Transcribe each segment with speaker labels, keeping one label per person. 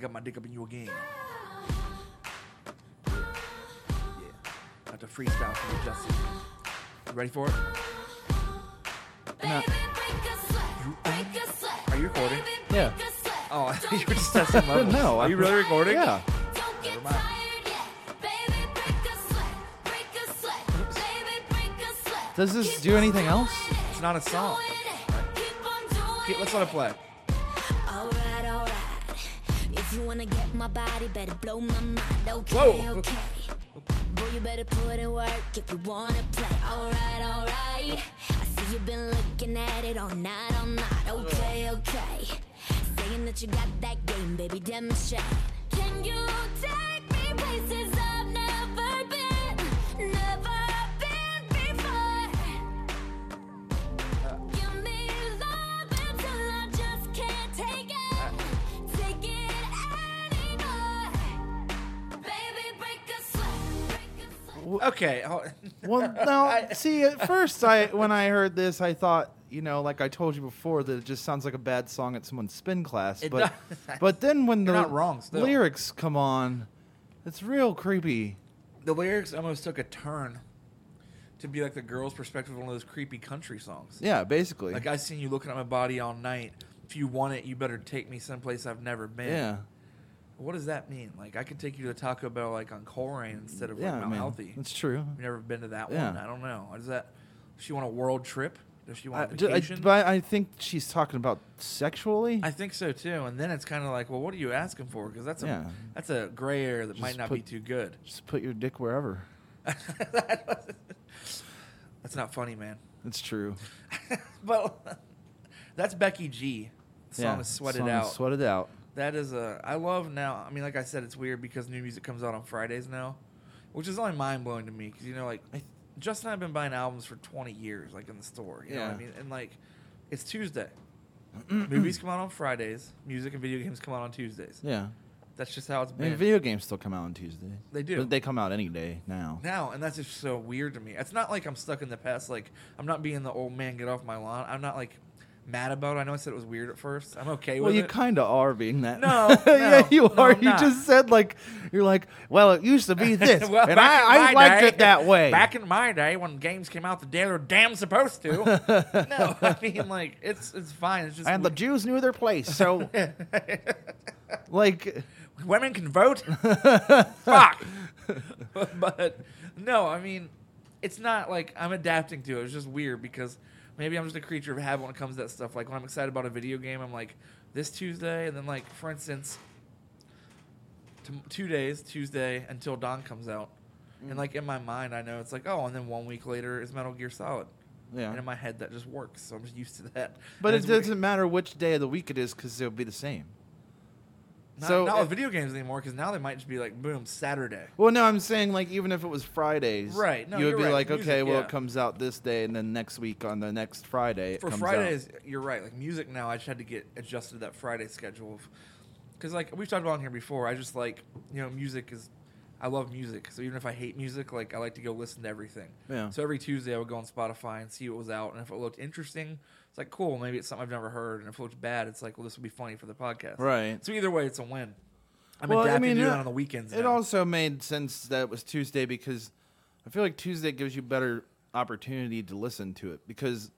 Speaker 1: Got my dick up in you again. Yeah. Got the freestyle from you, Justin. You ready for it?
Speaker 2: Baby, break a sweat, break a sweat.
Speaker 1: Are you recording?
Speaker 2: Baby,
Speaker 3: Yeah.
Speaker 2: break a sweat.
Speaker 1: Oh, I thought you were just testing levels.
Speaker 3: No,
Speaker 1: Are
Speaker 3: I'm-
Speaker 1: you really recording?
Speaker 3: Yeah.
Speaker 2: Don't get
Speaker 1: Never mind.
Speaker 2: tired yet. Baby, break a sweat, break a sweat. Baby, break a sweat.
Speaker 3: Does this
Speaker 2: Keep
Speaker 3: do
Speaker 2: on
Speaker 3: anything
Speaker 2: doing
Speaker 3: else?
Speaker 2: it,
Speaker 1: It's not a song.
Speaker 2: doing it, keep on doing
Speaker 1: Okay, let's let it play.
Speaker 2: Alright, alright. If you wanna get my body, better blow my mind. Okay,
Speaker 1: Whoa.
Speaker 2: okay. Boy, you better put in work if you wanna play. Alright, alright. I see you've been looking at it all night, all night. Okay, okay. Saying that you got that game, baby, demonstrate. Can you take me places I've never been? Never been before. Give me love until I just can't take it, take it anymore. Baby, break a sweat, break a sweat.
Speaker 1: Okay. oh, hold-
Speaker 3: Well, no. see, at first, I when I heard this, I thought, you know, like I told you before, that it just sounds like a bad song at someone's spin class.
Speaker 1: It
Speaker 3: but
Speaker 1: does.
Speaker 3: but then when
Speaker 1: You're
Speaker 3: the
Speaker 1: not wrong still.
Speaker 3: lyrics come on, it's real creepy.
Speaker 1: the lyrics almost took a turn to be like the girl's perspective of one of those creepy country songs.
Speaker 3: Yeah, basically.
Speaker 1: Like I seen you looking at my body all night. If you want it, you better take me someplace I've never been.
Speaker 3: yeah.
Speaker 1: What does that mean? Like I could take you to Taco Bell like on Coleraine instead of
Speaker 3: Yeah,
Speaker 1: like
Speaker 3: I
Speaker 1: Mount
Speaker 3: mean,
Speaker 1: Healthy.
Speaker 3: that's true.
Speaker 1: I've never been to that one.
Speaker 3: Yeah.
Speaker 1: I don't know. Does that? Does she want a world trip? Does she
Speaker 3: I,
Speaker 1: want a
Speaker 3: Uh, ju- I-
Speaker 1: vacation?
Speaker 3: but I think she's talking about sexually.
Speaker 1: I think so too. And then it's kind of like, well, what are you asking for? Because that's a
Speaker 3: Yeah.
Speaker 1: that's a gray area that might
Speaker 3: Just
Speaker 1: not
Speaker 3: put-
Speaker 1: be too good.
Speaker 3: just put your dick wherever.
Speaker 1: That's not funny, man.
Speaker 3: It's true.
Speaker 1: But that's Becky G. The song
Speaker 3: yeah.
Speaker 1: is sweated
Speaker 3: Song is
Speaker 1: out.
Speaker 3: Sweat it out.
Speaker 1: that is a. I love now. I mean, like I said, it's weird because new music comes out on Fridays now, which is only mind blowing to me because you know, like
Speaker 3: I th-
Speaker 1: Justin and I've been buying albums for 20 years, like in the store. You know what I
Speaker 3: Yeah.
Speaker 1: mean? And like, it's Tuesday. Movies come out on Fridays. Music and video games come out on Tuesdays.
Speaker 3: Yeah.
Speaker 1: That's just how it's
Speaker 3: I mean,
Speaker 1: been.
Speaker 3: video games still come out on Tuesday.
Speaker 1: They do.
Speaker 3: But they come out any day now.
Speaker 1: now, and that's just so weird to me. It's not like I'm stuck in the past. Like I'm not being the old man, get off my lawn. I'm not like mad about it. I know I said it was weird at first. I'm okay
Speaker 3: Well,
Speaker 1: with
Speaker 3: you
Speaker 1: it.
Speaker 3: kind of are being that.
Speaker 1: No,
Speaker 3: yeah,
Speaker 1: no,
Speaker 3: you
Speaker 1: no,
Speaker 3: are.
Speaker 1: I'm
Speaker 3: You
Speaker 1: not.
Speaker 3: just said like you're like. Well, it used to be this,
Speaker 1: Well,
Speaker 3: and
Speaker 1: back in
Speaker 3: I,
Speaker 1: my
Speaker 3: I liked
Speaker 1: day-
Speaker 3: it that way.
Speaker 1: Back in my day, when games came out, the day they were damn supposed to. no, I mean like it's it's fine. It's just
Speaker 3: and the Jews knew their place, so like,
Speaker 1: women can vote. Fuck. but no, I mean, it's not like I'm adapting to it. It's just weird because maybe I'm just a creature of habit when it comes to that stuff. Like when I'm excited about a video game, I'm like this Tuesday, and then like for instance, t- two days, Tuesday until Dawn comes out,
Speaker 3: Mm.
Speaker 1: and like in my mind, I know it's like oh, and then one week later is Metal Gear Solid.
Speaker 3: yeah.
Speaker 1: And in my head, that just works. So I'm just used to that.
Speaker 3: But
Speaker 1: And
Speaker 3: it
Speaker 1: it's weird.
Speaker 3: doesn't matter which day of the week it is because it'll be the same.
Speaker 1: Not,
Speaker 3: so
Speaker 1: not
Speaker 3: it-
Speaker 1: with video games anymore because now they might just be like boom Saturday.
Speaker 3: Well, no, I'm saying like even if it was Fridays,
Speaker 1: Right, no,
Speaker 3: you would
Speaker 1: you're
Speaker 3: be
Speaker 1: right,
Speaker 3: like,
Speaker 1: music,
Speaker 3: okay, well,
Speaker 1: yeah.
Speaker 3: it comes out this day, and then next week on the next Friday, it
Speaker 1: for
Speaker 3: comes
Speaker 1: Fridays, you're right. Like music now, I just had to get adjusted to that Friday schedule of because like we've talked about on here before. I just like you know music is I love music, so even if I hate music, like I like to go listen to everything.
Speaker 3: Yeah.
Speaker 1: So every Tuesday, I would go on Spotify and see what was out, and if it looked interesting, it's like cool. Maybe it's something I've never heard, and if it looked bad, it's like well, this will be funny for the podcast.
Speaker 3: out. Right.
Speaker 1: So either way, it's a win. I'm
Speaker 3: Well, I
Speaker 1: adapting
Speaker 3: mean,
Speaker 1: to
Speaker 3: it-
Speaker 1: that on the weekends.
Speaker 3: It
Speaker 1: now.
Speaker 3: also made sense that it was Tuesday because I feel like Tuesday gives you better opportunity to listen to it because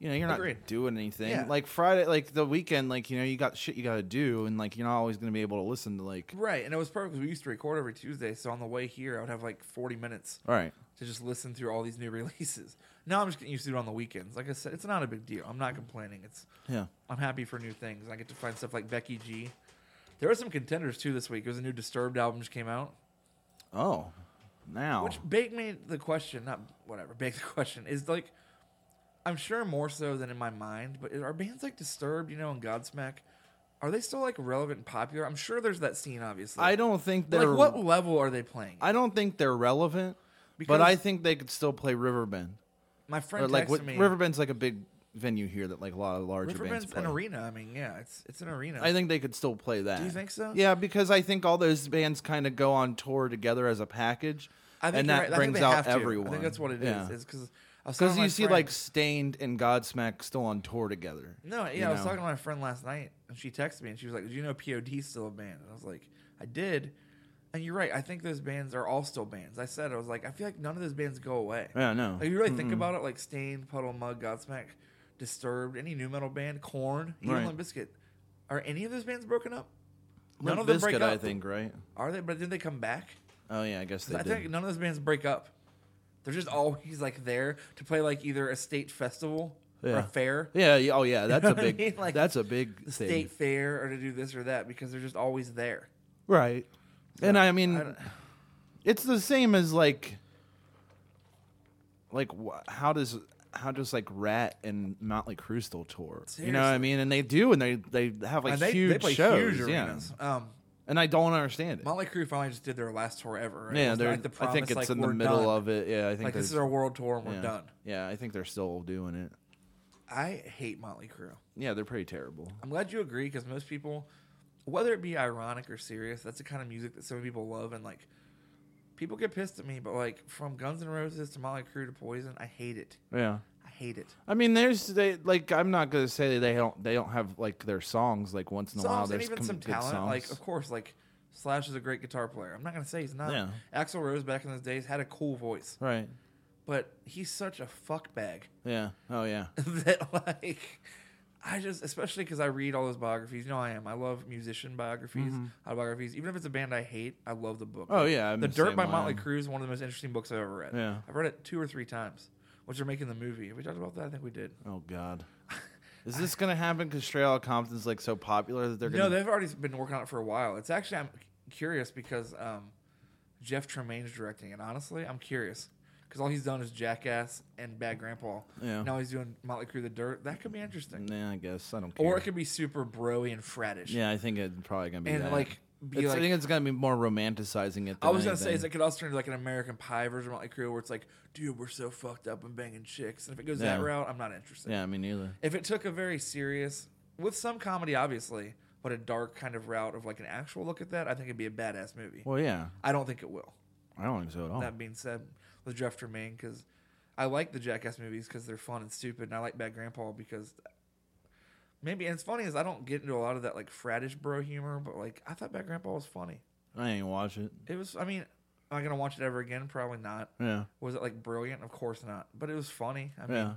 Speaker 3: you know you're not
Speaker 1: Agreed.
Speaker 3: doing anything
Speaker 1: Yeah.
Speaker 3: like Friday, like the weekend, like you know you got shit you got to do, and like you're not always going to be able to listen to like
Speaker 1: right, and it was perfect because we used to record every Tuesday. So on the way here, I would have like 40 minutes.
Speaker 3: all right.
Speaker 1: to just listen through all these new releases. Now I'm just getting used to it on the weekends. Like I said, it's not a big deal. I'm not complaining. It's
Speaker 3: Yeah.
Speaker 1: I'm happy for new things. I get to find stuff like Becky G. There were some contenders too this week. There was a new Disturbed album just came out,
Speaker 3: Oh, now
Speaker 1: which baked me the question. Not whatever. Baked the question is like, I'm sure more so than in my mind. But are bands like Disturbed, you know, and Godsmack, are they still like relevant and popular? I'm sure there's that scene. Obviously,
Speaker 3: I don't think
Speaker 1: But,
Speaker 3: they're.
Speaker 1: like what level are they playing?
Speaker 3: I don't think they're relevant,
Speaker 1: Because-
Speaker 3: but I think they could still play Riverbend.
Speaker 1: my friend
Speaker 3: Or like
Speaker 1: texted
Speaker 3: what,
Speaker 1: me.
Speaker 3: Riverbend's like a big venue here that like a lot of larger
Speaker 1: Riverbend's
Speaker 3: bands play.
Speaker 1: an arena. I mean, yeah, it's it's an arena.
Speaker 3: I think they could still play that.
Speaker 1: Do you think so?
Speaker 3: Yeah, because I think all those bands kind of go on tour together as a package,
Speaker 1: I think
Speaker 3: and
Speaker 1: you're
Speaker 3: that
Speaker 1: right. I think
Speaker 3: brings
Speaker 1: they
Speaker 3: out
Speaker 1: have to.
Speaker 3: everyone.
Speaker 1: I think that's what it is.
Speaker 3: Yeah.
Speaker 1: Is because I was
Speaker 3: Because
Speaker 1: talking to
Speaker 3: you
Speaker 1: my
Speaker 3: see,
Speaker 1: friend-
Speaker 3: like Stained and Godsmack still on tour together.
Speaker 1: no, yeah.
Speaker 3: you
Speaker 1: I was
Speaker 3: know.
Speaker 1: talking to my friend last night, and she texted me, and she was like, "Did you know POD's still a band?" And I was like, "I did." And you're right. I think those bands are all still bands. I said I was like, I feel like none of those bands go away.
Speaker 3: Yeah, no.
Speaker 1: Like, if you really think about it, like Stained, Puddle of Mud, Godsmack, Disturbed, any new metal band, Corn, even
Speaker 3: Right.
Speaker 1: Limp Bizkit, are any of those bands broken up?
Speaker 3: Limp
Speaker 1: None of them break
Speaker 3: Bizkit,
Speaker 1: up.
Speaker 3: I think, right?
Speaker 1: Are they? But did they come back?
Speaker 3: Oh yeah, I guess they
Speaker 1: I
Speaker 3: did.
Speaker 1: think none of those bands break up. They're just always like there to play like either a state festival or a
Speaker 3: Yeah.
Speaker 1: fair,
Speaker 3: yeah, yeah, oh yeah, that's
Speaker 1: know
Speaker 3: a
Speaker 1: what I
Speaker 3: big
Speaker 1: mean? Like,
Speaker 3: that's a big
Speaker 1: the
Speaker 3: thing.
Speaker 1: state fair, or to do this or that because they're just always there.
Speaker 3: Right. and I mean,
Speaker 1: I don't-
Speaker 3: it's the same as like, like wh- how does how does like Rat and Motley Crue still tour? You know what I
Speaker 1: Seriously.
Speaker 3: mean? And they do, and they they have like
Speaker 1: and they,
Speaker 3: huge
Speaker 1: they play
Speaker 3: shows,
Speaker 1: huge
Speaker 3: yeah.
Speaker 1: arenas. Um,
Speaker 3: And I don't understand it.
Speaker 1: Motley Crue finally just did their last tour ever. right? It
Speaker 3: yeah,
Speaker 1: was
Speaker 3: they're.
Speaker 1: like the
Speaker 3: I think
Speaker 1: promise,
Speaker 3: it's
Speaker 1: like,
Speaker 3: in the
Speaker 1: we're
Speaker 3: middle
Speaker 1: done.
Speaker 3: of it. Yeah, I think
Speaker 1: Like this is
Speaker 3: they're-
Speaker 1: our world tour and
Speaker 3: yeah.
Speaker 1: we're done.
Speaker 3: Yeah, I think they're still doing it.
Speaker 1: I hate Motley Crue.
Speaker 3: Yeah, they're pretty terrible.
Speaker 1: I'm glad you agree because most people, whether it be ironic or serious, that's the kind of music that so many people love. And like, people get pissed at me, but like, from Guns N' Roses to Motley Crue to Poison, I hate it.
Speaker 3: Yeah.
Speaker 1: I hate it.
Speaker 3: I mean, there's they like I'm not gonna say they don't they don't have like their songs like once in a while.
Speaker 1: Songs and
Speaker 3: There's
Speaker 1: even
Speaker 3: com-
Speaker 1: some
Speaker 3: good
Speaker 1: talent. Like,
Speaker 3: songs.
Speaker 1: of course, like Slash is a great guitar player. I'm not gonna say he's not.
Speaker 3: Yeah.
Speaker 1: Axl Rose back in those days had a cool voice,
Speaker 3: right?
Speaker 1: but he's such a fuck bag.
Speaker 3: Yeah. Oh yeah.
Speaker 1: that like I just especially because I read all those biographies. You know I am. I love musician biographies, autobiographies. Even if it's a band I hate, I love the book.
Speaker 3: Mm-hmm. Oh, yeah, I'm
Speaker 1: the
Speaker 3: the
Speaker 1: Dirt
Speaker 3: same
Speaker 1: by
Speaker 3: way.
Speaker 1: Motley Crue is one of the most interesting books I've ever read.
Speaker 3: Yeah.
Speaker 1: I've read it two or three times. Which are making the movie. Have we talked about that? I think we did.
Speaker 3: Oh God, is this gonna happen? Because Straight Outta Compton's like so popular that they're
Speaker 1: No,
Speaker 3: gonna.
Speaker 1: they've already been working on it for a while. It's actually I'm curious because um, Jeff Tremaine's directing it. Honestly, I'm curious because all he's done is Jackass and Bad Grandpa.
Speaker 3: Yeah. Mm,
Speaker 1: Now he's doing Motley Crue, The Dirt. That could be interesting.
Speaker 3: Nah, I guess I don't care.
Speaker 1: Or it could be super broy and frattish.
Speaker 3: yeah, I think it's probably gonna be
Speaker 1: and
Speaker 3: that.
Speaker 1: like be
Speaker 3: It's-
Speaker 1: like.
Speaker 3: I
Speaker 1: I,
Speaker 3: think it's gonna be more romanticizing it. Than
Speaker 1: was gonna say
Speaker 3: anything.
Speaker 1: is it could also turn into like an American Pie version of Motley Crue, where it's like, dude, we're so fucked up and banging chicks. And if it goes that
Speaker 3: Yeah.
Speaker 1: route, I'm not interested.
Speaker 3: yeah, me neither.
Speaker 1: If it took a very serious, with some comedy obviously, but a dark kind of route of like an actual look at that, I think it'd be a badass movie.
Speaker 3: Well, oh. yeah,
Speaker 1: I don't think it will.
Speaker 3: I don't think so at all.
Speaker 1: That being said, with Jeff Tremaine, because I like the Jackass movies because they're fun and stupid, and I like Bad Grandpa because maybe and it's funny is I don't get into a lot of that like frattish bro humor, but like I thought Bad Grandpa was funny.
Speaker 3: I ain't watch it.
Speaker 1: It was. I mean, am I gonna watch it ever again? Probably not.
Speaker 3: Yeah,
Speaker 1: Was it like brilliant? Of course not. But it was funny. I mean,
Speaker 3: yeah.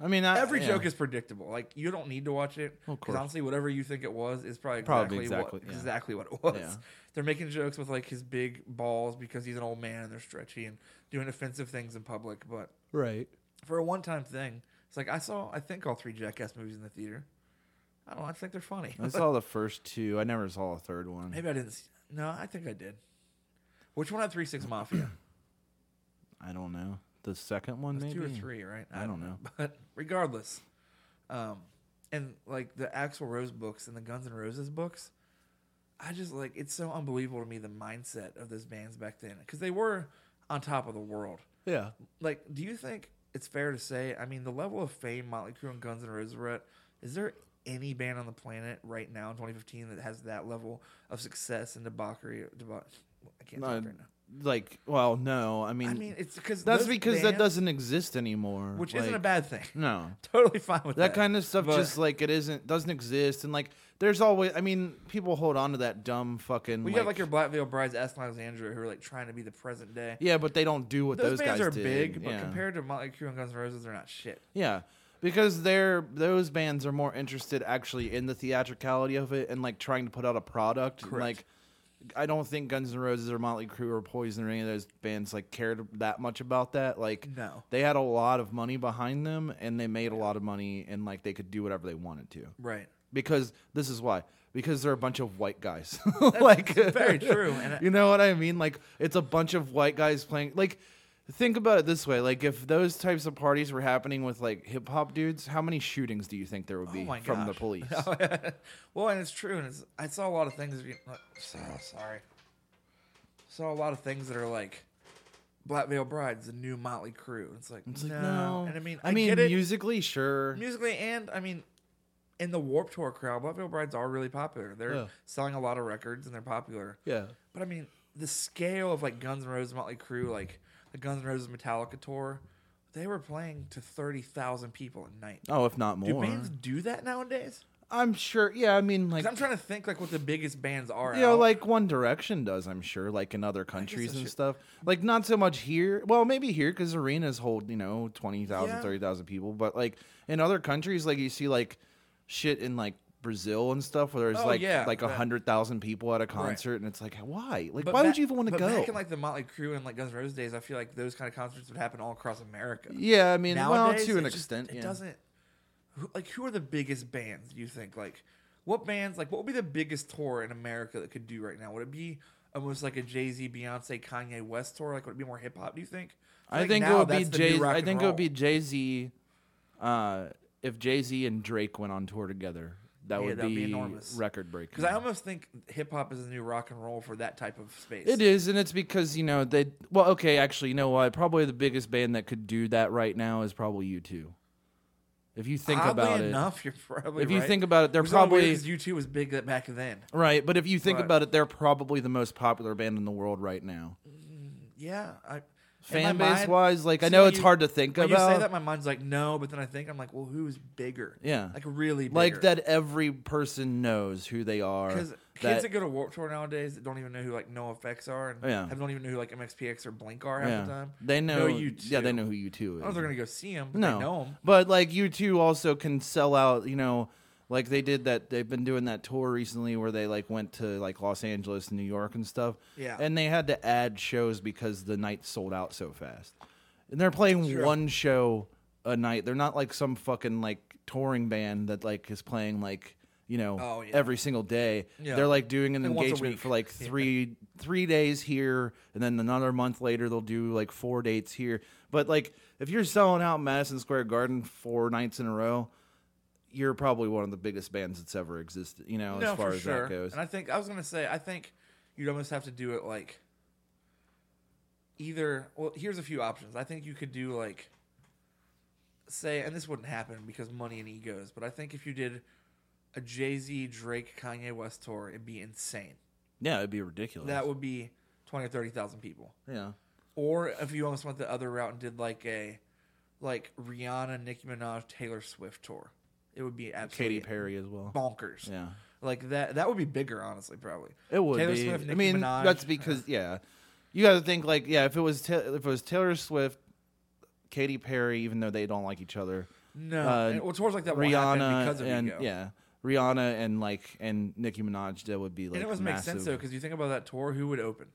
Speaker 3: I mean, I,
Speaker 1: every
Speaker 3: yeah.
Speaker 1: joke is predictable. Like you don't need to watch it
Speaker 3: Of
Speaker 1: because
Speaker 3: course.
Speaker 1: honestly, whatever you think it was is probably exactly
Speaker 3: Probably
Speaker 1: exactly
Speaker 3: exactly-
Speaker 1: what,
Speaker 3: yeah.
Speaker 1: exactly what it was.
Speaker 3: Yeah.
Speaker 1: They're making jokes with like his big balls because he's an old man and they're stretchy and doing offensive things in public. But
Speaker 3: right.
Speaker 1: for a one-time thing, it's like I saw I think all three Jackass movies in the theater. I don't. know. I think they're funny.
Speaker 3: I saw the first two. I never saw a third one.
Speaker 1: Maybe I didn't. See, no, I think I did. Which one had Three Six Mafia?
Speaker 3: I don't know. The second one,
Speaker 1: It's
Speaker 3: maybe
Speaker 1: two or three, right?
Speaker 3: I don't know.
Speaker 1: But regardless, um, and like the Axl Rose books and the Guns N' Roses books, I just like it's so unbelievable to me the mindset of those bands back then because they were on top of the world.
Speaker 3: Yeah,
Speaker 1: Like, do you think it's fair to say? I mean, the level of fame Motley Crue and Guns N' Roses were at, is there any band on the planet right now in 2015 that has that level of success and debauchery? Debauch- I can't
Speaker 3: No,
Speaker 1: talk right now.
Speaker 3: like, well, no. I mean,
Speaker 1: I mean, it's because
Speaker 3: that's because that doesn't exist anymore.
Speaker 1: which isn't
Speaker 3: Like,
Speaker 1: a bad thing.
Speaker 3: No,
Speaker 1: totally fine with that.
Speaker 3: that kind of stuff
Speaker 1: But-
Speaker 3: just like it isn't doesn't exist and like there's always i mean people hold on to that dumb fucking
Speaker 1: We got like your Black Veil Brides, Aston Alexandria, who are like trying to be the present day.
Speaker 3: yeah but they don't do what
Speaker 1: those,
Speaker 3: those,
Speaker 1: bands
Speaker 3: guys
Speaker 1: are
Speaker 3: did.
Speaker 1: big, but
Speaker 3: yeah.
Speaker 1: compared to Motley Crue and Guns N' Roses, they're not shit.
Speaker 3: yeah because they're those bands are more interested actually in the theatricality of it and like trying to put out a product And,
Speaker 1: Correct.
Speaker 3: like I don't think Guns N' Roses or Motley Crue or Poison or any of those bands like cared that much about that. Like,
Speaker 1: No.
Speaker 3: they had a lot of money behind them and they made a lot of money and like they could do whatever they wanted to.
Speaker 1: Right.
Speaker 3: because this is why because they're a bunch of white guys like
Speaker 1: very true, and I-
Speaker 3: you know what i mean like it's a bunch of white guys playing like think about it this way like if those types of parties were happening with like hip hop dudes how many shootings do you think there would be
Speaker 1: Oh my
Speaker 3: from the
Speaker 1: gosh.
Speaker 3: police
Speaker 1: well, and it's true, and it's, I saw a lot of things. that you- uh, so- sorry, saw a lot of things that are like Black Veil Brides, the new Motley Crue. It's like,
Speaker 3: It's like,
Speaker 1: no.
Speaker 3: no.
Speaker 1: and I mean,
Speaker 3: i,
Speaker 1: I,
Speaker 3: mean
Speaker 1: get it
Speaker 3: musically sure
Speaker 1: musically, and I mean, in the Warp Tour crowd, Black Veil Brides are really popular. They're
Speaker 3: Yeah.
Speaker 1: selling a lot of records, and they're popular.
Speaker 3: yeah
Speaker 1: But I mean, the scale of like Guns N' Roses, Motley Crue, like the Guns N' Roses Metallica tour, They were playing to thirty thousand people at night.
Speaker 3: Oh, if not
Speaker 1: Do
Speaker 3: more.
Speaker 1: bands do that nowadays?
Speaker 3: I'm sure. Yeah, I mean, like,
Speaker 1: 'Cause I'm trying to think like what the biggest bands are.
Speaker 3: you know,
Speaker 1: out.
Speaker 3: like One Direction does, I'm sure, like in other countries
Speaker 1: I
Speaker 3: and
Speaker 1: should-
Speaker 3: stuff. Like, not so much here. Well, maybe here because arenas hold, you know, 20,000,
Speaker 1: Yeah.
Speaker 3: 30,000 people. But, like, in other countries, like, you see, like, shit in, like, Brazil and stuff where there's
Speaker 1: Oh,
Speaker 3: like
Speaker 1: yeah,
Speaker 3: like a
Speaker 1: that-
Speaker 3: hundred thousand people at a concert and it's like why like
Speaker 1: But
Speaker 3: why would
Speaker 1: back-
Speaker 3: you even want to
Speaker 1: but
Speaker 3: go
Speaker 1: Back in like the Motley Crue and like Guns N' Roses days, I feel like those kind of concerts would happen all across America.
Speaker 3: yeah I mean
Speaker 1: Nowadays,
Speaker 3: well to an
Speaker 1: it just-
Speaker 3: extent
Speaker 1: it
Speaker 3: yeah.
Speaker 1: doesn't. Who, like, who are the biggest bands? Do you think like what bands? Like, what would be the biggest tour in America that could do right now? Would it be almost like a Jay Z, Beyonce, Kanye West tour? Like, would it be more hip hop? Do you think? feel
Speaker 3: I
Speaker 1: like
Speaker 3: think it
Speaker 1: now
Speaker 3: would be
Speaker 1: that's the
Speaker 3: Jay.
Speaker 1: new rock
Speaker 3: I
Speaker 1: and
Speaker 3: think it would
Speaker 1: roll.
Speaker 3: be Jay Z. Uh, if Jay Z and Drake went on tour together, that
Speaker 1: Yeah,
Speaker 3: would
Speaker 1: that'd
Speaker 3: be,
Speaker 1: be enormous.
Speaker 3: record breaking.
Speaker 1: Because I almost think hip hop is the new rock and roll for that type of space.
Speaker 3: It is, and it's because you know they. Well, okay, actually, you know what? Probably the biggest band that could do that right now is probably U two. If you think
Speaker 1: Oddly
Speaker 3: about
Speaker 1: enough, you're probably
Speaker 3: If you
Speaker 1: right.
Speaker 3: think about it, they're probably-
Speaker 1: because U two was big that- back then.
Speaker 3: it, right? But if you think
Speaker 1: Right.
Speaker 3: about it, they're probably the most popular band in the world right now.
Speaker 1: Yeah, I, in
Speaker 3: Fan
Speaker 1: my
Speaker 3: base
Speaker 1: mind-
Speaker 3: wise, like I
Speaker 1: see,
Speaker 3: know
Speaker 1: when
Speaker 3: it's
Speaker 1: you-
Speaker 3: hard to think
Speaker 1: when
Speaker 3: about.
Speaker 1: you say that, my mind's like no, but then I think I'm like, well, who's bigger?
Speaker 3: Yeah.
Speaker 1: like really, bigger.
Speaker 3: like that, every person knows who they are.
Speaker 1: Because
Speaker 3: that-
Speaker 1: kids that go to Warped Tour nowadays that don't even know who like No Effects are, and
Speaker 3: Yeah.
Speaker 1: have- don't even know who like MXPX or Blink are half
Speaker 3: yeah.
Speaker 1: the time.
Speaker 3: They know,
Speaker 1: you.
Speaker 3: Yeah, they know who you
Speaker 1: I
Speaker 3: two is.
Speaker 1: don't know if they're gonna go see them. But
Speaker 3: no,
Speaker 1: they know them.
Speaker 3: but like you two also can sell out. You know, like they did that. They've been doing that tour recently where they like went to like Los Angeles and New York and stuff.
Speaker 1: Yeah.
Speaker 3: and they had to add shows because the night sold out so fast. And they're playing
Speaker 1: Sure.
Speaker 3: one show a night. They're not like some fucking like touring band that like is playing like you know
Speaker 1: Oh, yeah.
Speaker 3: every single day.
Speaker 1: Yeah.
Speaker 3: They're like doing an
Speaker 1: Like, once a
Speaker 3: engagement
Speaker 1: week.
Speaker 3: for like
Speaker 1: Yeah.
Speaker 3: three three three days here and then another month later they'll do like four dates here but like if you're selling out madison square garden four nights in a row you're probably one of the biggest bands that's ever existed you know
Speaker 1: no,
Speaker 3: as far
Speaker 1: for
Speaker 3: as
Speaker 1: sure.
Speaker 3: that goes
Speaker 1: And I think I was gonna say I think you'd almost have to do it like either. Well, here's a few options. I think you could do like say, and this wouldn't happen because money and egos. But I think if you did a Jay Z, Drake, Kanye West tour, it'd be insane.
Speaker 3: yeah it'd be ridiculous
Speaker 1: That would be twenty or thirty thousand people.
Speaker 3: yeah
Speaker 1: Or if you almost went the other route and did like a like Rihanna, Nicki Minaj, Taylor Swift tour, it would be absolutely
Speaker 3: Katy Perry as well.
Speaker 1: bonkers.
Speaker 3: Yeah,
Speaker 1: Like that that would be bigger, honestly, probably.
Speaker 3: it would
Speaker 1: Taylor
Speaker 3: be.
Speaker 1: Swift,
Speaker 3: I
Speaker 1: Nicki
Speaker 3: mean,
Speaker 1: Minaj.
Speaker 3: that's because yeah, you got to think like yeah, if it was ta- if it was Taylor Swift, Katy Perry, even though they don't like each other,
Speaker 1: no,
Speaker 3: uh,
Speaker 1: and- well, tours like that won't happen
Speaker 3: Rihanna
Speaker 1: because of
Speaker 3: and
Speaker 1: ego.
Speaker 3: yeah, Rihanna and like and Nicki Minaj that would be like
Speaker 1: and it almost makes
Speaker 3: massive.
Speaker 1: sense though because you think about that tour, who would open?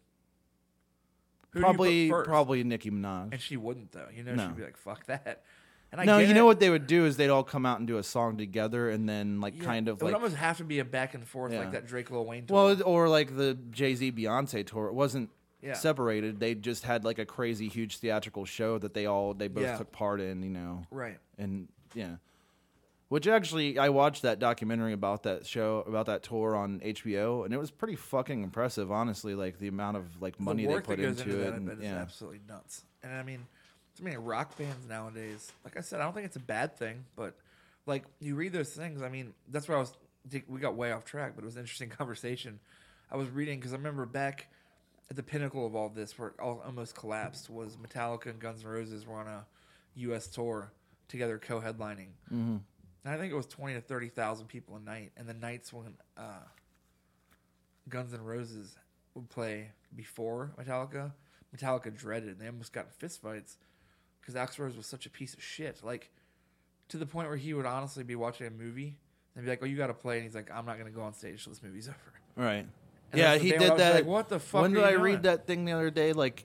Speaker 1: Who do you put
Speaker 3: probably
Speaker 1: first?
Speaker 3: probably Nicki Minaj.
Speaker 1: And she wouldn't though. You know,
Speaker 3: No.
Speaker 1: she'd be like, "Fuck that." And I
Speaker 3: no,
Speaker 1: get
Speaker 3: you
Speaker 1: it.
Speaker 3: know what they would do is they'd all come out and do a song together and then like
Speaker 1: Yeah,
Speaker 3: kind of
Speaker 1: It would
Speaker 3: like
Speaker 1: almost have to be a back and forth
Speaker 3: Yeah.
Speaker 1: like that Drake Lil Wayne tour.
Speaker 3: well it- or like the Jay Z Beyonce tour. It wasn't
Speaker 1: Yeah.
Speaker 3: separated. They just had like a crazy huge theatrical show that they all they both
Speaker 1: Yeah.
Speaker 3: took part in. You know,
Speaker 1: right.
Speaker 3: and yeah. Which actually, I watched that documentary about that show, about that tour on HBO, and it was pretty fucking impressive, honestly. Like the amount of like money
Speaker 1: the
Speaker 3: they
Speaker 1: work
Speaker 3: put
Speaker 1: that goes
Speaker 3: into
Speaker 1: that,
Speaker 3: it,
Speaker 1: I
Speaker 3: and,
Speaker 1: bet, is
Speaker 3: yeah,
Speaker 1: absolutely nuts. And I mean, so many rock bands nowadays. Like I said, I don't think it's a bad thing, but like you read those things. I mean, that's where I was. We got way off track, but it was an interesting conversation. I was reading because I remember back at the pinnacle of all this, where it all, almost collapsed, was Metallica and Guns N' Roses were on a U.S. tour together, co-headlining. Mm-hmm. And I think it was twenty to thirty thousand people a night, and the nights when uh, Guns N' Roses would play before Metallica, Metallica dreaded it. They almost got in fistfights because Alex Rose was such a piece of shit. Like, to the point where he would honestly be watching a movie and be like, oh, you got to play. And he's like, I'm not going to go on stage till this movie's over.
Speaker 3: right.
Speaker 1: And
Speaker 3: yeah,
Speaker 1: that's the
Speaker 3: he
Speaker 1: thing where I
Speaker 3: did
Speaker 1: was
Speaker 3: that.
Speaker 1: like, what the fuck
Speaker 3: When
Speaker 1: are
Speaker 3: did
Speaker 1: you
Speaker 3: I
Speaker 1: doing?
Speaker 3: read that thing the other day? Like,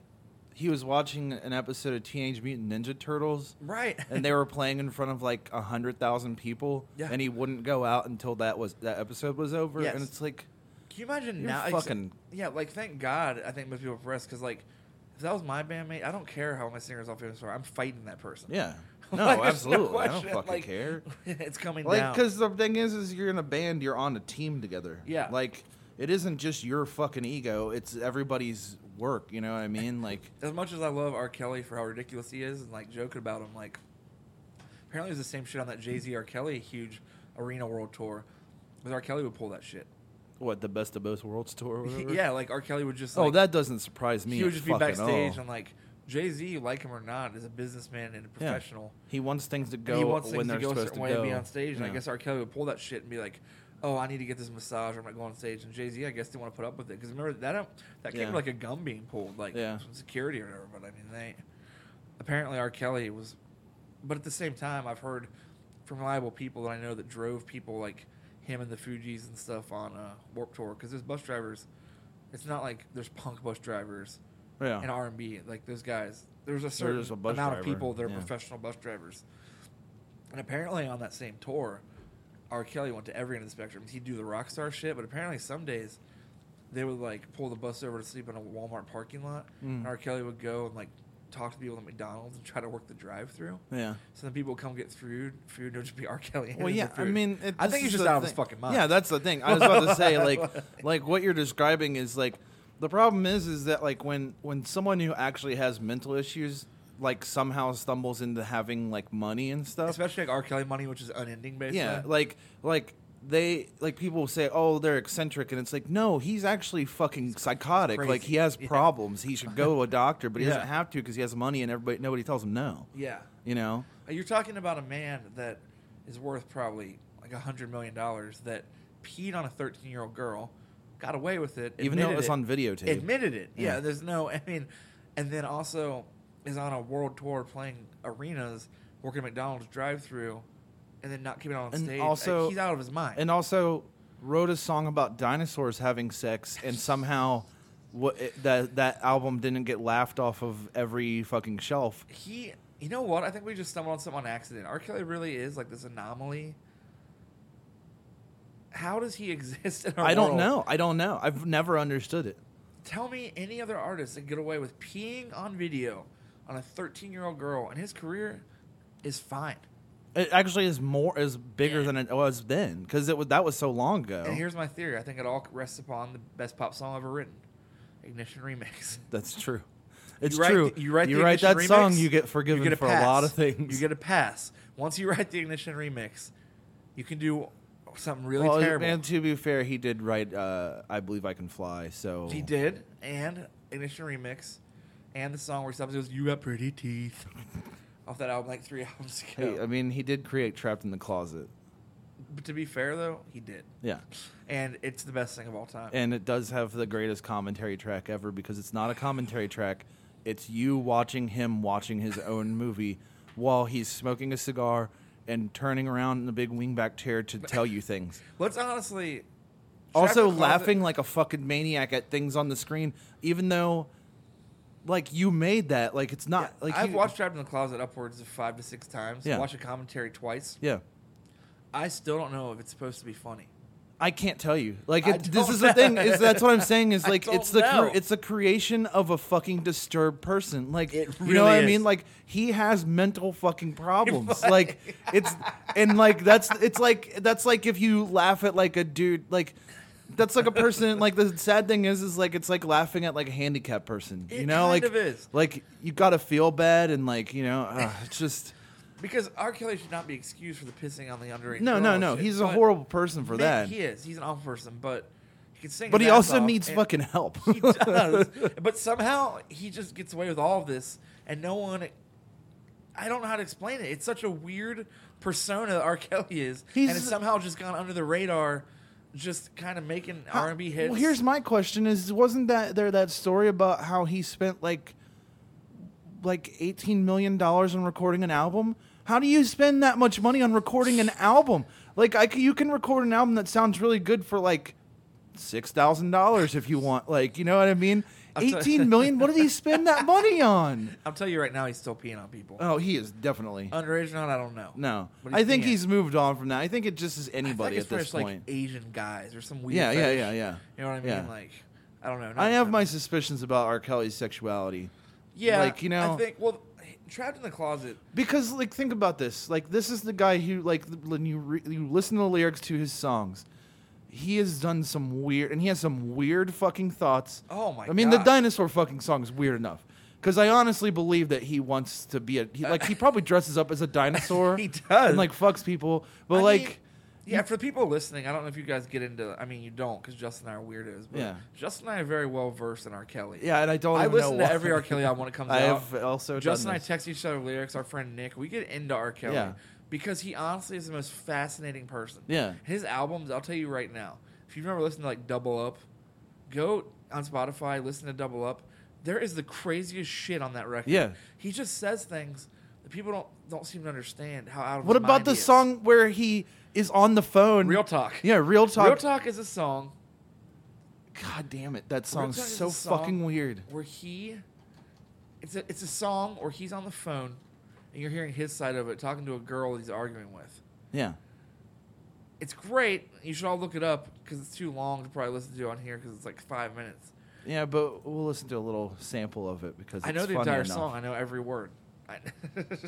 Speaker 3: he was watching an episode of Teenage Mutant Ninja Turtles,
Speaker 1: Right.
Speaker 3: and they were playing in front of like a hundred thousand people,
Speaker 1: Yeah.
Speaker 3: and he wouldn't go out until that was that episode was over,
Speaker 1: Yes.
Speaker 3: and it's like,
Speaker 1: Can you imagine
Speaker 3: You're
Speaker 1: now?
Speaker 3: fucking-
Speaker 1: yeah, like thank God. I think most people press because like if that was my bandmate, I don't care how my singers all famous are. I'm fighting that person.
Speaker 3: yeah, no,
Speaker 1: Like, there's
Speaker 3: absolutely, I don't
Speaker 1: question,
Speaker 3: fucking
Speaker 1: like,
Speaker 3: care.
Speaker 1: it's coming
Speaker 3: Like,
Speaker 1: down.
Speaker 3: because the thing is, is you're in a band, you're on a team together.
Speaker 1: Yeah.
Speaker 3: Like, it isn't just your fucking ego; it's everybody's work. You know what I mean? Like,
Speaker 1: as much as I love R. Kelly for how ridiculous he is and like joking about him, like apparently it was the same shit on that Jay Z R. Kelly huge arena world tour. Because R. Kelly would pull that shit.
Speaker 3: what the best of both worlds tour? Or whatever?
Speaker 1: yeah, like R. Kelly would just
Speaker 3: Oh,
Speaker 1: like,
Speaker 3: that doesn't surprise me.
Speaker 1: he would
Speaker 3: at
Speaker 1: just be
Speaker 3: fucking
Speaker 1: backstage
Speaker 3: all.
Speaker 1: and like Jay Z, like him or not, is a businessman and a
Speaker 3: Yeah.
Speaker 1: professional.
Speaker 3: He wants things to go
Speaker 1: And he wants things
Speaker 3: when they're
Speaker 1: to go a
Speaker 3: supposed
Speaker 1: certain
Speaker 3: to
Speaker 1: way
Speaker 3: go.
Speaker 1: and be on stage. And I
Speaker 3: Yeah.
Speaker 1: guess R. Kelly would pull that shit and be like, "Oh, I need to get this massage. or I'm not going on stage." And Jay Z, I guess, didn't want to put up with it because remember that um, that came
Speaker 3: Yeah.
Speaker 1: to like a gum being pulled, like
Speaker 3: Yeah.
Speaker 1: from security or whatever. But I mean, they apparently R. Kelly was, but at the same time, I've heard from reliable people that I know that drove people like him and the Fugees and stuff on uh, Warp Tour because there's bus drivers. It's not like there's punk bus drivers
Speaker 3: Yeah.
Speaker 1: and R and B. Like those guys, there's a certain
Speaker 3: just a bus
Speaker 1: amount of
Speaker 3: driver,
Speaker 1: people that are
Speaker 3: yeah.
Speaker 1: professional bus drivers. And apparently, on that same tour, R. Kelly went to every end of the spectrum. He'd do the rock star shit, but apparently, some days they would like pull the bus over to sleep in a Walmart parking lot,
Speaker 3: Mm.
Speaker 1: and R. Kelly would go and like talk to people at McDonald's and try to work the drive-through.
Speaker 3: Yeah.
Speaker 1: So then people would come get food. Food would just be R. Kelly.
Speaker 3: Well, yeah. I mean, it,
Speaker 1: I
Speaker 3: this
Speaker 1: think he's
Speaker 3: is
Speaker 1: just
Speaker 3: the
Speaker 1: out of his
Speaker 3: thing.
Speaker 1: fucking mind.
Speaker 3: Yeah, that's the thing. I was about to say, like, like what you're describing is like the problem is, is that like when when someone who actually has mental issues like somehow stumbles into having like money and stuff.
Speaker 1: especially like R. Kelly money, which is unending. Basically,
Speaker 3: yeah, like like they like people say, oh, they're eccentric, and it's like, no, he's actually fucking psychotic.
Speaker 1: crazy.
Speaker 3: Like he has
Speaker 1: Yeah.
Speaker 3: problems. He should go to a doctor, but he
Speaker 1: Yeah.
Speaker 3: doesn't have to because he has money, and everybody nobody tells him no.
Speaker 1: yeah.
Speaker 3: You know.
Speaker 1: You're talking about a man that is worth probably like a hundred million dollars that peed on a 13 year old girl, got away with it,
Speaker 3: Even though
Speaker 1: admitted
Speaker 3: it's on videotape.
Speaker 1: admitted it. Yeah.
Speaker 3: Yeah.
Speaker 1: there's no. I mean, and then also is on a world tour playing arenas, working at McDonald's drive through, and then not keeping it on
Speaker 3: And
Speaker 1: stage.
Speaker 3: also-
Speaker 1: Like, he's out of his mind.
Speaker 3: and also wrote a song about dinosaurs having sex, and somehow what that that album didn't get laughed off of every fucking shelf.
Speaker 1: he, you know what? I think we just stumbled on something on accident. R. Kelly really is like this anomaly. How does he exist in our
Speaker 3: I don't
Speaker 1: world?
Speaker 3: know. I don't know. I've never understood it.
Speaker 1: Tell me any other artist that can get away with peeing on video on a 13 year old girl, and his career is fine.
Speaker 3: It actually is more is bigger
Speaker 1: Yeah.
Speaker 3: than it was then because it was that was so long ago.
Speaker 1: And here's my theory I think it all rests upon the best pop song ever written Ignition Remix.
Speaker 3: That's true. It's
Speaker 1: You write
Speaker 3: true.
Speaker 1: the- you write, the
Speaker 3: that
Speaker 1: Ignition remix,
Speaker 3: song, you get
Speaker 1: you
Speaker 3: forgiven
Speaker 1: get
Speaker 3: for
Speaker 1: pass.
Speaker 3: a lot of things.
Speaker 1: You get a pass. Once you write the Ignition Remix, you can do something really
Speaker 3: well,
Speaker 1: terrible.
Speaker 3: and to be fair, he did write uh, "I Believe I Can Fly," so
Speaker 1: He did, and Ignition Remix, and the song where something goes, You Got Pretty Teeth. Off that album, like three albums ago.
Speaker 3: Hey, I mean, he did create "Trapped in the Closet."
Speaker 1: But to be fair, though, he did.
Speaker 3: Yeah.
Speaker 1: And it's the best thing of all time.
Speaker 3: and it does have the greatest commentary track ever because it's not a commentary track it's you watching him watching his own movie while he's smoking a cigar and turning around in a big wingback chair to tell you things
Speaker 1: Let's honestly.
Speaker 3: also
Speaker 1: Trapped in the Closet-
Speaker 3: laughing like a fucking maniac at things on the screen even though like you made that like it's not like
Speaker 1: I've
Speaker 3: you-
Speaker 1: watched Trapped in the Closet upwards of five to six times.
Speaker 3: Yeah.
Speaker 1: Watch a commentary twice.
Speaker 3: yeah
Speaker 1: I still don't know if it's supposed to be funny.
Speaker 3: I can't tell you. Like
Speaker 1: I
Speaker 3: it, this
Speaker 1: don't
Speaker 3: is the thing.
Speaker 1: know.
Speaker 3: Is that's what I'm saying. Is
Speaker 1: I
Speaker 3: like
Speaker 1: don't
Speaker 3: it's the
Speaker 1: know.
Speaker 3: cre- it's the creation of a fucking disturbed person. Like
Speaker 1: It
Speaker 3: you know what
Speaker 1: really
Speaker 3: I mean.
Speaker 1: is.
Speaker 3: Like he has mental fucking problems.
Speaker 1: Right.
Speaker 3: like it's and like that's it's like that's like if you laugh at like a dude like. That's like a person. Like the sad thing is, is like it's like laughing at like a handicapped person.
Speaker 1: It
Speaker 3: you know,
Speaker 1: kind
Speaker 3: like
Speaker 1: of is.
Speaker 3: like you gotta feel bad and like you know, uh, it's just
Speaker 1: Because R. Kelly should not be excused for the pissing on the underage.
Speaker 3: no,
Speaker 1: girl
Speaker 3: no,
Speaker 1: and
Speaker 3: no.
Speaker 1: shit,
Speaker 3: He's a
Speaker 1: but-
Speaker 3: horrible person for
Speaker 1: Man,
Speaker 3: that.
Speaker 1: He is. He's an awful person, but he can sing.
Speaker 3: but
Speaker 1: his
Speaker 3: he
Speaker 1: ass
Speaker 3: also
Speaker 1: off,
Speaker 3: needs
Speaker 1: and-
Speaker 3: fucking help.
Speaker 1: He does. but somehow he just gets away with all of this, and no one. I don't know how to explain it. It's such a weird persona that R. Kelly is,
Speaker 3: He's-
Speaker 1: and it's somehow just gone under the radar, just kind of making R and B hits.
Speaker 3: Well, here's my question: Is wasn't that there that story about how he spent like like eighteen million dollars on recording an album? How do you spend that much money on recording an album? Like, I c- you can record an album that sounds really good for like six thousand dollars if you want. Like, you know what I mean?
Speaker 1: I'll tell-
Speaker 3: Eighteen million. What did he spend that money on?
Speaker 1: I'll tell you right now, he's still peeing on people.
Speaker 3: Oh, he is definitely
Speaker 1: Underage or not, I don't know.
Speaker 3: no.
Speaker 1: But
Speaker 3: I think
Speaker 1: peeing.
Speaker 3: he's moved on from that. I think it just is
Speaker 1: I feel like
Speaker 3: anybody
Speaker 1: it's
Speaker 3: at this
Speaker 1: just, like
Speaker 3: point.
Speaker 1: Asian guys or some weird.
Speaker 3: Yeah, yeah,
Speaker 1: fetish.
Speaker 3: yeah, yeah.
Speaker 1: You know what I mean?
Speaker 3: Yeah.
Speaker 1: Like, I don't know.
Speaker 3: I
Speaker 1: Not-
Speaker 3: have my
Speaker 1: not-
Speaker 3: suspicions about R. Kelly's sexuality.
Speaker 1: yeah.
Speaker 3: like, you know-
Speaker 1: I think well, trapped in the closet.
Speaker 3: Because like think about this. Like this is the guy who like th- when you re- you listen to the lyrics to his songs, he has done some weird and he has some weird fucking thoughts.
Speaker 1: Oh my
Speaker 3: I mean the
Speaker 1: God.
Speaker 3: dinosaur fucking song is weird enough. Cuz I honestly believe that he wants to be a he, like he probably dresses up as a dinosaur.
Speaker 1: He does.
Speaker 3: And like fucks people. But
Speaker 1: I
Speaker 3: like
Speaker 1: mean, Yeah, for people listening, I don't know if you guys get into. I mean, you don't because Justin and I are weirdos. But
Speaker 3: Yeah.
Speaker 1: Justin and I are very well versed in R. Kelly.
Speaker 3: Yeah, and I don't.
Speaker 1: I
Speaker 3: even
Speaker 1: listen
Speaker 3: know
Speaker 1: to
Speaker 3: why.
Speaker 1: every R. Kelly album when it comes
Speaker 3: I
Speaker 1: out.
Speaker 3: have also
Speaker 1: Justin and
Speaker 3: done
Speaker 1: I
Speaker 3: this.
Speaker 1: text each other lyrics. Our friend Nick, we get into R. Kelly
Speaker 3: Yeah.
Speaker 1: because he honestly is the most fascinating person.
Speaker 3: Yeah.
Speaker 1: his albums. I'll tell you right now, if you've never listened to like Double Up, go on Spotify, listen to Double Up. There is the craziest shit on that record.
Speaker 3: Yeah.
Speaker 1: he just says things that people don't don't seem to understand how out of.
Speaker 3: What
Speaker 1: his
Speaker 3: about
Speaker 1: mind
Speaker 3: the
Speaker 1: he is.
Speaker 3: song where he is on the phone?
Speaker 1: Real Talk?
Speaker 3: Yeah, real talk.
Speaker 1: Real Talk is a song.
Speaker 3: God damn it, that
Speaker 1: Real
Speaker 3: song's
Speaker 1: Talk is
Speaker 3: so
Speaker 1: a song
Speaker 3: fucking weird.
Speaker 1: Where he, it's a it's a song where he's on the phone, and you're hearing his side of it, talking to a girl he's arguing with.
Speaker 3: Yeah,
Speaker 1: It's great. You should all look it up because it's too long to probably listen to on here because it's like five minutes.
Speaker 3: yeah, but we'll listen to a little sample of it because
Speaker 1: I know
Speaker 3: it's
Speaker 1: the
Speaker 3: funny
Speaker 1: entire
Speaker 3: enough.
Speaker 1: song. I know every word. I and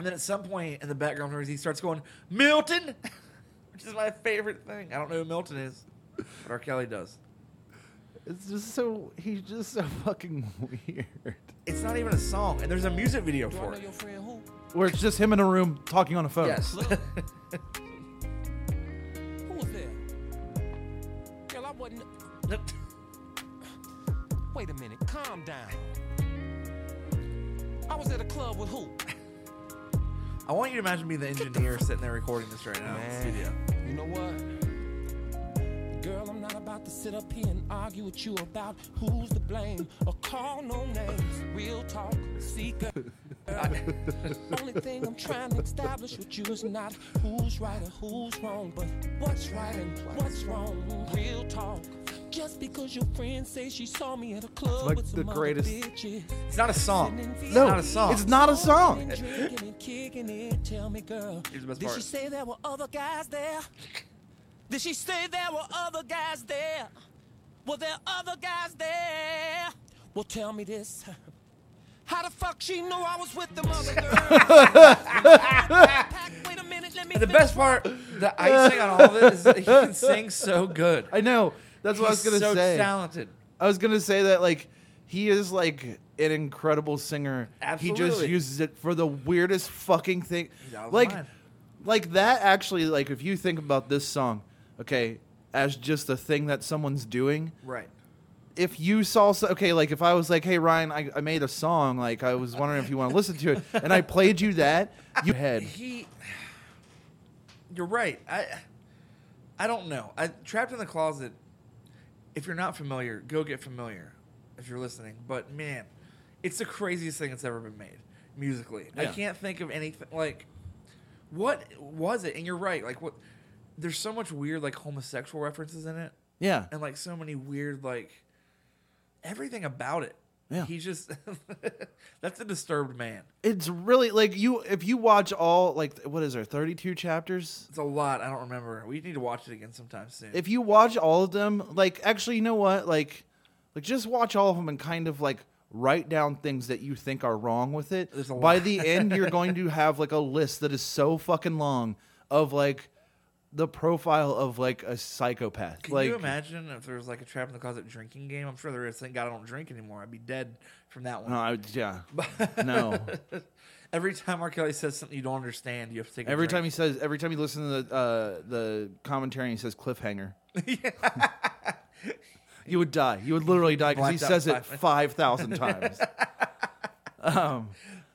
Speaker 1: then at some point in the background noise, he starts going Milton, which is my favorite thing. I don't know who Milton is, but R. Kelly does.
Speaker 3: It's just so he's just so fucking weird.
Speaker 1: It's not even a song, and there's a music video for it.
Speaker 3: Where it's just him in a room talking on a phone.
Speaker 1: Yes.
Speaker 4: Who was there? Girl, I wasn't. Wait a minute, calm down. I was at a club with who?
Speaker 1: I want you to imagine me the engineer sitting there recording this right now in the studio.
Speaker 4: You know what? Girl, I'm not about to sit up here and argue with you about who's to blame or call no names. Real talk, seeker. Only thing I'm trying to establish with you is not who's right or who's wrong, but what's right and what's wrong. Real talk. Just because your friend says she saw me at a club
Speaker 3: like
Speaker 4: with some
Speaker 3: the greatest-
Speaker 4: other bitches.
Speaker 1: It's not a song. It's
Speaker 3: No,
Speaker 1: not a song.
Speaker 3: it's not a song.
Speaker 4: Drinking and kicking it. Tell me, girl.
Speaker 1: Here's the best
Speaker 4: did
Speaker 1: part.
Speaker 4: she say there were other guys there? Did she say there were other guys there? Were there other guys there? Well, tell me this. How the fuck she know I was with the mother girl? Wait a minute, let me
Speaker 1: And the best part, the icing on all of it is that he can sing so good.
Speaker 3: I know. That's what I was
Speaker 1: He's
Speaker 3: gonna
Speaker 1: so
Speaker 3: say.
Speaker 1: talented.
Speaker 3: I was gonna say that like he is like an incredible singer. He just
Speaker 1: Absolutely.
Speaker 3: uses it for the weirdest fucking thing.
Speaker 1: He's out of his
Speaker 3: Like,
Speaker 1: mind.
Speaker 3: like that actually. Like if you think about this song, okay, as just a thing that someone's doing.
Speaker 1: Right.
Speaker 3: If you saw, so, okay, like if I was like, hey Ryan, I, I made a song. Like I was wondering if you want to listen to it, and I played you that. You head.
Speaker 1: He. You're right. I. I don't know. I trapped in the closet. If you're not familiar, go get familiar. If you're listening, but man, it's the craziest thing that's ever been made musically. I
Speaker 3: Yeah.
Speaker 1: can't think of anything like. What was it? And you're right. Like what? There's so much weird like homosexual references in it.
Speaker 3: Yeah.
Speaker 1: and like so many weird like everything about it.
Speaker 3: Yeah.
Speaker 1: He just that's a disturbed man.
Speaker 3: It's really like you if you watch all like what is there 32 chapters
Speaker 1: It's a lot. I don't remember. We need to watch it again sometime soon.
Speaker 3: if you watch all of them, like actually, you know what? Like, like just watch all of them and kind of like write down things that you think are wrong with it.
Speaker 1: There's a
Speaker 3: By
Speaker 1: lot.
Speaker 3: the end, you're going to have like a list that is so fucking long of like the profile of like a psychopath.
Speaker 1: Can
Speaker 3: like,
Speaker 1: you imagine if there was like a trap in the closet drinking game? I'm sure there is. Thank God I don't drink anymore. I'd be dead from that one.
Speaker 3: no, I, would- yeah, no.
Speaker 1: Every time R. Kelly says something you don't understand, you have to take. A
Speaker 3: Every time he says, every time you listen to the uh, the commentary, he says cliffhanger. you would die. You would literally die because he
Speaker 1: Blacked out
Speaker 3: says it
Speaker 1: five-
Speaker 3: five thousand times. um,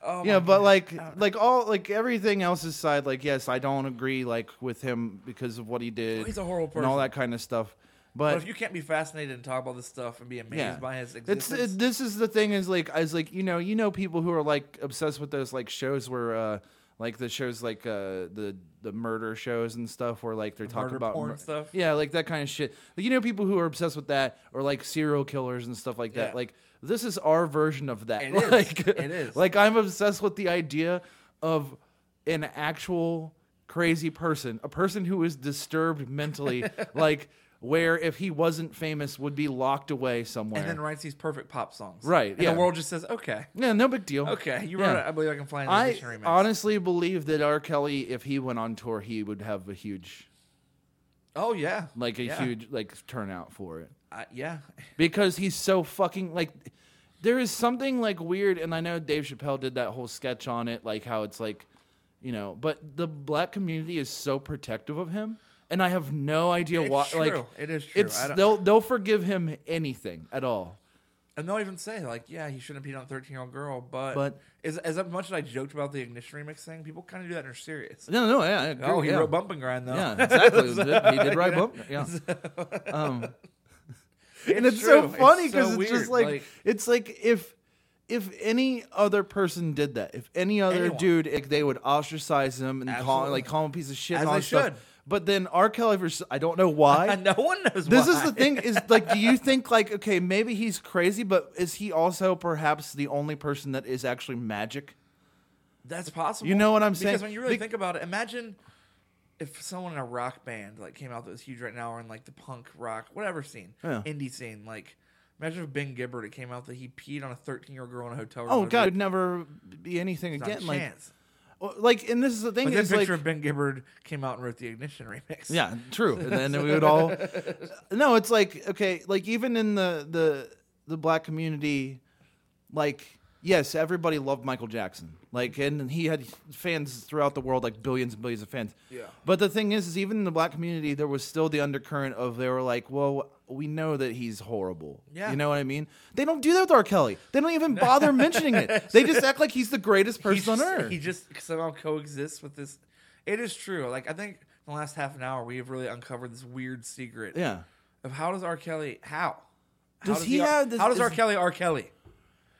Speaker 1: Oh
Speaker 3: yeah, but like, like all, like everything else aside, like yes, I don't agree like with him because of what he did.
Speaker 1: He's a horrible
Speaker 3: and all
Speaker 1: person.
Speaker 3: that kind of stuff.
Speaker 1: But,
Speaker 3: But,
Speaker 1: if you can't be fascinated and talk about this stuff and be amazed
Speaker 3: yeah,
Speaker 1: by his
Speaker 3: it's
Speaker 1: existence,
Speaker 3: it, this is the thing is like I was like you know you know people who are like obsessed with those like shows where. uh like the shows like uh the the murder shows and stuff where like they're talking
Speaker 1: murder
Speaker 3: about
Speaker 1: porn stuff?
Speaker 3: yeah like that kind of shit like, you know people who are obsessed with that or like serial killers and stuff like that
Speaker 1: Yeah.
Speaker 3: like this is our version of that
Speaker 1: It is.
Speaker 3: like
Speaker 1: It is.
Speaker 3: like i'm obsessed with the idea of an actual crazy person a person who is disturbed mentally like where if he wasn't famous would be locked away somewhere
Speaker 1: and then writes these perfect pop songs,
Speaker 3: Right,
Speaker 1: And
Speaker 3: yeah.
Speaker 1: the world just says, "Okay,
Speaker 3: yeah, no big deal.
Speaker 1: okay, you
Speaker 3: Yeah.
Speaker 1: wrote it. I believe I can fly in the
Speaker 3: I
Speaker 1: dictionary." Max.
Speaker 3: honestly believe that R. Kelly, if he went on tour, he would have a huge,
Speaker 1: Oh yeah,
Speaker 3: like a
Speaker 1: Yeah.
Speaker 3: huge, like turnout for it
Speaker 1: Uh, yeah,
Speaker 3: because he's so fucking like. There is something like weird, and I know Dave Chappelle did that whole sketch on it, like how it's like, you know, but the black community is so protective of him, and I have no idea why.
Speaker 1: It's
Speaker 3: Like,
Speaker 1: true. It is true.
Speaker 3: It's
Speaker 1: I don't-
Speaker 3: they'll they'll forgive him anything at all.
Speaker 1: And they'll even say like, yeah, he shouldn't have peed on a thirteen year old girl, but
Speaker 3: But-
Speaker 1: as as much as I joked about the ignition remix thing, people kind of do that and are serious.
Speaker 3: No, no, yeah, I agree,
Speaker 1: Oh, he
Speaker 3: yeah.
Speaker 1: wrote bump and grind though.
Speaker 3: Yeah, exactly. he did right bump. Yeah. Um, and it's so
Speaker 1: true.
Speaker 3: funny
Speaker 1: It's
Speaker 3: because
Speaker 1: so
Speaker 3: it's, just
Speaker 1: weird,
Speaker 3: like, it's like if if any other person did that, if any other
Speaker 1: Anyone.
Speaker 3: dude, like, they would ostracize him and call
Speaker 1: Absolutely.
Speaker 3: like call him a piece of shit
Speaker 1: As
Speaker 3: and all
Speaker 1: they
Speaker 3: that stuff.
Speaker 1: should.
Speaker 3: But then R. Kelly, for, s- I don't know why.
Speaker 1: and no one knows.
Speaker 3: This
Speaker 1: why.
Speaker 3: is the thing is like, do you think like okay, maybe he's crazy, but is he also perhaps the only person that is actually magic?
Speaker 1: That's possible.
Speaker 3: You know what I'm saying?
Speaker 1: Because when you really
Speaker 3: Be-
Speaker 1: think about it, imagine if someone in a rock band like came out that was huge right now, or in like the punk rock, whatever scene,
Speaker 3: Yeah.
Speaker 1: indie scene. Like, imagine if Ben Gibbard it came out that he peed on a 13 year old girl in a hotel room.
Speaker 3: Oh
Speaker 1: There's
Speaker 3: God, it would never be anything
Speaker 1: not a
Speaker 3: again. Like,
Speaker 1: chance.
Speaker 3: well, like, and this is the thing
Speaker 1: But then
Speaker 3: is
Speaker 1: picture
Speaker 3: like,
Speaker 1: of Ben Gibbard came out and wrote the Ignition remix.
Speaker 3: yeah, true. And then we would all, no, it's like okay, like even in the the the black community, like yes, everybody loved Michael Jackson, like, and he had fans throughout the world, like billions and billions of fans.
Speaker 1: Yeah.
Speaker 3: But the thing is, is even in the black community, there was still the undercurrent of they were like, well, we know that he's horrible.
Speaker 1: Yeah.
Speaker 3: You know what I mean? They don't do that with R. Kelly. They don't even bother mentioning it. They just act like he's the greatest
Speaker 1: He
Speaker 3: person on
Speaker 1: just-
Speaker 3: earth.
Speaker 1: He just somehow coexists with this. It is true. Like I think in the last half an hour we have really uncovered this weird secret.
Speaker 3: yeah.
Speaker 1: Of how does R. Kelly how? How
Speaker 3: Does he have this-
Speaker 1: How does
Speaker 3: is-
Speaker 1: R. Kelly R. Kelly?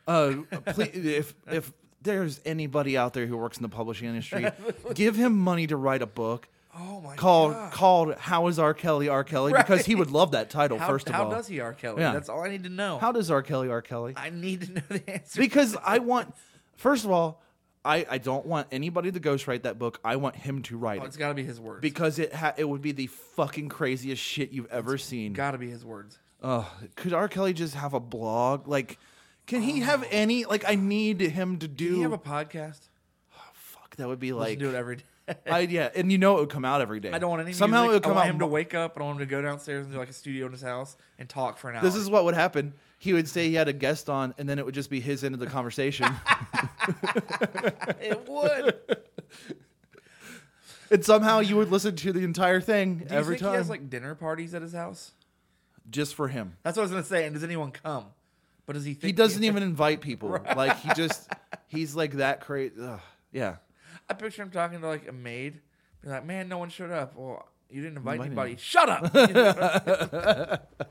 Speaker 3: Uh, please, if if there's anybody out there who works in the publishing industry, give him money to write a book
Speaker 1: Oh my
Speaker 3: called
Speaker 1: god.
Speaker 3: called "How Is R. Kelly R. Kelly" because he would love that title.
Speaker 1: How,
Speaker 3: first of
Speaker 1: how
Speaker 3: all,
Speaker 1: does he R. Kelly?
Speaker 3: Yeah.
Speaker 1: That's all I need to know.
Speaker 3: how does R. Kelly R. Kelly?
Speaker 1: I need to know the answer.
Speaker 3: Because I want, first of all, I I don't want anybody to ghostwrite that book. I want him to write
Speaker 1: Oh,
Speaker 3: it
Speaker 1: it's got to be his words.
Speaker 3: because it ha- it would be the fucking craziest shit you've ever seen.
Speaker 1: got to be his words.
Speaker 3: Ugh, could R. Kelly just have a blog? Like, can he have any? Like, I need him to do.
Speaker 1: Do you Oh. have a podcast?
Speaker 3: fuck, that would be
Speaker 1: Like,
Speaker 3: like.
Speaker 1: do it every day.
Speaker 3: I yeah, and you know it would come out every day.
Speaker 1: I don't want any.
Speaker 3: Somehow
Speaker 1: music.
Speaker 3: it would come
Speaker 1: I want
Speaker 3: out.
Speaker 1: him to wake up. I don't want him to go downstairs and do like a studio in his house and talk for an hour.
Speaker 3: this is what would happen. He would say he had a guest on, and then it would just be his end of the conversation.
Speaker 1: it would.
Speaker 3: and somehow you would listen to the entire thing
Speaker 1: Do you
Speaker 3: every
Speaker 1: think
Speaker 3: time,
Speaker 1: he has like dinner parties at his house?
Speaker 3: just for him.
Speaker 1: That's what I was gonna say. And does anyone come? But does he? Think
Speaker 3: He doesn't even invite people. Like he just, he's like that crazy. Yeah,
Speaker 1: I picture him talking to like a maid, be like, "Man, no one showed up. Well, you didn't invite
Speaker 3: Invited
Speaker 1: anybody.
Speaker 3: him.
Speaker 1: Shut up."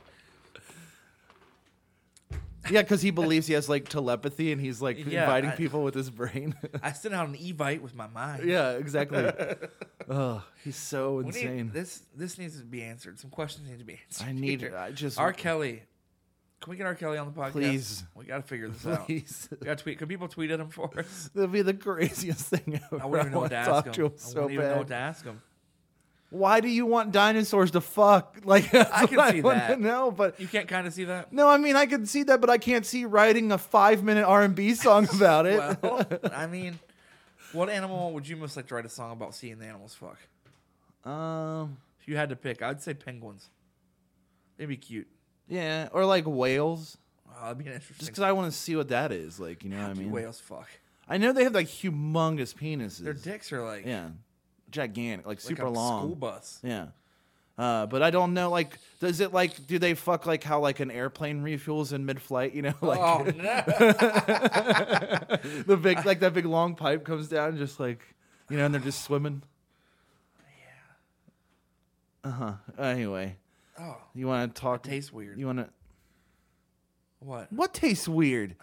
Speaker 3: yeah, because he believes he has like telepathy, and he's like
Speaker 1: Yeah,
Speaker 3: inviting
Speaker 1: I-
Speaker 3: people with his brain.
Speaker 1: I sent out an evite with my mind.
Speaker 3: yeah, exactly. Ugh, he's so
Speaker 1: We need-
Speaker 3: insane.
Speaker 1: this this needs to be answered. Some questions need to be answered.
Speaker 3: I need-
Speaker 1: here.
Speaker 3: I just-
Speaker 1: R. Kelly. Can we get R. Kelly on the podcast?
Speaker 3: Please.
Speaker 1: We got to figure this
Speaker 3: Please.
Speaker 1: out. We got to tweet. Can people tweet at him for us?
Speaker 3: That'd be the craziest thing ever.
Speaker 1: I wouldn't even know
Speaker 3: wanna
Speaker 1: what to
Speaker 3: talk
Speaker 1: ask him.
Speaker 3: to him
Speaker 1: I
Speaker 3: so
Speaker 1: wouldn't even know what
Speaker 3: bad.
Speaker 1: to ask him.
Speaker 3: why do you want dinosaurs to fuck? Like that's
Speaker 1: I can
Speaker 3: what
Speaker 1: see
Speaker 3: wanna
Speaker 1: that.
Speaker 3: know, but
Speaker 1: You can't kind of see that.
Speaker 3: no, I mean I can see that, but I can't see writing a five minute R and B song about it.
Speaker 1: Well, I mean, what animal would you most like to write a song about seeing the animals fuck?
Speaker 3: um,
Speaker 1: If you had to pick, I'd say penguins. They'd be cute.
Speaker 3: yeah, or like whales,
Speaker 1: Oh, that'd be an interesting.
Speaker 3: just because I want to see what that is like. You know what I
Speaker 1: Do
Speaker 3: mean?
Speaker 1: whales fuck.
Speaker 3: I know they have like humongous penises.
Speaker 1: Their dicks are like
Speaker 3: yeah, gigantic, like,
Speaker 1: like
Speaker 3: super
Speaker 1: a
Speaker 3: long.
Speaker 1: school bus.
Speaker 3: Yeah. Uh, but I don't know, like, does it like, do they fuck like how like an airplane refuels in mid-flight? You know, like
Speaker 1: oh no!
Speaker 3: the big, like that big long pipe comes down, and just like, you know, and they're just swimming. Yeah. Uh huh. Anyway,
Speaker 1: Oh,
Speaker 3: you want to talk?
Speaker 1: tastes weird.
Speaker 3: You want to?
Speaker 1: What?
Speaker 3: What tastes weird?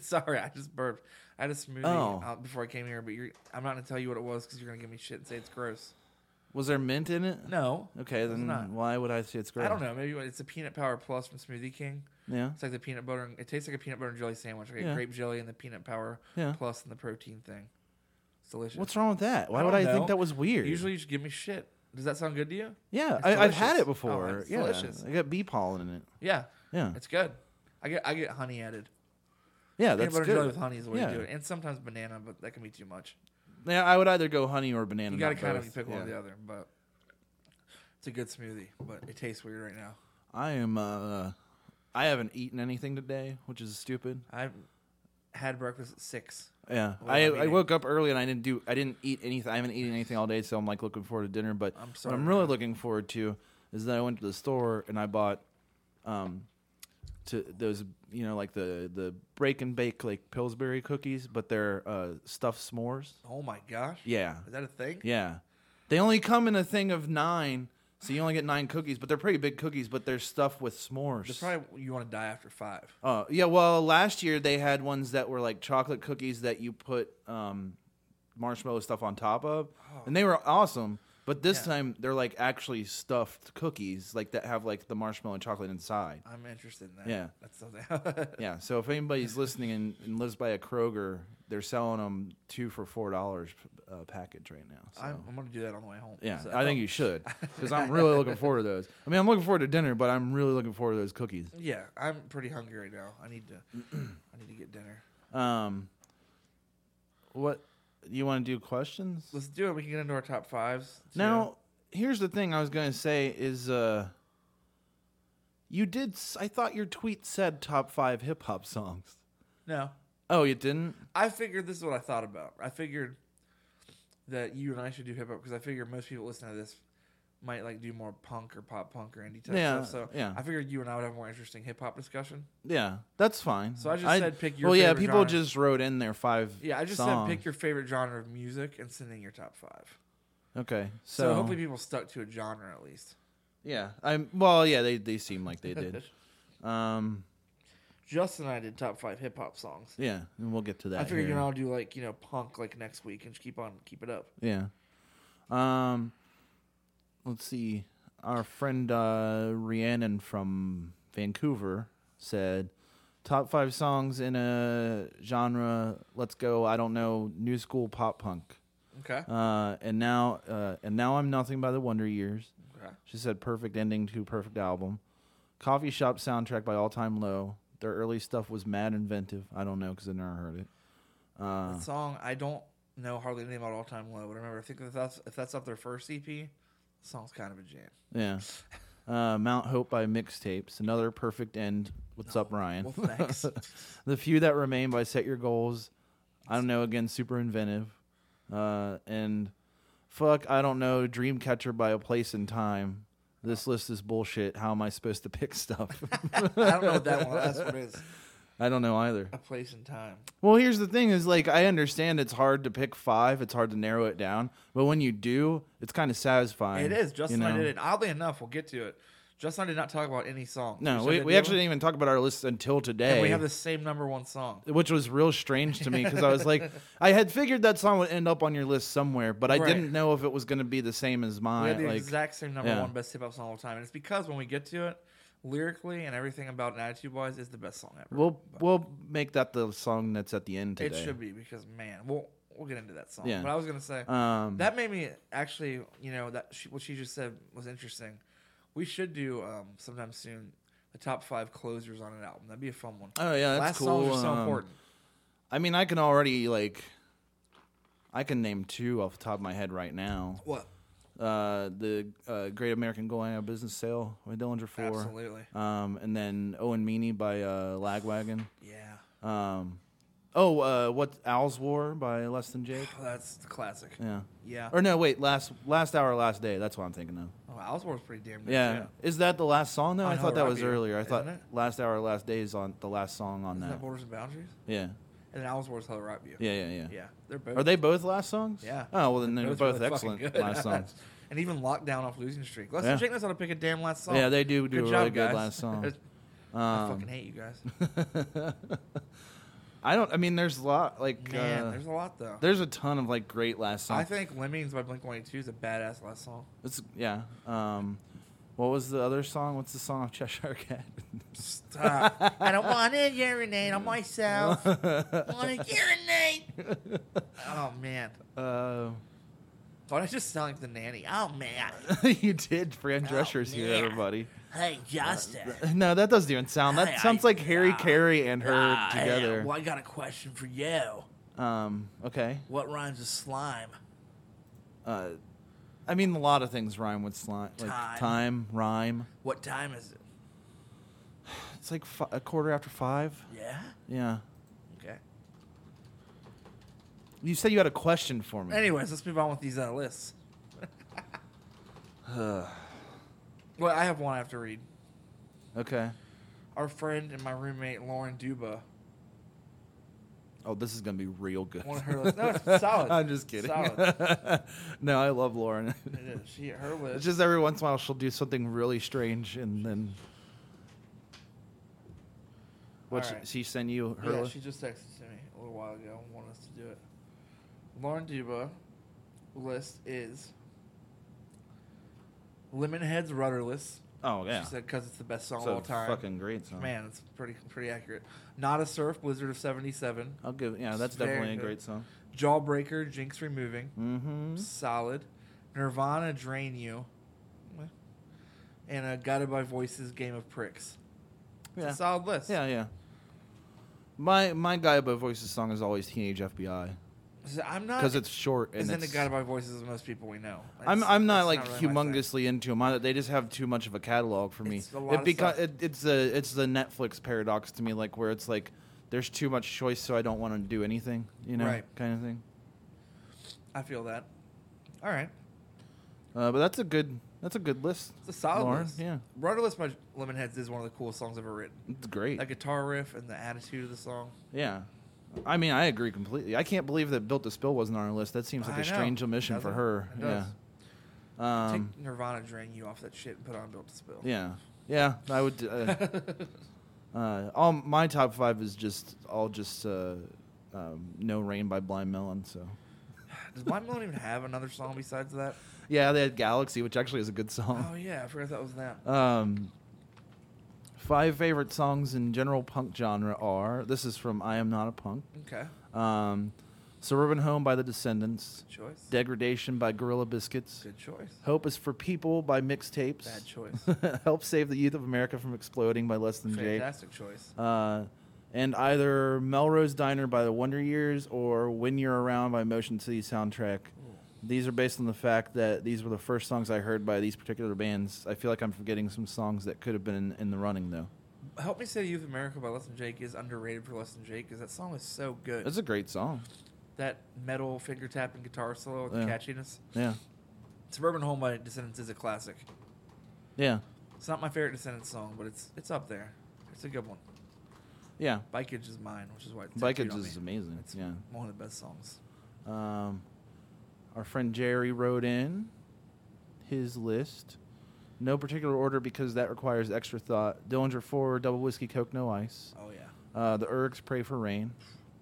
Speaker 1: Sorry, I just burped. I had a smoothie
Speaker 3: Oh.
Speaker 1: out before I came here, but you're, I'm not gonna tell you what it was because you're gonna give me shit and say it's gross.
Speaker 3: Was there mint in it?
Speaker 1: No.
Speaker 3: Okay,
Speaker 1: it's
Speaker 3: then
Speaker 1: not.
Speaker 3: why would I say it's great?
Speaker 1: I don't know. Maybe it's a peanut power plus from Smoothie King.
Speaker 3: Yeah.
Speaker 1: It's like the peanut butter. And, it tastes like a peanut butter and jelly sandwich. Like
Speaker 3: Yeah.
Speaker 1: a grape jelly and the peanut power
Speaker 3: Yeah.
Speaker 1: plus and the protein thing. It's delicious.
Speaker 3: What's wrong with that? Why would
Speaker 1: don't
Speaker 3: I
Speaker 1: know.
Speaker 3: think that was weird?
Speaker 1: Usually, you just give me shit. Does that sound good to you?
Speaker 3: yeah,
Speaker 1: It's
Speaker 3: I, I've had
Speaker 1: delicious.
Speaker 3: it
Speaker 1: Oh,
Speaker 3: before.
Speaker 1: it's
Speaker 3: yeah,
Speaker 1: delicious.
Speaker 3: I got bee pollen in it.
Speaker 1: Yeah.
Speaker 3: Yeah.
Speaker 1: It's good. I get I get honey added.
Speaker 3: Yeah,
Speaker 1: Peanut
Speaker 3: that's
Speaker 1: butter
Speaker 3: good.
Speaker 1: and jelly with honey is the way
Speaker 3: yeah.
Speaker 1: you do it, and sometimes banana, but that can be too much.
Speaker 3: Yeah, I would either go honey or banana.
Speaker 1: You got to
Speaker 3: not
Speaker 1: kind
Speaker 3: both.
Speaker 1: of pick one
Speaker 3: Yeah.
Speaker 1: or the other, but it's a good smoothie. But it tastes weird right now.
Speaker 3: I am. uh I haven't eaten anything today, which is stupid.
Speaker 1: I had breakfast at six.
Speaker 3: Yeah,
Speaker 1: What
Speaker 3: I,
Speaker 1: am I
Speaker 3: I
Speaker 1: eating?
Speaker 3: woke up early and I didn't do I didn't eat anything. I haven't eaten anything all day, so I'm like looking forward to dinner. But
Speaker 1: I'm
Speaker 3: what
Speaker 1: sorry,
Speaker 3: I'm really
Speaker 1: man.
Speaker 3: looking forward to is that I went to the store and I bought, um, to those you know like the the break and bake like Pillsbury cookies, but they're uh, stuffed s'mores.
Speaker 1: Oh my gosh.
Speaker 3: Yeah,
Speaker 1: Is that a thing?
Speaker 3: yeah, they only come in a thing of nine, so you only get nine cookies, but they're pretty big cookies, but they're stuffed with s'mores.
Speaker 1: That's probably you want to die after five.
Speaker 3: Uh, yeah, well, last year they had ones that were like chocolate cookies that you put um, marshmallow stuff on top of, and they were awesome. But this
Speaker 1: Oh. Yeah.
Speaker 3: time they're like actually stuffed cookies, like that have like the marshmallow and chocolate inside.
Speaker 1: I'm interested in that.
Speaker 3: Yeah.
Speaker 1: That's something.
Speaker 3: Yeah, so if anybody's listening and, and lives by a Kroger, they're selling them two for four dollars uh, package right now. So.
Speaker 1: I'm, I'm gonna do that on the way home.
Speaker 3: yeah,
Speaker 1: so-
Speaker 3: I think you should because I'm really looking forward to those. I mean, I'm looking forward to dinner, but I'm really looking forward to those cookies.
Speaker 1: Yeah, I'm pretty hungry right now. I need to. I need to get dinner.
Speaker 3: Um, what you want to do? Questions?
Speaker 1: Let's do it. We can get into our top fives. too.
Speaker 3: Now, here's the thing I was going to say is uh you did s- I thought your tweet said top 5 hip hop songs.
Speaker 1: no,
Speaker 3: Oh, you didn't?
Speaker 1: I figured this is what I thought about. I figured that you and I should do hip hop because I figure most people listening to this might like do more punk or pop punk or indie type
Speaker 3: Yeah,
Speaker 1: stuff. So
Speaker 3: yeah.
Speaker 1: I figured you and I would have a more interesting hip hop discussion.
Speaker 3: Yeah, that's fine.
Speaker 1: So I just said pick your
Speaker 3: Well, yeah,
Speaker 1: favorite
Speaker 3: people
Speaker 1: genre.
Speaker 3: just wrote in their 5
Speaker 1: Yeah, I just
Speaker 3: songs.
Speaker 1: said pick your favorite genre of music and send in your top five.
Speaker 3: Okay. So,
Speaker 1: So, hopefully people stuck to a genre at least.
Speaker 3: Yeah. I'm well, yeah, they they seem like they did. um
Speaker 1: Justin and I did top five hip hop songs.
Speaker 3: yeah, and we'll get to that.
Speaker 1: I figured you
Speaker 3: here.
Speaker 1: and I'll do like you know punk like next week and just keep on keep it up.
Speaker 3: Yeah. Um, let's see. Our friend uh, Rhiannon from Vancouver said, "Top five songs in a genre. Let's go. I don't know. New school pop punk.
Speaker 1: Okay.
Speaker 3: Uh, and now, uh, and now I'm nothing by the Wonder Years.
Speaker 1: okay.
Speaker 3: She said, perfect ending to perfect album. Coffee shop soundtrack by All Time Low. Their early stuff was mad inventive. I don't know because I never heard it. Uh,
Speaker 1: That song I don't know hardly anything about all time low, but I remember I think if that's if that's up their first EP, the song's kind of a jam.
Speaker 3: Yeah. Uh, Mount Hope by Mixtapes. Another perfect end. What's up, Ryan?
Speaker 1: Well, thanks.
Speaker 3: the few that remain by Set Your Goals. I don't know. Again, super inventive. Uh, and fuck, I don't know. Dreamcatcher by A Place in Time. This list is bullshit. How am I supposed to pick stuff?
Speaker 1: I don't know what that one that's what it is.
Speaker 3: I don't know either.
Speaker 1: A place in time.
Speaker 3: Well, here's the thing: is like I understand it's hard to pick five. It's hard to narrow it down. But when you do, it's kind of satisfying.
Speaker 1: It is. Justin
Speaker 3: you
Speaker 1: and I
Speaker 3: know?
Speaker 1: did it. Oddly enough, we'll get to it. Justin and I did not talk about any song.
Speaker 3: No,
Speaker 1: Wish I
Speaker 3: we,
Speaker 1: did
Speaker 3: we
Speaker 1: do
Speaker 3: actually
Speaker 1: one.
Speaker 3: didn't even talk about our list until today.
Speaker 1: And we have the same number one song.
Speaker 3: which was real strange to me because I was like, I had figured that song would end up on your list somewhere, but I
Speaker 1: Right.
Speaker 3: didn't know if it was going to be the same
Speaker 1: We
Speaker 3: as
Speaker 1: have
Speaker 3: mine.
Speaker 1: the
Speaker 3: Like,
Speaker 1: exact same number
Speaker 3: yeah.
Speaker 1: one best hip hop song of all time, and it's because when we get to it, lyrically and everything about it attitude wise is the best song ever.
Speaker 3: we'll we'll make that the song that's at the end
Speaker 1: it
Speaker 3: today.
Speaker 1: should be because man, we'll we'll get into that song.
Speaker 3: Yeah.
Speaker 1: But I was gonna say
Speaker 3: Um,
Speaker 1: that made me actually, you know, that she, what she just said was interesting. We should do um, sometime soon the top five closers on an album. That'd be a fun one.
Speaker 3: oh yeah, that's
Speaker 1: Last
Speaker 3: cool.
Speaker 1: songs are so
Speaker 3: Um,
Speaker 1: important.
Speaker 3: I mean, I can already like, I can name two off the top of my head right now.
Speaker 1: What?
Speaker 3: Uh, the uh, Great American Gold Out of Business Sale by Dillinger Four,
Speaker 1: Absolutely.
Speaker 3: um, and then Owen Meany by uh, Lagwagon.
Speaker 1: Yeah.
Speaker 3: Um, oh, uh, what Owls War by Less Than Jake.
Speaker 1: Oh, that's the classic.
Speaker 3: Yeah.
Speaker 1: Yeah.
Speaker 3: Or no, wait, last last hour, last day. That's what I'm thinking of.
Speaker 1: oh, Osborne's pretty damn good.
Speaker 3: Yeah.
Speaker 1: too.
Speaker 3: Is that the last song though?
Speaker 1: On
Speaker 3: I thought
Speaker 1: Hill
Speaker 3: that
Speaker 1: Rock
Speaker 3: was
Speaker 1: View,
Speaker 3: earlier. I thought
Speaker 1: isn't it?
Speaker 3: last hour, last day is on the last song on
Speaker 1: Isn't
Speaker 3: that.
Speaker 1: that Borders and Boundaries?
Speaker 3: Yeah.
Speaker 1: And then Osborne's Hello Right View.
Speaker 3: Yeah, yeah, yeah.
Speaker 1: Yeah. They're both.
Speaker 3: Are they both last songs?
Speaker 1: Yeah.
Speaker 3: Oh well, then they're both,
Speaker 1: really fucking
Speaker 3: excellent
Speaker 1: good.
Speaker 3: last songs.
Speaker 1: and even Lockdown off Losing Streak. Let's
Speaker 3: Yeah.
Speaker 1: check this out to pick a damn last song.
Speaker 3: Yeah, they do do
Speaker 1: Good
Speaker 3: a
Speaker 1: job,
Speaker 3: really good
Speaker 1: guys.
Speaker 3: last song.
Speaker 1: I
Speaker 3: Um,
Speaker 1: fucking hate you guys.
Speaker 3: I don't. I mean, there's a lot like
Speaker 1: Man,
Speaker 3: uh,
Speaker 1: there's a lot though.
Speaker 3: there's a ton of like great last songs.
Speaker 1: I think Lemmings by Blink 182 is a badass last song.
Speaker 3: It's, yeah. Um, what was the other song? What's the song of Cheshire Cat?
Speaker 1: Stop. I don't want to urinate on myself. I want to urinate. Oh, man.
Speaker 3: uh,
Speaker 1: Thought I just sound like the nanny. Oh, man.
Speaker 3: you did. Fran
Speaker 1: Oh,
Speaker 3: Drescher's here,
Speaker 1: yeah.
Speaker 3: everybody.
Speaker 1: Hey, Justin.
Speaker 3: No, that doesn't even sound. That
Speaker 1: Hey,
Speaker 3: sounds
Speaker 1: I-
Speaker 3: like Harry
Speaker 1: uh,
Speaker 3: Carey and her
Speaker 1: Ah, hey,
Speaker 3: together.
Speaker 1: well, I got a question for you.
Speaker 3: Um, okay.
Speaker 1: What rhymes with slime?
Speaker 3: Uh, I mean, a lot of things rhyme with slime. Like
Speaker 1: Time.
Speaker 3: time, rhyme.
Speaker 1: What time is it?
Speaker 3: It's like fi- a quarter after five.
Speaker 1: Yeah?
Speaker 3: Yeah.
Speaker 1: Okay.
Speaker 3: You said you had a question for me.
Speaker 1: Anyways, let's move on with these uh, lists. well, I have one I have to read.
Speaker 3: Okay.
Speaker 1: Our friend and my roommate Lauren Duba.
Speaker 3: Oh, this is gonna be real good.
Speaker 1: One of her lists. No, it's solid.
Speaker 3: I'm just kidding.
Speaker 1: Solid.
Speaker 3: no, I love Lauren.
Speaker 1: It is. She her list.
Speaker 3: it's just every once in a while she'll do something really strange, and then. What
Speaker 1: All right.
Speaker 3: she send you her?
Speaker 1: yeah,
Speaker 3: list?
Speaker 1: she just texted to me a little while ago and wanted us to do it. Lauren Duba list is Lemonhead's Rudderless.
Speaker 3: oh yeah,
Speaker 1: She said because it's the best song
Speaker 3: it's
Speaker 1: of all
Speaker 3: a
Speaker 1: time.
Speaker 3: fucking great song.
Speaker 1: Man, it's pretty pretty accurate. Not a Surf, Blizzard of 77.
Speaker 3: I'll give. Yeah,
Speaker 1: It's
Speaker 3: that's
Speaker 1: very
Speaker 3: definitely a
Speaker 1: good.
Speaker 3: great song.
Speaker 1: Jawbreaker, Jinx Removing.
Speaker 3: Mm-hmm.
Speaker 1: Solid. Nirvana, Drain You. And uh, Guided by Voices, Game of Pricks. It's
Speaker 3: Yeah.
Speaker 1: a solid list.
Speaker 3: Yeah, yeah. My my guy by voices song is always Teenage FBI
Speaker 1: So I'm not.
Speaker 3: because it's short and
Speaker 1: Isn't
Speaker 3: it's.
Speaker 1: it Guided by Voices as most people we know?
Speaker 3: I'm
Speaker 1: It's-
Speaker 3: I'm
Speaker 1: it's
Speaker 3: not like
Speaker 1: really my thing.
Speaker 3: humongously into them. I, they just have too much of a catalog for me.
Speaker 1: It's a lot
Speaker 3: it
Speaker 1: of
Speaker 3: beco-
Speaker 1: stuff.
Speaker 3: it, it's the it's the Netflix paradox to me, like where it's like there's too much choice, so I don't want to do anything, you know,
Speaker 1: Right.
Speaker 3: kind of thing.
Speaker 1: I feel that. All right.
Speaker 3: Uh, but that's a good that's a good list.
Speaker 1: It's a solid
Speaker 3: Lauren,
Speaker 1: list.
Speaker 3: Yeah,
Speaker 1: Rudderless by Lemonheads is one of the coolest songs ever written.
Speaker 3: it's great.
Speaker 1: That guitar riff and the attitude of the song.
Speaker 3: yeah. I mean, I agree completely. I can't believe that Built to Spill wasn't on our list. That seems like
Speaker 1: I
Speaker 3: a
Speaker 1: know.
Speaker 3: strange omission for
Speaker 1: Doesn't-
Speaker 3: her.
Speaker 1: it
Speaker 3: Yeah.
Speaker 1: does.
Speaker 3: Um,
Speaker 1: Take Nirvana, drain you off that shit, and put on Built to Spill.
Speaker 3: Yeah, yeah, I would. Uh, uh, all my top five is just all just uh, um, "No Rain" by Blind Melon. So
Speaker 1: Does Blind Melon even have another song besides that?
Speaker 3: yeah, they had "Galaxy," which actually is a good
Speaker 1: Oh
Speaker 3: song.
Speaker 1: yeah, I forgot that was that.
Speaker 3: Um, five favorite songs in general punk genre are. This is from "I Am Not a Punk."
Speaker 1: Okay,
Speaker 3: Um, "Suburban Home" by The Descendants.
Speaker 1: good choice.
Speaker 3: "Degradation" by Gorilla Biscuits.
Speaker 1: Good choice.
Speaker 3: "Hope Is for People" by Mixtapes.
Speaker 1: Bad choice.
Speaker 3: "Help Save the Youth of America from Exploding" by Less Than Jake.
Speaker 1: Fantastic choice.
Speaker 3: uh, and either Melrose Diner by the Wonder Years or When You're Around by Motion City Soundtrack. These are based on the fact that these were the first songs I heard by these particular bands. I feel like I'm forgetting some songs that could have been in, in the running, though.
Speaker 1: Help me say Youth of America by Less Than Jake is underrated for Less Than Jake because that song is so good.
Speaker 3: That's a great song.
Speaker 1: that metal finger tapping guitar solo with the
Speaker 3: Yeah.
Speaker 1: catchiness.
Speaker 3: Yeah.
Speaker 1: Suburban Home by Descendants is a classic.
Speaker 3: Yeah.
Speaker 1: It's not my favorite Descendants song, but it's it's up there. It's a good one.
Speaker 3: Yeah.
Speaker 1: Bikeage is mine, which is why it's
Speaker 3: Bikeage
Speaker 1: tattooed on
Speaker 3: is
Speaker 1: me.
Speaker 3: amazing.
Speaker 1: It's
Speaker 3: yeah.
Speaker 1: one of the best songs.
Speaker 3: Um, our friend Jerry wrote in his list. No particular order because that requires extra thought. Dillinger 4, Double Whiskey Coke, No Ice.
Speaker 1: Oh yeah,
Speaker 3: Uh, the Ergs pray for rain.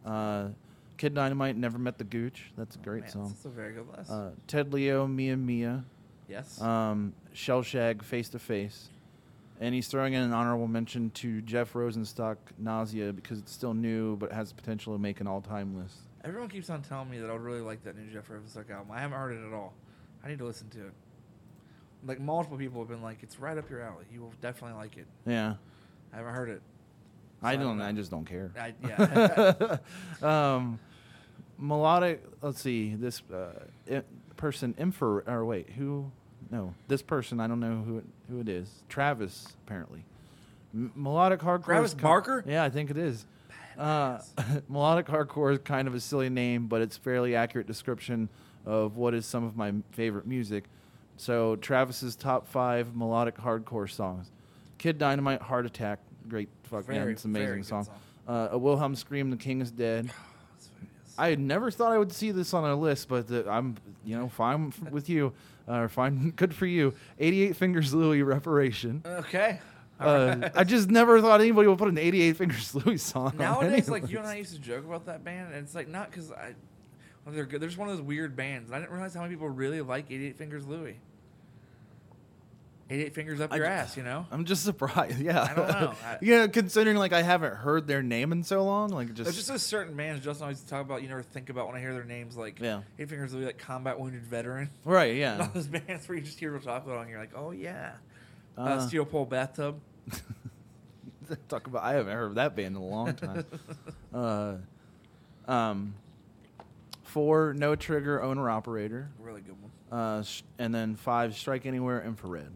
Speaker 3: Uh, Kid Dynamite never met the Gooch. That's a great
Speaker 1: Man,
Speaker 3: song.
Speaker 1: That's a very good list.
Speaker 3: Uh, Ted Leo, Mia Mia,
Speaker 1: yes.
Speaker 3: um, Shell Shag, Face to Face, and he's throwing in an honorable mention to Jeff Rosenstock, Nausea, because it's still new but has the potential to make an all-time list.
Speaker 1: Everyone keeps on telling me that I would really like that new Jeff Rosenstock album. I haven't heard it at all. I need to listen to it. Like multiple people have been like, "It's right up your alley. You will definitely like it."
Speaker 3: Yeah,
Speaker 1: I haven't heard it.
Speaker 3: I
Speaker 1: So I
Speaker 3: don't.
Speaker 1: don't
Speaker 3: I
Speaker 1: know.
Speaker 3: just don't care.
Speaker 1: I, yeah,
Speaker 3: um, melodic. Let's see. This uh, i- person, Infer. Or wait, who? No, this person. I don't know who it, who it is. Travis, apparently. M- melodic hardcore.
Speaker 1: Travis
Speaker 3: is
Speaker 1: Barker?
Speaker 3: Yeah, I think it is. Uh, melodic hardcore is kind of a silly name, but it's fairly accurate description of what is some of my m- favorite music. So Travis's top five melodic hardcore songs: Kid Dynamite, Heart Attack, great fuck man,
Speaker 1: Very,
Speaker 3: it's an amazing
Speaker 1: very good
Speaker 3: song.
Speaker 1: song.
Speaker 3: Uh, a Wilhelm scream, "The King is Dead."
Speaker 1: That's what it is.
Speaker 3: I had never thought I would see this on our list, but uh, I'm, you know, fine f- with you, uh, or fine, good for you. 88 Fingers Louis Reparation.
Speaker 1: okay.
Speaker 3: Uh, I just never thought anybody would put an 88 Fingers Louis song. on
Speaker 1: Nowadays,
Speaker 3: any
Speaker 1: like you and I
Speaker 3: list.
Speaker 1: used to joke about that band, and it's like not because I, well, they're good. They're just one of those weird bands, and I didn't realize how many people really like 88 Fingers Louie. 88 Fingers up
Speaker 3: I
Speaker 1: your
Speaker 3: ju-
Speaker 1: ass, you know.
Speaker 3: I'm just surprised. Yeah,
Speaker 1: I don't know. I-
Speaker 3: yeah, considering like I haven't heard their name in so long, like just,
Speaker 1: There's just those certain bands Justin always talk about. You never think about when I hear their names, like
Speaker 3: Yeah.
Speaker 1: 88 Fingers Louie, like Combat Wounded Veteran.
Speaker 3: right.
Speaker 1: And all
Speaker 3: Yeah,
Speaker 1: those bands where you just hear real chocolate on, you're like, oh yeah. Uh,
Speaker 3: Uh.
Speaker 1: Steel Pole Bathtub.
Speaker 3: talk about. I haven't heard of that band in a long time. uh, um, four no trigger owner operator.
Speaker 1: Really good one.
Speaker 3: Uh, sh- and then five, strike anywhere, infrared.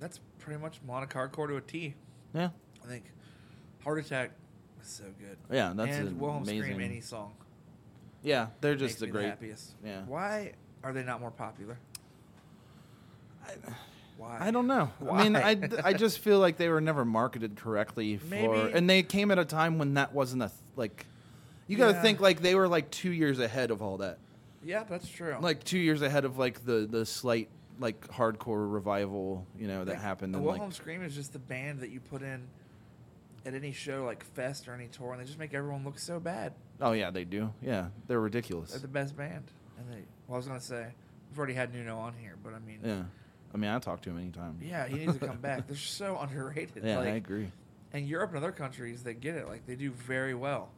Speaker 1: That's pretty much Monica Hardcore to a T.
Speaker 3: Yeah,
Speaker 1: I think Heart Attack is so good.
Speaker 3: yeah, that's
Speaker 1: and
Speaker 3: an
Speaker 1: Wilhelm
Speaker 3: amazing.
Speaker 1: Scream any song.
Speaker 3: Yeah, they're
Speaker 1: Makes
Speaker 3: just the
Speaker 1: me
Speaker 3: great.
Speaker 1: happiest.
Speaker 3: yeah.
Speaker 1: Why are they not more popular? Why?
Speaker 3: I don't know. I
Speaker 1: Why?
Speaker 3: mean, I, I just feel like they were never marketed correctly for,
Speaker 1: Maybe-
Speaker 3: and they came at a time when that wasn't a th- like. You got to
Speaker 1: Yeah.
Speaker 3: think like they were like two years ahead of all that,
Speaker 1: Yeah, that's true.
Speaker 3: like two years ahead of like the the slight like hardcore revival you know that
Speaker 1: Like,
Speaker 3: happened.
Speaker 1: The
Speaker 3: And,
Speaker 1: Wilhelm
Speaker 3: like,
Speaker 1: Scream is just the band that you put in at any show, like Fest or any tour, and they just make everyone look so bad.
Speaker 3: oh yeah, they do. Yeah, they're
Speaker 1: They're
Speaker 3: ridiculous.
Speaker 1: the best band. And they, well, I was gonna say we've already had Nuno on here, but I mean,
Speaker 3: yeah, I mean, I talked to him anytime.
Speaker 1: yeah, he needs to come back. They're so underrated.
Speaker 3: yeah,
Speaker 1: like,
Speaker 3: I agree.
Speaker 1: And Europe and other countries, they get it. Like they do very well.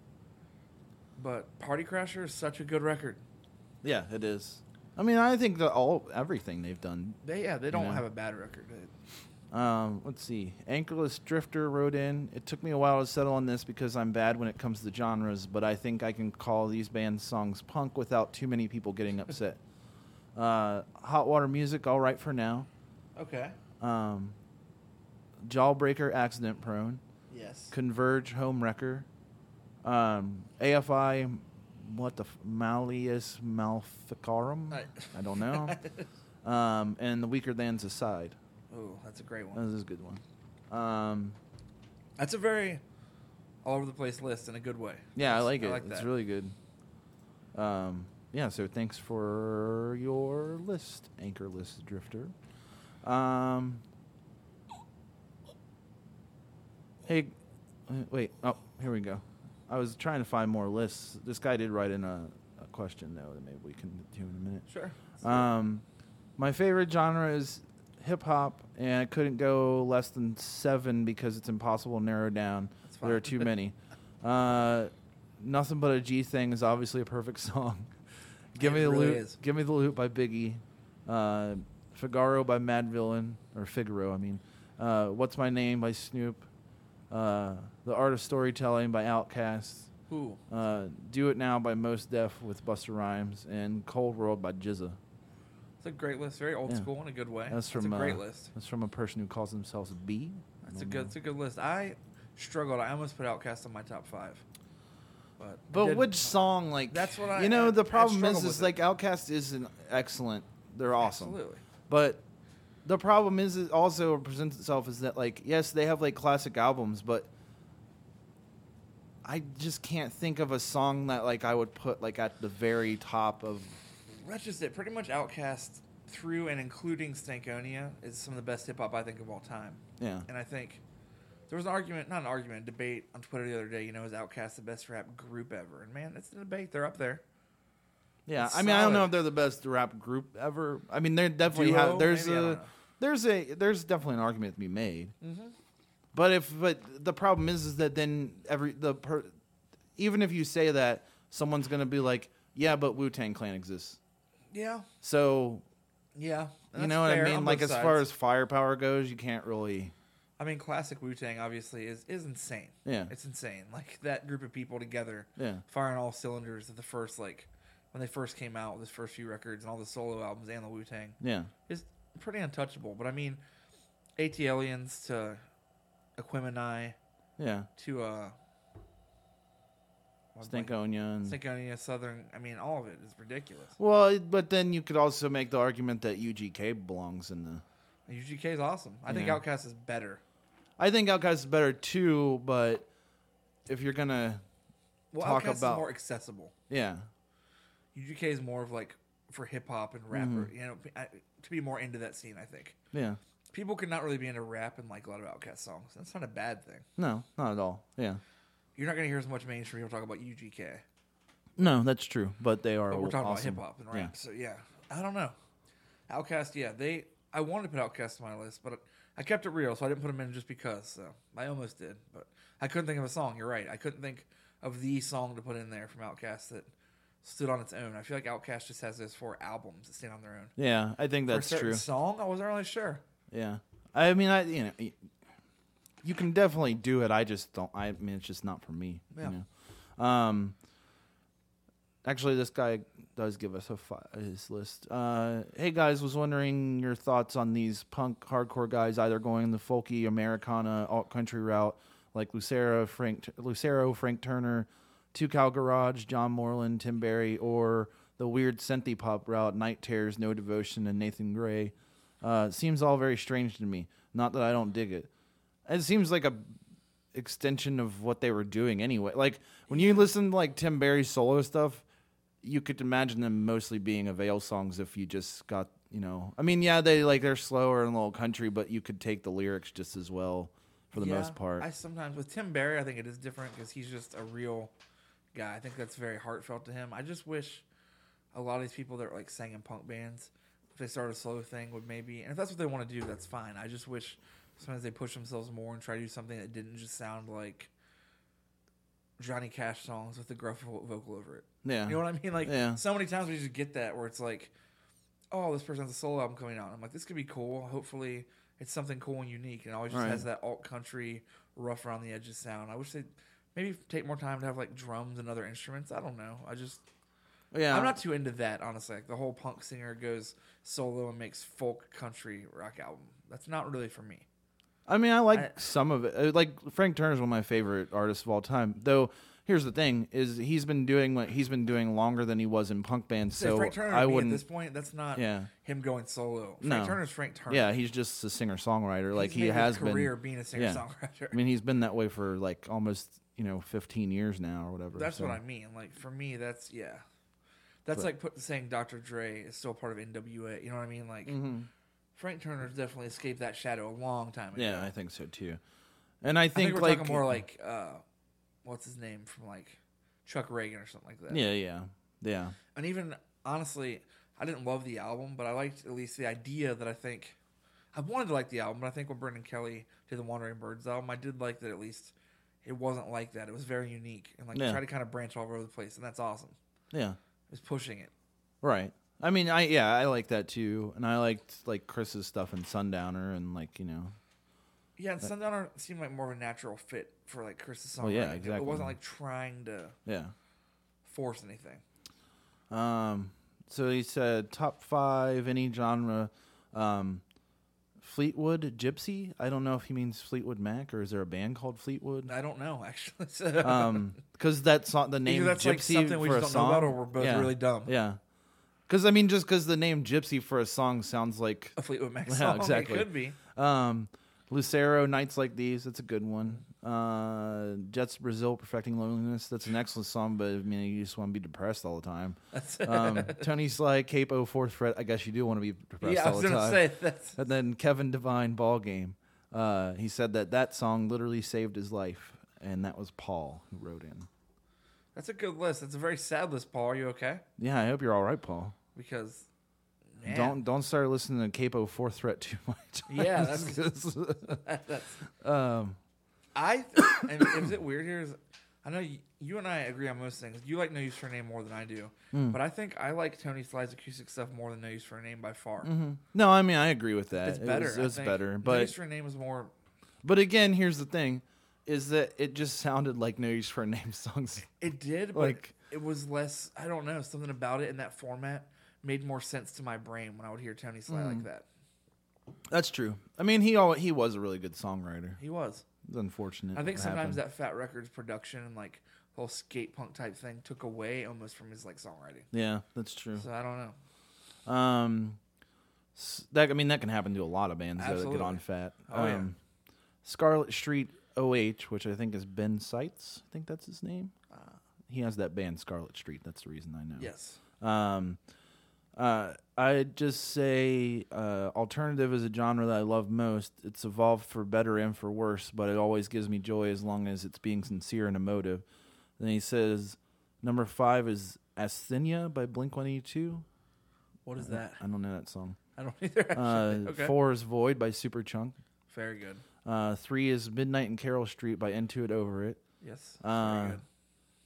Speaker 1: But Party Crasher is such a good record.
Speaker 3: Yeah, it is. I mean, I think that all everything they've done
Speaker 1: They yeah, they don't
Speaker 3: Yeah.
Speaker 1: have a bad record. They-
Speaker 3: Um, let's see. Anchorless Drifter wrote in. It took me a while to settle on this because I'm bad when it comes to genres, but I think I can call these bands songs punk without too many people getting upset. uh, hot water music, all right for now.
Speaker 1: Okay.
Speaker 3: Um, Jawbreaker, accident prone.
Speaker 1: Yes.
Speaker 3: Converge, home wrecker. Um, AFI, what the f- Malleus Maleficarum?
Speaker 1: I-
Speaker 3: I don't know. um, and the weaker than aside.
Speaker 1: oh, that's a great one.
Speaker 3: That is a good one. Um,
Speaker 1: That's a very all over the place list in a good way.
Speaker 3: Yeah, I
Speaker 1: That's-
Speaker 3: like it.
Speaker 1: that.
Speaker 3: It's really good. Um, yeah, so thanks for your list, anchor list drifter. Um, hey, uh, wait. Oh, here we go. I was trying to find more lists. This guy did write in a, a question though that maybe we can do in a minute.
Speaker 1: Sure.
Speaker 3: Um, my favorite genre is hip hop, and I couldn't go less than seven because it's impossible to narrow down.
Speaker 1: That's
Speaker 3: There are
Speaker 1: fine.
Speaker 3: too many. Uh, nothing but a G thing is obviously a perfect song. give
Speaker 1: It
Speaker 3: me the
Speaker 1: really
Speaker 3: loot.
Speaker 1: is.
Speaker 3: Give me the loot by Biggie. Uh, Figaro by Mad Villain or Figaro. I mean, uh, What's My Name by Snoop. Uh, the Art of Storytelling by Outkast.
Speaker 1: Ooh.
Speaker 3: Uh, Do It Now by Most Def with Buster Rhymes and Cold World by Jizza.
Speaker 1: It's a great list. Very old
Speaker 3: Yeah.
Speaker 1: school in a good way.
Speaker 3: That's from
Speaker 1: a great
Speaker 3: uh,
Speaker 1: list.
Speaker 3: That's from a person who calls themselves a B. I
Speaker 1: That's a
Speaker 3: don't
Speaker 1: good.
Speaker 3: know.
Speaker 1: That's a good list. I struggled. I almost put Outcast on my top five, but I
Speaker 3: But
Speaker 1: didn't.
Speaker 3: which song? Like
Speaker 1: That's what I-
Speaker 3: You know,
Speaker 1: I- I
Speaker 3: the problem
Speaker 1: struggle
Speaker 3: is,
Speaker 1: with
Speaker 3: is
Speaker 1: it.
Speaker 3: like Outcast is an excellent. They're awesome.
Speaker 1: Absolutely.
Speaker 3: But the problem is, it also presents itself is that like yes, they have like classic albums, but I just can't think of a song that like I would put like at the very top of.
Speaker 1: That's just it. Pretty much Outcast through and including Stankonia is some of the best hip hop I think of all time.
Speaker 3: Yeah.
Speaker 1: And I think there was an argument, not an argument, a debate on Twitter the other day. You know, is Outcast the best rap group ever? And man, it's a debate. They're up there.
Speaker 3: Yeah,
Speaker 1: It's
Speaker 3: I mean, I don't know
Speaker 1: solid.
Speaker 3: if they're the best rap group ever. I mean, they're definitely
Speaker 1: Duo?
Speaker 3: have, there's
Speaker 1: Maybe, I don't
Speaker 3: a
Speaker 1: know. Mm-hmm.
Speaker 3: there's a there's definitely an argument to be made. But if but the problem is is that then every the per, even if you say that someone's gonna be like, yeah, but Wu Tang Clan exists.
Speaker 1: Yeah.
Speaker 3: So
Speaker 1: Yeah.
Speaker 3: you
Speaker 1: That's
Speaker 3: know what
Speaker 1: fair
Speaker 3: I mean?
Speaker 1: on
Speaker 3: Like
Speaker 1: both
Speaker 3: as far
Speaker 1: sides.
Speaker 3: as firepower goes, you can't really.
Speaker 1: I mean, classic Wu Tang obviously is is insane.
Speaker 3: Yeah.
Speaker 1: it's insane. Like that group of people together,
Speaker 3: Yeah.
Speaker 1: firing all cylinders at the first like when they first came out with his first few records and all the solo albums and the Wu Tang
Speaker 3: Yeah,
Speaker 1: is pretty untouchable. But I mean, AT Aliens to Aquemini
Speaker 3: yeah.
Speaker 1: to uh,
Speaker 3: Stankonia. And,
Speaker 1: Stankonia Southern. I mean, all of it is ridiculous.
Speaker 3: well, it- but then you could also make the argument that UGK belongs in the.
Speaker 1: UGK is awesome. I think
Speaker 3: Yeah.
Speaker 1: Outcast is better.
Speaker 3: I think Outkast is better too, but if you're gonna
Speaker 1: Well,
Speaker 3: Talk
Speaker 1: Outkast
Speaker 3: about-
Speaker 1: is more accessible.
Speaker 3: Yeah.
Speaker 1: UGK is more of like for hip hop and rapper, you know, I, to be more into that scene. I think
Speaker 3: Yeah.
Speaker 1: people could not really be into rap and like a lot of Outkast songs. That's not a bad thing.
Speaker 3: No, not at all. Yeah.
Speaker 1: You're not gonna hear as much mainstream people talk about UGK,
Speaker 3: No, that's true. But they are.
Speaker 1: but we're talking
Speaker 3: awesome.
Speaker 1: about hip hop and rap. So yeah, I don't know. Outkast, yeah, they. I wanted to put Outkast on my list, but I kept it real, so I didn't put them in just because. So I almost did, but I couldn't think of a song. You're right, I couldn't think of the song to put in there from Outkast that stood on its own. I feel like Outkast just has those four albums that stand on their own.
Speaker 3: Yeah. Yeah, I think
Speaker 1: for a
Speaker 3: that's
Speaker 1: certain
Speaker 3: true.
Speaker 1: Song? I wasn't really sure.
Speaker 3: Yeah. I mean, I you know, y- you can definitely do it. I just don't. I mean, it's just not for me.
Speaker 1: Yeah.
Speaker 3: You know? Um. Actually, this guy does give us a fi- his list. Uh, hey guys, was wondering your thoughts on these punk hardcore guys either going the folky Americana alt country route, like Lucero, Frank Lucero, Frank Turner, Two Cow Garage, John Moreland, Tim Barry, or the weird synthy pop route, Night Terrors, No Devotion, and Nathan Gray. Uh, seems all very strange to me. Not that I don't dig it. It seems like a extension of what they were doing anyway. Like when you listen to like Tim Barry's solo stuff, you could imagine them mostly being avail songs if you just got you know. I mean, yeah, they like they're slower and a little country, but you could take the lyrics just as well for the
Speaker 1: Yeah,
Speaker 3: most part.
Speaker 1: I sometimes with Tim Barry, I think it is different because he's just a real guy. I think that's very heartfelt to him. I just wish a lot of these people that are like sang in punk bands, if they start a slow thing, would maybe. And if that's what they want to do, that's fine. I just wish sometimes they push themselves more and try to do something that didn't just sound like Johnny Cash songs with the gruff vo- vocal over it.
Speaker 3: yeah,
Speaker 1: You know what I mean? Like
Speaker 3: Yeah.
Speaker 1: so many times we just get that where it's like, oh, this person has a solo album coming out. I'm like, this could be cool. Hopefully, it's something cool and unique, and always just
Speaker 3: Right.
Speaker 1: has that alt country, rough around the edges sound. I wish they maybe take more time to have like drums and other instruments. I don't know. I just
Speaker 3: yeah.
Speaker 1: I'm not too into that honestly. Like the whole punk singer goes solo and makes folk country rock album. That's not really for me.
Speaker 3: I mean, I like
Speaker 1: I-
Speaker 3: some of it. Uh, Like Frank Turner's one of my favorite artists of all time. Though, here's the thing: is he's been doing what he's been doing longer than he was in punk bands.
Speaker 1: Say
Speaker 3: So
Speaker 1: Frank Turner, to
Speaker 3: I
Speaker 1: me
Speaker 3: wouldn't.
Speaker 1: at this point. That's not
Speaker 3: Yeah.
Speaker 1: him going solo. Frank
Speaker 3: No.
Speaker 1: Turner's Frank Turner.
Speaker 3: yeah, he's just a singer songwriter. Like
Speaker 1: He's
Speaker 3: he
Speaker 1: made his
Speaker 3: has
Speaker 1: career
Speaker 3: been.
Speaker 1: being a singer songwriter.
Speaker 3: I mean, he's been that way for like almost you know 15 years now or whatever.
Speaker 1: That's
Speaker 3: so-
Speaker 1: what I mean. Like for me, that's yeah. That's like put, saying Dr. Dre is still part of NWA. You know what I mean? Like
Speaker 3: Mm-hmm.
Speaker 1: Frank Turner's definitely escaped that shadow a long time ago.
Speaker 3: Yeah, I think so too. And I
Speaker 1: I think,
Speaker 3: think,
Speaker 1: we're
Speaker 3: like
Speaker 1: talking more like uh, what's his name from like Chuck Reagan or something like that.
Speaker 3: yeah, yeah, yeah.
Speaker 1: And even honestly, I didn't love the album, but I liked at least the idea that I think I wanted to like the album. But I think when Brendan Kelly did the Wandering Birds album, I did like that at least it wasn't like that. It was very unique and like
Speaker 3: Yeah.
Speaker 1: try to kind of branch all over the place, and that's awesome.
Speaker 3: Yeah.
Speaker 1: It was pushing it.
Speaker 3: Right. I mean, I yeah, I like that too, and I liked like Chris's stuff in Sundowner, and like you know,
Speaker 1: Yeah, and Sundowner seemed like more of a natural fit for like Chris's song.
Speaker 3: Well, yeah,
Speaker 1: It
Speaker 3: exactly.
Speaker 1: wasn't like trying to
Speaker 3: yeah.
Speaker 1: force anything.
Speaker 3: Um, so he said top five any genre. Um, Fleetwood Gypsy. I don't know if he means Fleetwood Mac or is there a band called Fleetwood?
Speaker 1: I don't know actually. So,
Speaker 3: Um, because that song, the name
Speaker 1: that's,
Speaker 3: Gypsy
Speaker 1: like, something we
Speaker 3: for
Speaker 1: just
Speaker 3: a
Speaker 1: don't know
Speaker 3: song,
Speaker 1: about or we're both
Speaker 3: yeah.
Speaker 1: really dumb.
Speaker 3: Yeah, because I mean, just because the name Gypsy for a song sounds like
Speaker 1: a Fleetwood Mac
Speaker 3: Yeah,
Speaker 1: song.
Speaker 3: exactly.
Speaker 1: It could be.
Speaker 3: Um, Lucero, Nights Like These, that's a good one. Uh, Jets Brazil, Perfecting Loneliness, that's an excellent song, but I mean, you just want to be depressed all the time.
Speaker 1: That's
Speaker 3: Um, Tony Sly, Cape 04 Fret, I guess you do want to be depressed
Speaker 1: yeah, I
Speaker 3: all
Speaker 1: was
Speaker 3: the
Speaker 1: gonna
Speaker 3: time.
Speaker 1: say that's
Speaker 3: And then Kevin Divine, Ball Game. Uh, he said that that song literally saved his life, and that was Paul who wrote in.
Speaker 1: that's a good list. That's a very sad list, Paul. Are you okay?
Speaker 3: Yeah, I hope you're all right, Paul.
Speaker 1: Because man,
Speaker 3: Don't don't start listening to Capo Four Threat too much.
Speaker 1: Yeah, that's-
Speaker 3: 'Cause-
Speaker 1: that's
Speaker 3: um,
Speaker 1: I and is it weird here? Is I know you, you and I agree on most things. You like No Use for a Name more than I do,
Speaker 3: Mm.
Speaker 1: but I think I like Tony Sly's acoustic stuff more than No Use for a Name by far.
Speaker 3: no, I mean I agree with that.
Speaker 1: It's
Speaker 3: Mm-hmm. It
Speaker 1: better.
Speaker 3: was- It
Speaker 1: I
Speaker 3: was,
Speaker 1: think.
Speaker 3: better,
Speaker 1: No
Speaker 3: but
Speaker 1: Use for a Name is more.
Speaker 3: But again, here's the thing: is that it just sounded like No Use for a Name songs.
Speaker 1: It did, but
Speaker 3: Like-
Speaker 1: it was less. I don't know. Something about it in that format made more sense to my brain when I would hear Tony Sly
Speaker 3: Mm.
Speaker 1: like that.
Speaker 3: That's true. I mean, he al- he was a really good songwriter.
Speaker 1: He was.
Speaker 3: It's unfortunate.
Speaker 1: I think
Speaker 3: what
Speaker 1: sometimes that
Speaker 3: happened.
Speaker 1: Fat Records production and like whole skate punk type thing took away almost from his like songwriting.
Speaker 3: Yeah, that's true.
Speaker 1: So I don't know.
Speaker 3: Um, s- that I mean that can happen to a lot of bands though, that
Speaker 1: Absolutely.
Speaker 3: get on fat.
Speaker 1: Oh, yeah.
Speaker 3: um, Scarlet Street OH, which I think is Ben Seitz. I think that's his name.
Speaker 1: Uh.
Speaker 3: he has that band Scarlet Street. That's the reason I know.
Speaker 1: Yes.
Speaker 3: Um, uh, I'd just say uh, alternative is a genre that I love most. It's evolved for better and for worse, but it always gives me joy as long as it's being sincere and emotive. Then he says, number five is Asthenia by Blink 182.
Speaker 1: What is that?
Speaker 3: I don't know that song.
Speaker 1: I don't either.
Speaker 3: Uh,
Speaker 1: Actually. okay.
Speaker 3: Four is Void by Superchunk.
Speaker 1: Very good.
Speaker 3: Uh, three is Midnight in Carroll Street by Intuit Over It.
Speaker 1: Yes.
Speaker 3: Uh,
Speaker 1: very good.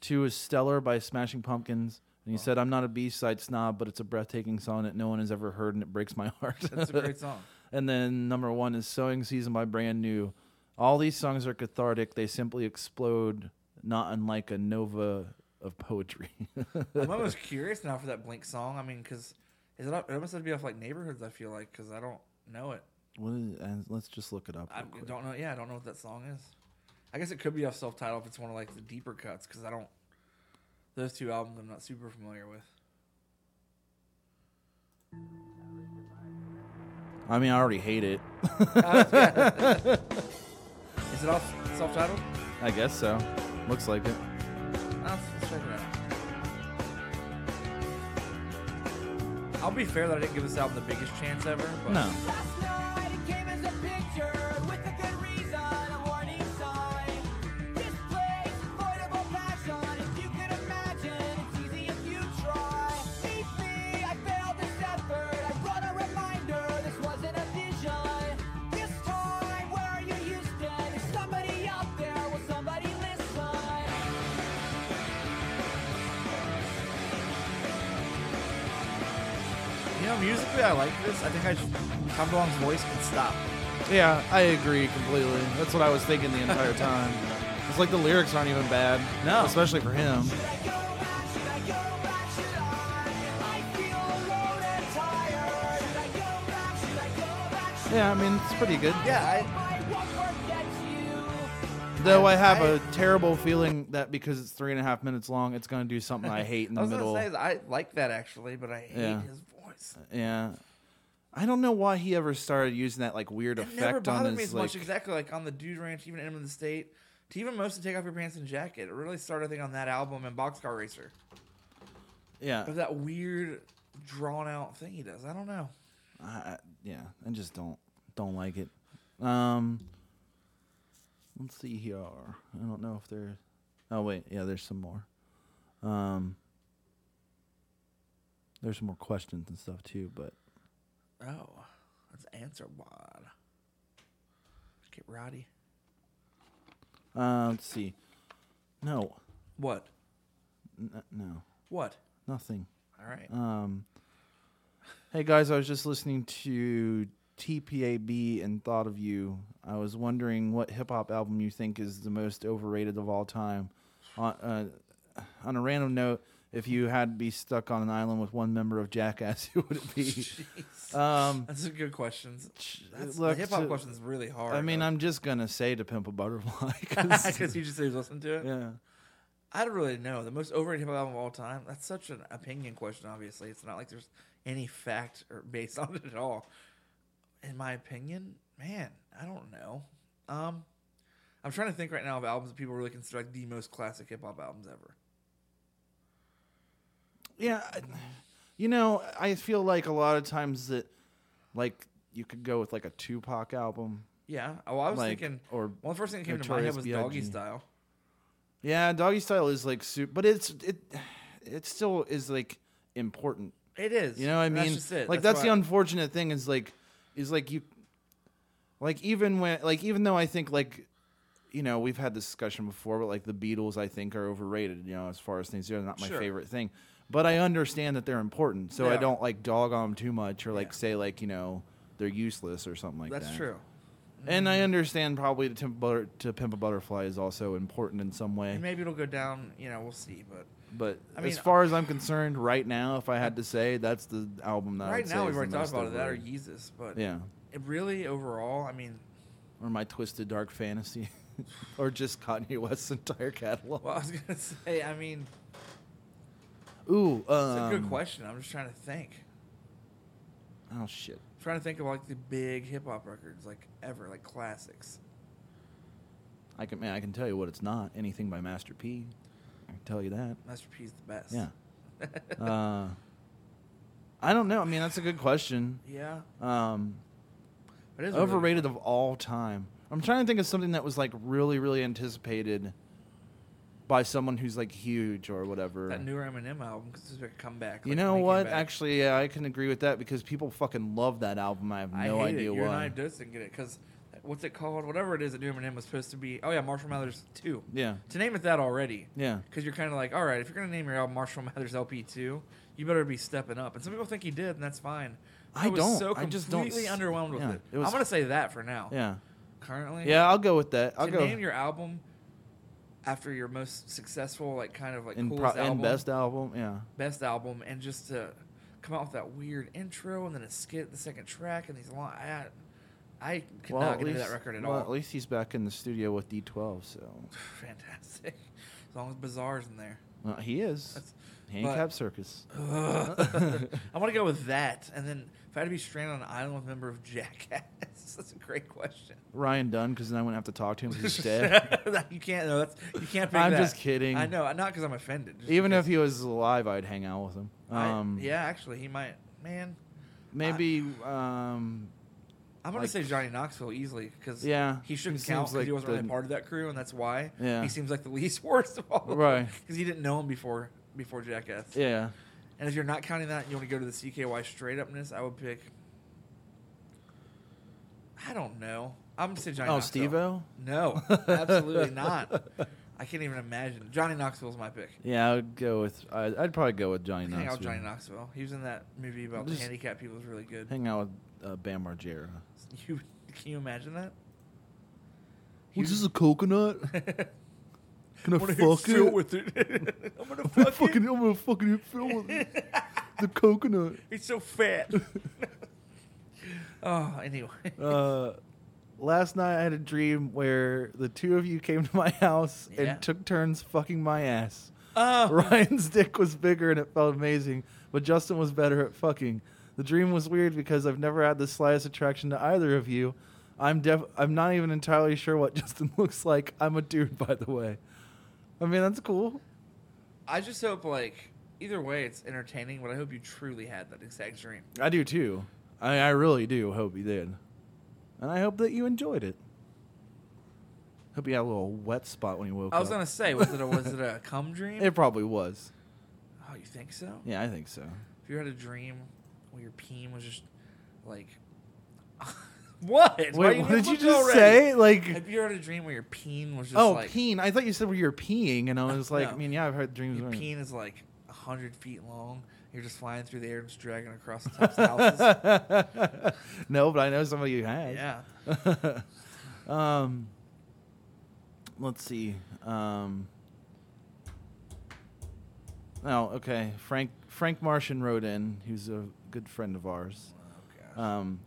Speaker 3: Two is Stellar by Smashing Pumpkins. And he said, I'm not a B side snob, but it's a breathtaking song that no one has ever heard and it breaks my heart.
Speaker 1: That's a great song.
Speaker 3: and then number one is Sewing Season by Brand New. All these songs are cathartic. They simply explode, not unlike a nova of poetry.
Speaker 1: I'm almost curious now for that Blink song. I mean, because is it, up, it almost has to be off like neighborhoods? I feel like because I don't know it.
Speaker 3: what is, and let's just look it up.
Speaker 1: I
Speaker 3: real quick.
Speaker 1: don't know. Yeah, I don't know what that song is. I guess it could be off self titled if it's one of like the deeper cuts because I don't. Those two albums I'm not super familiar with.
Speaker 3: I mean, I already hate it.
Speaker 1: Is it all s- self-titled?
Speaker 3: I guess so. Looks like it.
Speaker 1: Let's, let's check it out. I'll be fair that I didn't give this album the biggest chance ever. But
Speaker 3: No.
Speaker 5: Somebody listen.
Speaker 1: You know, musically I like this. I think I should, Tom DeLonge's voice can stop.
Speaker 3: Yeah, I agree completely. That's what I was thinking the entire time. It's like the lyrics aren't even bad.
Speaker 1: No.
Speaker 3: Especially for him. Yeah, I mean, it's pretty good.
Speaker 1: Yeah, I,
Speaker 3: Though I have a terrible feeling that because it's three and a half minutes long, it's going to do something I hate in
Speaker 1: I
Speaker 3: the
Speaker 1: was
Speaker 3: middle.
Speaker 1: gonna say that I like that actually, but I hate
Speaker 3: Yeah.
Speaker 1: his voice.
Speaker 3: Yeah. I don't know why he ever started using that like weird
Speaker 1: It never
Speaker 3: effect on
Speaker 1: bothered
Speaker 3: his
Speaker 1: me as
Speaker 3: like
Speaker 1: much. Exactly like on the Dude Ranch, even Enemy of the State, to even most to take off your pants and jacket. It really started I think on that album and Boxcar Racer.
Speaker 3: yeah.
Speaker 1: Of that weird drawn out thing he does. I don't know.
Speaker 3: I, I- yeah, I just don't don't like it. Um Let's see here. I don't know if there Oh wait, yeah, there's some more. Um There's some more questions and stuff too, but
Speaker 1: Oh, let's answer one. Get Roddy.
Speaker 3: uh, let's see. No.
Speaker 1: What?
Speaker 3: N- no.
Speaker 1: What?
Speaker 3: Nothing.
Speaker 1: All right.
Speaker 3: Um, hey guys, I was just listening to TPAB and thought of you. I was wondering what hip hop album you think is the most overrated of all time. On, uh, on a random note, if you had to be stuck on an island with one member of Jackass, who would it be?
Speaker 1: Jeez.
Speaker 3: um,
Speaker 1: That's a good question. That's, the
Speaker 3: look,
Speaker 1: hip hop
Speaker 3: to-
Speaker 1: question is really hard.
Speaker 3: I mean, I'm just gonna say to Pimp a Butterfly. 'cause-
Speaker 1: because you just said listen to it.
Speaker 3: yeah,
Speaker 1: I don't really know. The most overrated hip hop album of all time. That's such an opinion question. Obviously, it's not like there's any fact or based on it at all. In my opinion, man, I don't know. Um, I'm trying to think right now of albums that people really consider like the most classic hip hop albums ever.
Speaker 3: yeah. I- You know, I feel like a lot of times that, like, you could go with like a Tupac album.
Speaker 1: Yeah. Oh, I was
Speaker 3: Like,
Speaker 1: thinking.
Speaker 3: or
Speaker 1: well, the first thing that came to my head
Speaker 3: Notorious
Speaker 1: was
Speaker 3: B.I.G..
Speaker 1: Doggy Style.
Speaker 3: Yeah, doggy style is like soup, but it's it it still is like important.
Speaker 1: It is.
Speaker 3: You know what I
Speaker 1: And
Speaker 3: mean?
Speaker 1: That's just it.
Speaker 3: Like that's, the
Speaker 1: why-
Speaker 3: unfortunate thing is like is like you like even when like even though I think like you know, we've had this discussion before, but like the Beatles I think are overrated, you know, as far as things go, they're not my
Speaker 1: Sure.
Speaker 3: favorite thing. But I understand that they're important, so I
Speaker 1: Yeah.
Speaker 3: don't like dog on them too much or like
Speaker 1: Yeah.
Speaker 3: say like, you know, they're useless or something like that.
Speaker 1: That's true. Mm-hmm.
Speaker 3: And I understand probably to, Tim Butter- to Pimp a Butterfly is also important in some way.
Speaker 1: And maybe it'll go down. You know, we'll see. But
Speaker 3: But
Speaker 1: I mean-
Speaker 3: as far as I'm concerned, right now, if I had to say, that's the album that I
Speaker 1: right
Speaker 3: would say
Speaker 1: now
Speaker 3: is
Speaker 1: we've
Speaker 3: the
Speaker 1: already talked
Speaker 3: most
Speaker 1: about it. That or
Speaker 3: overrated.
Speaker 1: Yeezus, but
Speaker 3: yeah,
Speaker 1: it really overall, I mean,
Speaker 3: or my twisted dark fantasy, or just Kanye West's entire catalog.
Speaker 1: well, I was gonna say, I mean,
Speaker 3: Ooh,
Speaker 1: it's a
Speaker 3: um,
Speaker 1: good question. I'm just trying to think.
Speaker 3: Oh shit,
Speaker 1: I'm trying to think of like the big hip hop records, like ever, like classics.
Speaker 3: I can man, I can tell you what it's not. Anything by Master P, I can tell you that.
Speaker 1: Master P's the best.
Speaker 3: Yeah. uh, I don't know. I mean, that's a good question.
Speaker 1: Yeah.
Speaker 3: Um,
Speaker 1: It is a really-
Speaker 3: overrated of all time. I'm trying to think of something that was like really, really anticipated by someone who's like huge or whatever.
Speaker 1: that newer Eminem album because it's like a comeback.
Speaker 3: you
Speaker 1: like,
Speaker 3: know
Speaker 1: when he came
Speaker 3: what?
Speaker 1: back.
Speaker 3: Actually, yeah, I can agree with that because people fucking love that album. I have
Speaker 1: I
Speaker 3: no
Speaker 1: hate
Speaker 3: idea
Speaker 1: it. You and I
Speaker 3: why.
Speaker 1: just didn't get it because what's it called? Whatever it is that new Eminem was supposed to be. Oh yeah, Marshall Mathers two.
Speaker 3: Yeah,
Speaker 1: To name it that already.
Speaker 3: yeah.
Speaker 1: Because you're kind of like, all right, if you're gonna name your album Marshall Mathers LP2, you better be stepping up. And some people think he did, and that's fine.
Speaker 3: I
Speaker 1: was
Speaker 3: don't.
Speaker 1: So
Speaker 3: I
Speaker 1: completely
Speaker 3: just don't s-
Speaker 1: underwhelmed with
Speaker 3: yeah,
Speaker 1: it.
Speaker 3: it was-
Speaker 1: I'm gonna say that for now.
Speaker 3: Yeah,
Speaker 1: Currently,
Speaker 3: yeah. I'll go with that. I'll
Speaker 1: to
Speaker 3: go
Speaker 1: name your album after your most successful, like kind of like
Speaker 3: in pro-
Speaker 1: coolest album,
Speaker 3: and best album. Yeah,
Speaker 1: best album, and just to come out with that weird intro and then a skit, the second track, and these long. I, I could
Speaker 3: Well,
Speaker 1: not
Speaker 3: at
Speaker 1: get into
Speaker 3: least,
Speaker 1: that record at
Speaker 3: well,
Speaker 1: all.
Speaker 3: at least he's back in the studio with D12. So
Speaker 1: Fantastic. As long as Bazaar's in there.
Speaker 3: well, he is
Speaker 1: That's-
Speaker 3: handicap circus.
Speaker 1: I want to go with that. And then if I had to be stranded on an island with a member of Jackass, that's a great question.
Speaker 3: Ryan Dunn, because then I wouldn't have to talk to him because he's dead.
Speaker 1: you can't. No, that's you can't. Pick
Speaker 3: I'm
Speaker 1: that.
Speaker 3: just kidding.
Speaker 1: I know. Not because I'm offended. just
Speaker 3: Even
Speaker 1: because
Speaker 3: if he was alive, I'd hang out with him.
Speaker 1: I-
Speaker 3: Um,
Speaker 1: yeah, actually, he might. Man,
Speaker 3: Maybe. um,
Speaker 1: I'm gonna
Speaker 3: Like-
Speaker 1: say Johnny Knoxville easily because
Speaker 3: Yeah,
Speaker 1: he shouldn't
Speaker 3: he
Speaker 1: count
Speaker 3: seems
Speaker 1: because
Speaker 3: like
Speaker 1: he wasn't
Speaker 3: the-
Speaker 1: really part of that crew, and that's why
Speaker 3: Yeah.
Speaker 1: he seems like the least worst of all.
Speaker 3: Right.
Speaker 1: because he didn't know him before before Jackass.
Speaker 3: yeah.
Speaker 1: And if you're not counting that, and you want to go to the CKY straight upness, I would pick. I don't know. I'm gonna say Johnny.
Speaker 3: Oh,
Speaker 1: Knoxville.
Speaker 3: Steve-O?
Speaker 1: No, absolutely not. I can't even imagine. Johnny Knoxville's my pick.
Speaker 3: Yeah, I would go with. I'd, I'd probably go with Johnny
Speaker 1: Hang
Speaker 3: Knoxville.
Speaker 1: out with Johnny Knoxville. He was in that movie about
Speaker 3: Just-
Speaker 1: the handicapped people. It was really good.
Speaker 3: Hang out with uh, Bam Margera.
Speaker 1: You can you imagine that?
Speaker 3: Is this a coconut? Can I
Speaker 1: I'm gonna hit
Speaker 3: fuck
Speaker 1: Phil
Speaker 3: it?
Speaker 1: with it. I'm gonna
Speaker 3: I'm
Speaker 1: fuck
Speaker 3: fucking,
Speaker 1: it.
Speaker 3: I'm gonna fucking hit Phil with it. the coconut.
Speaker 1: He's so fat. oh, anyway.
Speaker 3: Uh, last night I had a dream where the two of you came to my house
Speaker 1: Yeah.
Speaker 3: and took turns fucking my ass.
Speaker 1: Oh,
Speaker 3: Ryan's dick was bigger and it felt amazing, but Justin was better at fucking. The dream was weird because I've never had the slightest attraction to either of you. I'm def- I'm not even entirely sure what Justin looks like. I'm a dude, by the way. I mean, that's cool.
Speaker 1: I just hope like either way it's entertaining, but I hope you truly had that exact dream.
Speaker 3: I do too. I, I really do hope you did, and I hope that you enjoyed it. Hope you had a little wet spot when you woke up.
Speaker 1: I was gonna say, was it a was it a cum dream?
Speaker 3: It probably was.
Speaker 1: oh, you think so?
Speaker 3: Yeah, I think so.
Speaker 1: If you had a dream where your peen was just like what? Why
Speaker 3: Wait,
Speaker 1: you
Speaker 3: what did you
Speaker 1: look
Speaker 3: just
Speaker 1: already?
Speaker 3: say? Like,
Speaker 1: Have you had a dream where your peen was just
Speaker 3: oh,
Speaker 1: like
Speaker 3: peeing. I thought you said where you were peeing, and I was like,
Speaker 1: No.
Speaker 3: I mean, yeah, I've heard dreams.
Speaker 1: Your
Speaker 3: where-
Speaker 1: peen is like hundred feet long. You're just flying through the air, just dragging across the tops of houses.
Speaker 3: no, but I know somebody who has.
Speaker 1: yeah.
Speaker 3: Um, let's see. Um, oh, okay. Frank Frank Martian wrote in, who's a good friend of ours.
Speaker 1: Oh,
Speaker 3: Um,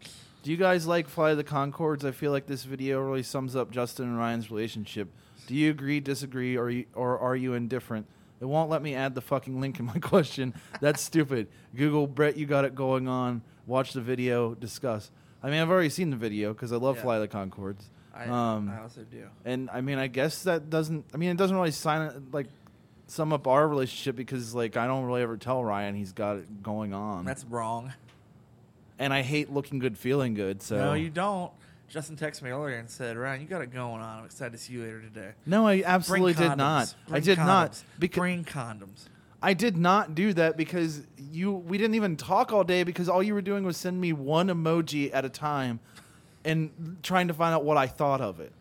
Speaker 3: do you guys like Fly the Concords? I feel like this video really sums up Justin and Ryan's relationship. Do you agree, disagree, or you, or are you indifferent? It won't let me add the fucking link in my question. That's stupid. Google Brett, you got it going on. Watch the video. Discuss. I mean, I've already seen the video because I love
Speaker 1: Yeah.
Speaker 3: Fly the Concords.
Speaker 1: I,
Speaker 3: um,
Speaker 1: I also do.
Speaker 3: and I mean, I guess that doesn't. I mean, it doesn't really sign like sum up our relationship because like I don't really ever tell Ryan he's got it going on.
Speaker 1: That's wrong.
Speaker 3: and I hate looking good, feeling good. So
Speaker 1: No, you don't. Justin texted me earlier and said, "Ryan, you got it going on. I'm excited to see you later today."
Speaker 3: No, I
Speaker 1: Bring
Speaker 3: absolutely did
Speaker 1: condoms.
Speaker 3: not. I
Speaker 1: Bring
Speaker 3: did not
Speaker 1: condoms.
Speaker 3: because
Speaker 1: bring condoms.
Speaker 3: I did not do that because you we didn't even talk all day because all you were doing was send me one emoji at a time and trying to find out what I thought of it.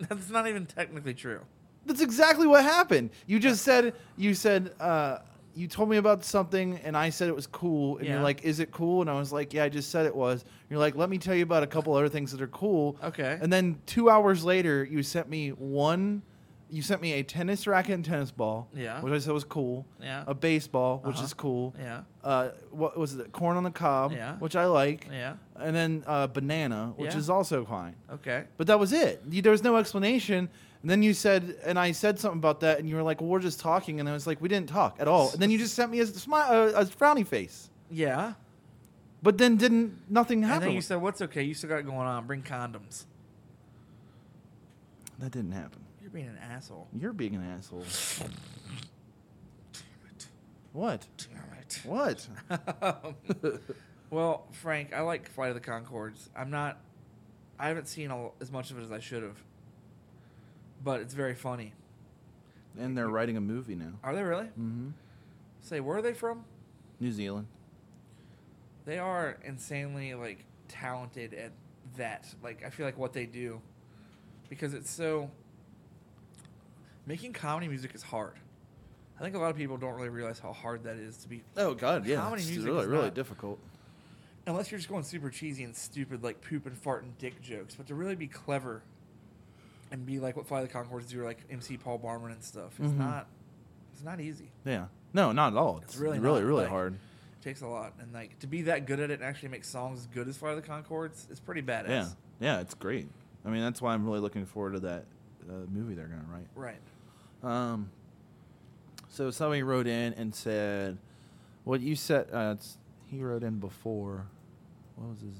Speaker 1: That's not even technically true.
Speaker 3: That's exactly what happened. You just said you said uh, you told me about something, and I said it was cool, and
Speaker 1: Yeah.
Speaker 3: you're like, "Is it cool?" And I was like, "Yeah, I just said it was." And you're like, "Let me tell you about a couple other things that are cool."
Speaker 1: Okay.
Speaker 3: And then two hours later, you sent me one. You sent me a tennis racket and tennis ball.
Speaker 1: Yeah.
Speaker 3: Which I said was cool.
Speaker 1: Yeah.
Speaker 3: A baseball, which
Speaker 1: Uh-huh.
Speaker 3: is cool.
Speaker 1: Yeah.
Speaker 3: Uh, what was it? Corn on the cob.
Speaker 1: Yeah.
Speaker 3: Which I like.
Speaker 1: Yeah.
Speaker 3: And then uh, banana, which
Speaker 1: Yeah.
Speaker 3: is also fine.
Speaker 1: Okay.
Speaker 3: But that was it. You, there was no explanation. And then you said, and I said something about that, and you were like, well, we're just talking. And I was like, we didn't talk at all. And then you just sent me a, smi- a, a frowny face.
Speaker 1: Yeah.
Speaker 3: But then didn't, nothing
Speaker 1: And
Speaker 3: happened.
Speaker 1: then you said, "What's okay? You still got it going on. Bring condoms."
Speaker 3: that didn't happen.
Speaker 1: You're being an asshole.
Speaker 3: You're being an asshole. What?
Speaker 1: Damn it.
Speaker 3: What?
Speaker 1: Um, Well, Frank, I like Flight of the Concords. I'm not. I haven't seen all, as much of it as I should have. But it's very funny.
Speaker 3: and they're writing a movie now.
Speaker 1: Are they really?
Speaker 3: Mm-hmm.
Speaker 1: Say, where are they from?
Speaker 3: New Zealand.
Speaker 1: They are insanely like talented at that. Like I feel like what they do, because it's so. Making comedy music is hard. I think a lot of people don't really realize how hard that is to be,
Speaker 3: Oh, God, yeah.
Speaker 1: Comedy
Speaker 3: it's
Speaker 1: music
Speaker 3: really,
Speaker 1: is
Speaker 3: really
Speaker 1: not-
Speaker 3: difficult.
Speaker 1: unless you're just going super cheesy and stupid like poop and fart and dick jokes. But to really be clever, and be like what Fly the Concords do, like MC Paul Barman and stuff, it's
Speaker 3: Mhm.
Speaker 1: not, it's not easy.
Speaker 3: Yeah. No, not at all. It's, really,
Speaker 1: really
Speaker 3: really,
Speaker 1: not,
Speaker 3: really
Speaker 1: like-
Speaker 3: hard.
Speaker 1: It takes a lot, and like to be that good at it and actually make songs as good as Fly the Concords is pretty badass.
Speaker 3: Yeah. Yeah, it's great. I mean, that's why I'm really looking forward to that uh, movie they're gonna write.
Speaker 1: Right.
Speaker 3: Um, so somebody wrote in and said, "What you said." Uh, it's, he wrote in before. What was his?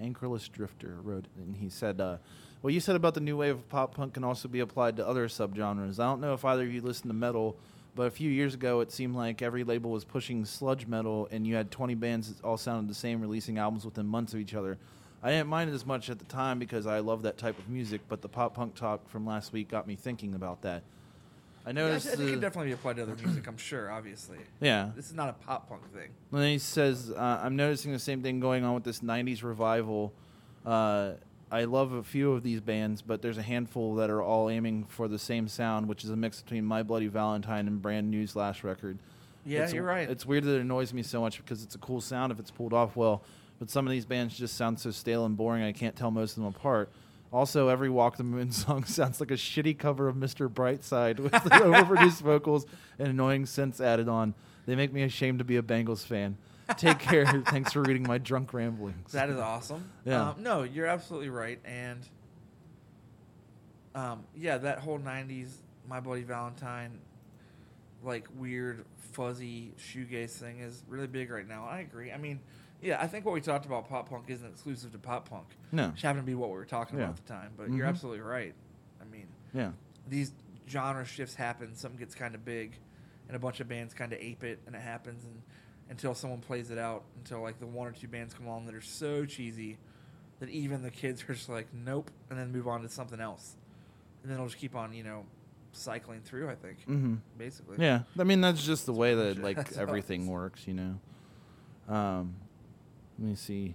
Speaker 3: Anchorless Drifter wrote, and he said, uh, "What you said about the new wave of pop punk can also be applied to other subgenres. I don't know if either of you listen to metal." But a few years ago, it seemed like every label was pushing sludge metal, and you had 20 bands that all sounded the same, releasing albums within months of each other. I didn't mind it as much at the time because I love that type of music, but the pop punk talk from last week got me thinking about that.
Speaker 1: Yeah,
Speaker 3: I
Speaker 1: I,
Speaker 3: noticed.
Speaker 1: th- I think it
Speaker 3: the-
Speaker 1: definitely be applied to other music. I'm sure, obviously.
Speaker 3: yeah.
Speaker 1: This is not a pop punk thing.
Speaker 3: And then he says, uh, I'm noticing the same thing going on with this 90s revival. Uh, I love a few of these bands, but there's a handful that are all aiming for the same sound, which is a mix between My Bloody Valentine and Brand New's last record.
Speaker 1: Yeah,
Speaker 3: It's-
Speaker 1: you're right.
Speaker 3: It's weird that it annoys me so much because it's a cool sound if it's pulled off well, but some of these bands just sound so stale and boring I can't tell most of them apart. Also, every Walk the Moon song sounds like a shitty cover of Mr. Brightside with overproduced vocals and annoying synths added on. They make me ashamed to be a Bengals fan. Take care. Thanks for reading my drunk ramblings.
Speaker 1: That is awesome.
Speaker 3: Yeah.
Speaker 1: Um, no, you're absolutely right. And um, yeah, that whole '90s My Bloody Valentine, like weird fuzzy shoegaze thing, is really big right now. I agree. I mean, yeah, I think what we talked about pop punk isn't exclusive to pop punk.
Speaker 3: No.
Speaker 1: which happened to be what we were talking
Speaker 3: Yeah.
Speaker 1: about at the time. But you're
Speaker 3: Mhm.
Speaker 1: absolutely right. I mean,
Speaker 3: Yeah.
Speaker 1: these genre shifts happen. Something gets kind of big, and a bunch of bands kind of ape it, and it happens and, until someone plays it out. Until like the one or two bands come on that are so cheesy that even the kids are just like, nope, and then move on to something else, and then it'll just keep on, you know, cycling through. I think,
Speaker 3: Mm-hmm.
Speaker 1: basically.
Speaker 3: Yeah, I mean that's just the way that
Speaker 1: shit.
Speaker 3: like
Speaker 1: That's how
Speaker 3: everything
Speaker 1: it's-
Speaker 3: works, you know. Um, let me see.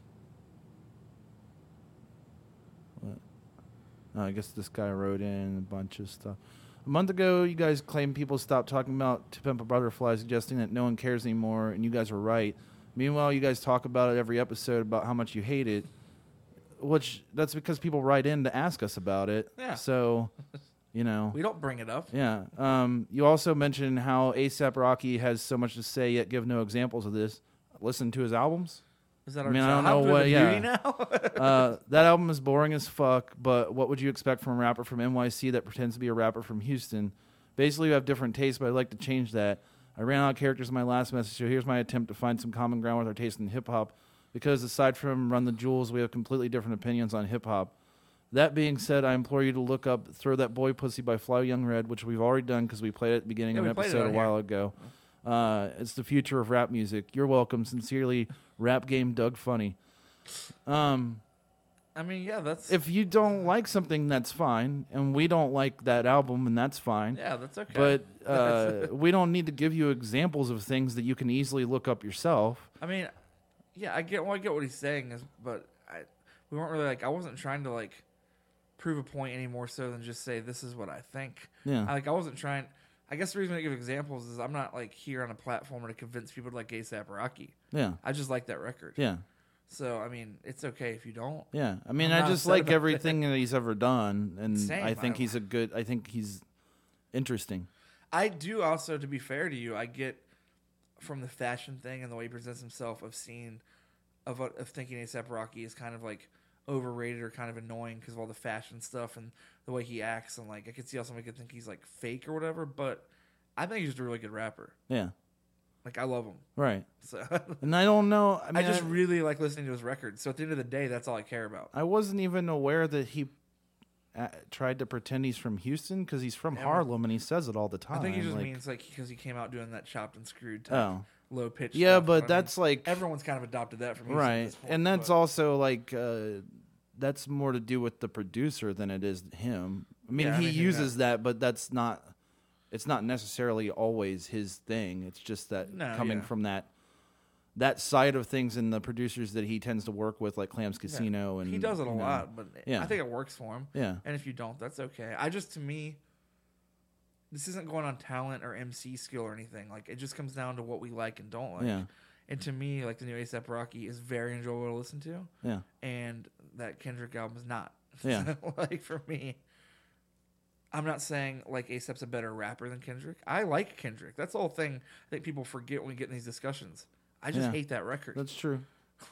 Speaker 3: What? Uh, I guess this guy wrote in a bunch of stuff. A month ago, you guys claimed people stopped talking about To Pimp a Butterfly, suggesting that no one cares anymore, and you guys were right. Meanwhile, you guys talk about it every episode about how much you hate it, which that's because people write in to ask us about it.
Speaker 1: Yeah.
Speaker 3: So, you know,
Speaker 1: We don't bring it up.
Speaker 3: yeah. Um, you also mentioned how ASAP Rocky has so much to say, yet give no examples of this. Listen to his albums.
Speaker 1: Is that
Speaker 3: I
Speaker 1: our
Speaker 3: mean, I don't
Speaker 1: job?
Speaker 3: know
Speaker 1: Do we
Speaker 3: what-
Speaker 1: have a
Speaker 3: yeah.
Speaker 1: duty now?
Speaker 3: Uh, that album is boring as fuck, but what would you expect from a rapper from NYC that pretends to be a rapper from Houston? Basically, you have different tastes, but I'd like to change that. I ran out of characters in my last message, so here's my attempt to find some common ground with our taste in hip hop. Because aside from Run the Jewels, we have completely different opinions on hip hop. That being said, I implore you to look up Throw That Boy Pussy by Fly Young Red, which we've already done because we played it at the beginning
Speaker 1: Yeah,
Speaker 3: of an
Speaker 1: we played it
Speaker 3: episode a
Speaker 1: on
Speaker 3: while
Speaker 1: here.
Speaker 3: ago. Uh, it's the future of rap music. You're welcome. Sincerely, Rap Game Doug Funny. Um,
Speaker 1: I mean, yeah, that's
Speaker 3: if you don't like something, that's fine, and we don't like that album, and that's fine.
Speaker 1: yeah, that's okay.
Speaker 3: But uh, we don't need to give you examples of things that you can easily look up yourself.
Speaker 1: I mean, yeah, I get, well, I get what he's saying, is, but I, we weren't really like, I wasn't trying to like prove a point any more so than just say this is what I think.
Speaker 3: Yeah.
Speaker 1: I, like I wasn't trying. I guess the reason I give examples is I'm not like here on a platform to convince people to like ASAP Rocky.
Speaker 3: Yeah,
Speaker 1: I just like that record.
Speaker 3: yeah,
Speaker 1: So I mean, it's okay if you don't.
Speaker 3: yeah. I mean,
Speaker 1: I'm
Speaker 3: I
Speaker 1: not
Speaker 3: just
Speaker 1: upset
Speaker 3: like
Speaker 1: about
Speaker 3: everything that he's ever done, and
Speaker 1: Same,
Speaker 3: I think
Speaker 1: I-
Speaker 3: he's a good. I think he's interesting.
Speaker 1: I do also, to be fair to you, I get from the fashion thing and the way he presents himself of seeing of what- of thinking ASAP Rocky is kind of like overrated or kind of annoying because of all the fashion stuff and the way he acts and like I could see how somebody could think he's like fake or whatever, but I think he's just a really good rapper.
Speaker 3: Yeah,
Speaker 1: Like I love him.
Speaker 3: right.
Speaker 1: So
Speaker 3: And I don't know. I
Speaker 1: I
Speaker 3: mean,
Speaker 1: just
Speaker 3: I-
Speaker 1: really like listening to his records. So at the end of the day, that's all I care about.
Speaker 3: I wasn't even aware that he uh, tried to pretend he's from Houston because he's from
Speaker 1: Yeah, well,
Speaker 3: Harlem and he says it all the time.
Speaker 1: I think he just
Speaker 3: like-
Speaker 1: means like because he came out doing that chopped and screwed type
Speaker 3: Oh.
Speaker 1: low pitch.
Speaker 3: Yeah, but that's like
Speaker 1: everyone's kind of adopted that from Houston at
Speaker 3: right
Speaker 1: this point,
Speaker 3: and that's
Speaker 1: but-
Speaker 3: also like uh, that's more to do with the producer than it is him i mean
Speaker 1: Yeah, I
Speaker 3: he
Speaker 1: mean, he
Speaker 3: uses that but that's not it's not necessarily always his thing it's just that
Speaker 1: No,
Speaker 3: coming
Speaker 1: yeah.
Speaker 3: from that that side of things and the producers that he tends to work with like clams casino and
Speaker 1: he does it a
Speaker 3: you know,
Speaker 1: lot, but
Speaker 3: Yeah.
Speaker 1: I think it works for him.
Speaker 3: Yeah.
Speaker 1: And if you don't, that's okay. I just to me, this isn't going on talent or MC skill or anything. Like it just comes down to what we like and don't like.
Speaker 3: Yeah.
Speaker 1: And to me, like the new ASAP Rocky is very enjoyable to listen to,
Speaker 3: yeah
Speaker 1: and that Kendrick album is not.
Speaker 3: Yeah.
Speaker 1: like for me, I'm not saying like ASAP's a better rapper than Kendrick. I like Kendrick. That's the whole thing. I think people forget when we get in these discussions. I just
Speaker 3: Yeah.
Speaker 1: hate that record.
Speaker 3: that's true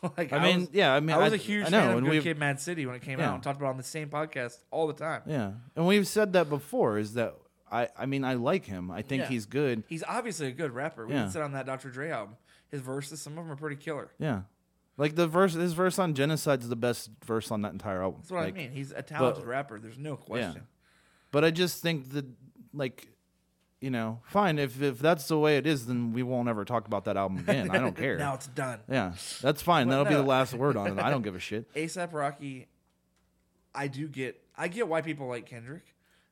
Speaker 1: like
Speaker 3: I mean,
Speaker 1: was,
Speaker 3: yeah, I mean,
Speaker 1: I was
Speaker 3: I-
Speaker 1: a huge
Speaker 3: I know,
Speaker 1: fan of
Speaker 3: and
Speaker 1: Good
Speaker 3: we've-
Speaker 1: Kid, Mad City when it came
Speaker 3: Yeah.
Speaker 1: out. and Talked about it on the same podcast all the time.
Speaker 3: Yeah, and we've said that before. Is that I? I mean, I like him. I think
Speaker 1: Yeah.
Speaker 3: he's good.
Speaker 1: He's obviously a good rapper. We
Speaker 3: Yeah.
Speaker 1: can sit on that Dr. Dre album. His verses, some of them are pretty killer.
Speaker 3: Yeah, like the verse. His verse on genocide is the best verse on that entire album.
Speaker 1: That's what
Speaker 3: Like,
Speaker 1: I mean. He's a talented rapper. There's no question.
Speaker 3: But I just think that, like, you know, fine. If if that's the way it is, then we won't ever talk about that album again. I don't care.
Speaker 1: Now it's done.
Speaker 3: yeah, that's fine.
Speaker 1: Well,
Speaker 3: That'll be
Speaker 1: no.
Speaker 3: the last word on it. I don't give a shit.
Speaker 1: ASAP Rocky, I do get. I get why people like Kendrick,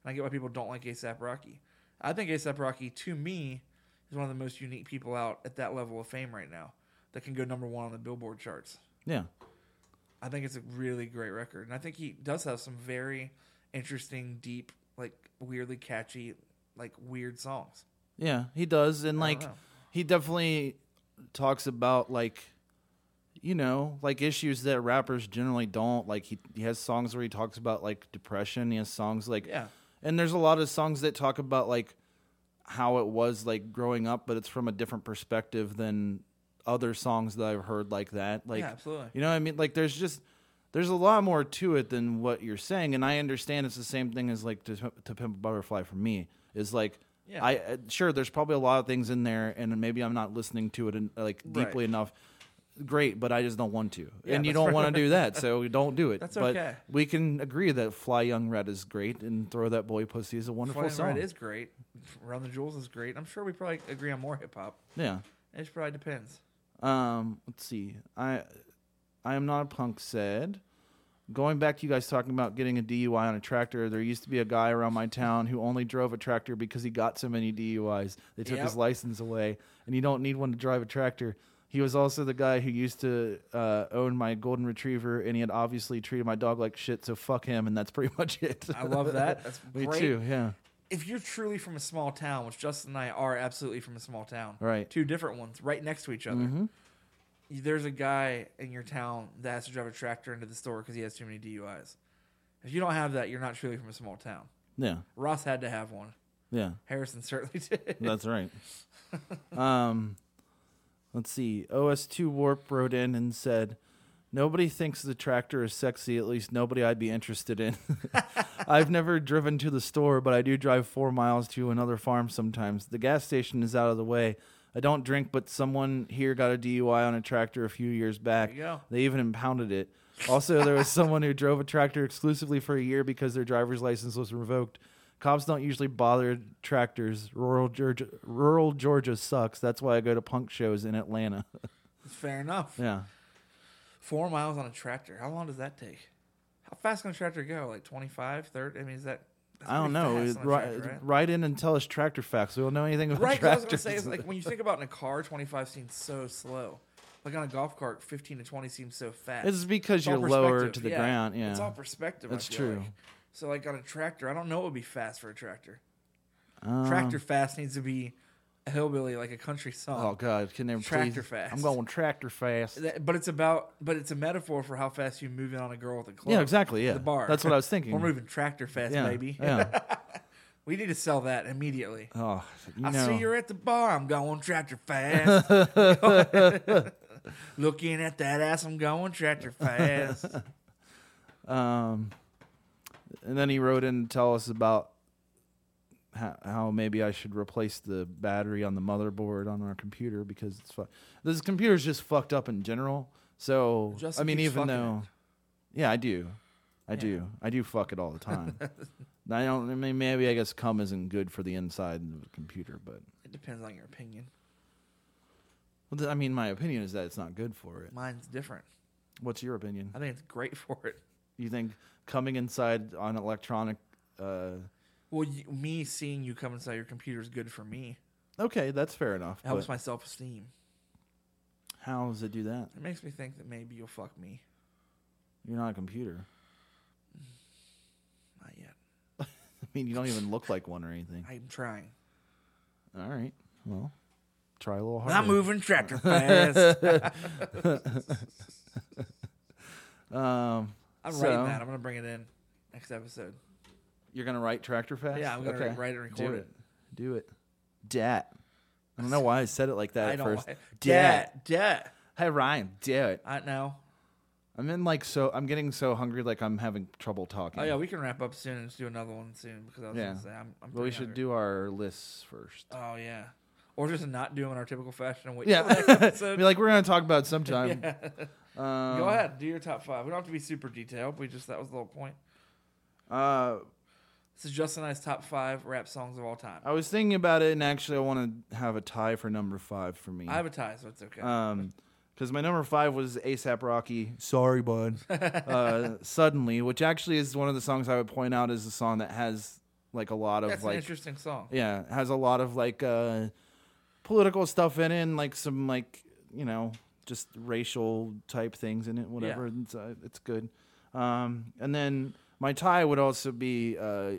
Speaker 1: and I get why people don't like ASAP Rocky. I think ASAP Rocky, to me, is one of the most unique people out at that level of fame right now that can go number one on the Billboard charts.
Speaker 3: Yeah,
Speaker 1: I think it's a really great record, and I think he does have some very interesting, deep, like weirdly catchy, like weird songs.
Speaker 3: yeah, he does, and like,
Speaker 1: know.
Speaker 3: he definitely talks about like. You know, like issues that rappers generally don't like. He he has songs where he talks about like depression. He has songs like
Speaker 1: Yeah.
Speaker 3: and there's a lot of songs that talk about like how it was like growing up but it's from a different perspective than other songs that i've heard like that like
Speaker 1: Yeah, absolutely.
Speaker 3: you know what i mean like there's just there's a lot more to it than what you're saying and i understand it's the same thing as like to, to pimp a butterfly for me is like
Speaker 1: Yeah.
Speaker 3: i uh, sure there's probably a lot of things in there and maybe i'm not listening to it in, like
Speaker 1: Right.
Speaker 3: deeply enough great but i just don't want to
Speaker 1: Yeah,
Speaker 3: and you
Speaker 1: that's
Speaker 3: don't
Speaker 1: right.
Speaker 3: want to do that so don't do it
Speaker 1: That's
Speaker 3: but
Speaker 1: okay.
Speaker 3: we can agree that Fly Young Red is great and Throw That Boy Pussy is a wonderful
Speaker 1: Flying
Speaker 3: song.
Speaker 1: Red is great. Round the Jewels is great. I'm sure we probably agree on more hip hop.
Speaker 3: Yeah.
Speaker 1: It just probably depends.
Speaker 3: Um, let's see. I I am not a punk said. Going back to you guys talking about getting a DUI on a tractor, there used to be a guy around my town who only drove a tractor because he got so many DUIs. They took his
Speaker 1: Yep.
Speaker 3: license away, and you don't need one to drive a tractor. He was also the guy who used to uh, own my golden retriever, and he had obviously treated my dog like shit. So fuck him, and that's pretty much it.
Speaker 1: I love that. That's
Speaker 3: Me
Speaker 1: great.
Speaker 3: too. Yeah.
Speaker 1: If you're truly from a small town, which Justin and I are absolutely from a small town,
Speaker 3: Right. Mm-hmm.
Speaker 1: Two different ones right next to each other. There's a guy in your town that has to drive a tractor into the store because he has too many DUIs. If you don't have that, you're not truly from a small town.
Speaker 3: Yeah.
Speaker 1: Ross had to have one.
Speaker 3: Yeah.
Speaker 1: Harrison certainly did.
Speaker 3: That's right. um, let's see. OS2 Warp wrote in and said, Nobody thinks the tractor is sexy, at least nobody I'd be interested in. I've never driven to the store, but I do drive four miles to another farm sometimes. The gas station is out of the way. I don't drink, but someone here got a DUI on a tractor a few years back.
Speaker 1: you go.
Speaker 3: They even impounded it. Also, there was someone who drove a tractor exclusively for a year because their driver's license was revoked. Cops don't usually bother tractors. Rural Georgia, rural Georgia sucks. That's why I go to punk shows in Atlanta.
Speaker 1: Fair enough.
Speaker 3: yeah,
Speaker 1: Four miles on a tractor. How long does that take? How fast can a tractor go? Like 25, 30? I mean, is that. that's
Speaker 3: I don't
Speaker 1: pretty
Speaker 3: know.
Speaker 1: fast on a
Speaker 3: Ri-
Speaker 1: tractor, right?
Speaker 3: Write in and tell us tractor facts. We don't know anything about
Speaker 1: Right, 'cause I was
Speaker 3: tractors.
Speaker 1: gonna say it's like when you think about it in a car, twenty five seems so slow. Like on a golf cart, fifteen to twenty seems so fast.
Speaker 3: It's because
Speaker 1: all
Speaker 3: you're lower
Speaker 1: perspective,
Speaker 3: to the ground, yeah.
Speaker 1: it's all perspective.
Speaker 3: That's
Speaker 1: That's true.
Speaker 3: true.
Speaker 1: So like on a tractor, I don't know what would be fast for a tractor.
Speaker 3: Um,
Speaker 1: tractor fast needs to be a hillbilly, like a country
Speaker 3: oh
Speaker 1: song.
Speaker 3: god, can never
Speaker 1: Tractor
Speaker 3: please?
Speaker 1: fast.
Speaker 3: I'm going tractor fast.
Speaker 1: That- but it's about, but it's a metaphor for how fast you move in on a girl with a club.
Speaker 3: Yeah, exactly, yeah.
Speaker 1: the bar.
Speaker 3: That's what I was thinking.
Speaker 1: We're moving tractor fast,
Speaker 3: yeah,
Speaker 1: baby.
Speaker 3: yeah.
Speaker 1: we need to sell that immediately.
Speaker 3: Oh, you
Speaker 1: I
Speaker 3: know.
Speaker 1: see you're at the bar. I'm going tractor fast. Looking at that ass, I'm going tractor fast.
Speaker 3: And then he wrote in to tell us about how, how maybe I should replace the battery on the motherboard on our computer because it's fu- this computer's just fucked up in general. So
Speaker 1: Justin
Speaker 3: I mean,
Speaker 1: keeps
Speaker 3: even
Speaker 1: fucking
Speaker 3: though, yeah, I do, I do, I do fuck it all the time. And I don't. I mean, maybe I guess cum isn't good for the inside of the computer, but
Speaker 1: It depends on your opinion.
Speaker 3: well, th- I mean, my opinion is that it's not good for it.
Speaker 1: Mine's different.
Speaker 3: What's your opinion?
Speaker 1: I think it's great for it.
Speaker 3: You think coming inside on electronic? Uh,
Speaker 1: Well, you, me seeing you come inside your computer is good for me.
Speaker 3: okay, that's fair enough.
Speaker 1: It helps
Speaker 3: but
Speaker 1: my self esteem.
Speaker 3: how does it do that?
Speaker 1: It makes me think that maybe you'll fuck me.
Speaker 3: You're not a computer.
Speaker 1: Not yet.
Speaker 3: I mean, you don't even look like one or anything.
Speaker 1: I'm trying.
Speaker 3: All right. Well, try a little harder.
Speaker 1: I'm moving tractor fast.
Speaker 3: Um,
Speaker 1: I'm
Speaker 3: So-
Speaker 1: writing that. I'm gonna bring it in next episode.
Speaker 3: you're gonna write tractor fast.
Speaker 1: Yeah, I'm gonna
Speaker 3: Okay.
Speaker 1: write it and
Speaker 3: Do
Speaker 1: record
Speaker 3: it. Do it. Dat. I don't know why I said it like that
Speaker 1: I
Speaker 3: at
Speaker 1: don't.
Speaker 3: first.
Speaker 1: Debt. Debt.
Speaker 3: Hey Ryan, do it.
Speaker 1: I know.
Speaker 3: I'm in like so. I'm getting so hungry, like I'm having trouble talking.
Speaker 1: Oh yeah, we can wrap up soon and just do another one soon because I was
Speaker 3: yeah.
Speaker 1: gonna say I'm. I'm
Speaker 3: but we
Speaker 1: pretty
Speaker 3: should
Speaker 1: hungry.
Speaker 3: do our lists first.
Speaker 1: Oh yeah, or just not do them in our typical fashion and wait. Yeah. For the next
Speaker 3: Yeah,
Speaker 1: episode.
Speaker 3: be like we're gonna talk about it sometime. Um,
Speaker 1: Go ahead, do your top five. We don't have to be super detailed. We just that was the whole point.
Speaker 3: Uh,
Speaker 1: This is Justin and I's top five rap songs of all time.
Speaker 3: I was thinking about it, and actually, I want to have a tie for number five for me.
Speaker 1: I have a tie, so it's okay.
Speaker 3: Um, because my number five was ASAP Rocky. Sorry, bud. uh, suddenly, which actually is one of the songs I would point out is a song that has like a lot of
Speaker 1: That's an
Speaker 3: like
Speaker 1: interesting song.
Speaker 3: yeah, it has a lot of like uh, political stuff in it, and like some like you know just racial type things in it, whatever. And It's, uh, it's good. Um, and then my tie would also be uh,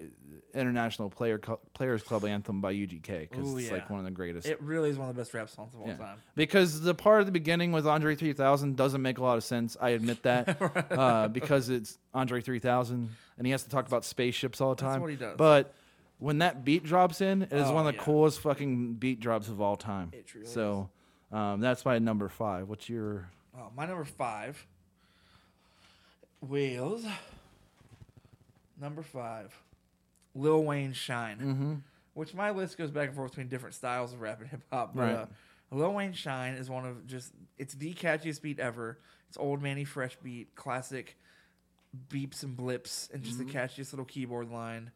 Speaker 3: International Player Cl- Players Club Anthem by UGK because
Speaker 1: Ooh,
Speaker 3: it's like
Speaker 1: yeah.
Speaker 3: one of the greatest.
Speaker 1: It really is one of the best rap songs of all
Speaker 3: Yeah.
Speaker 1: time.
Speaker 3: Because the part at the beginning with Andre 3000 doesn't make a lot of sense. I admit that. uh, because it's Andre 3000 and he has to talk about spaceships all the time.
Speaker 1: what he does.
Speaker 3: But when that beat drops in, it is
Speaker 1: Oh,
Speaker 3: one of the
Speaker 1: yeah.
Speaker 3: coolest fucking beat drops of all time.
Speaker 1: It really
Speaker 3: so um, that's my number five. What's your.
Speaker 1: Oh, my number five. Wheels. Number five. Lil Wayne Shine. Which my list goes back and forth between different styles of rap and hip hop. But
Speaker 3: Right.
Speaker 1: uh, Lil Wayne Shine is one of just, it's the catchiest beat ever. It's old Manny Fresh beat, classic beeps and blips, and just the catchiest little keyboard line.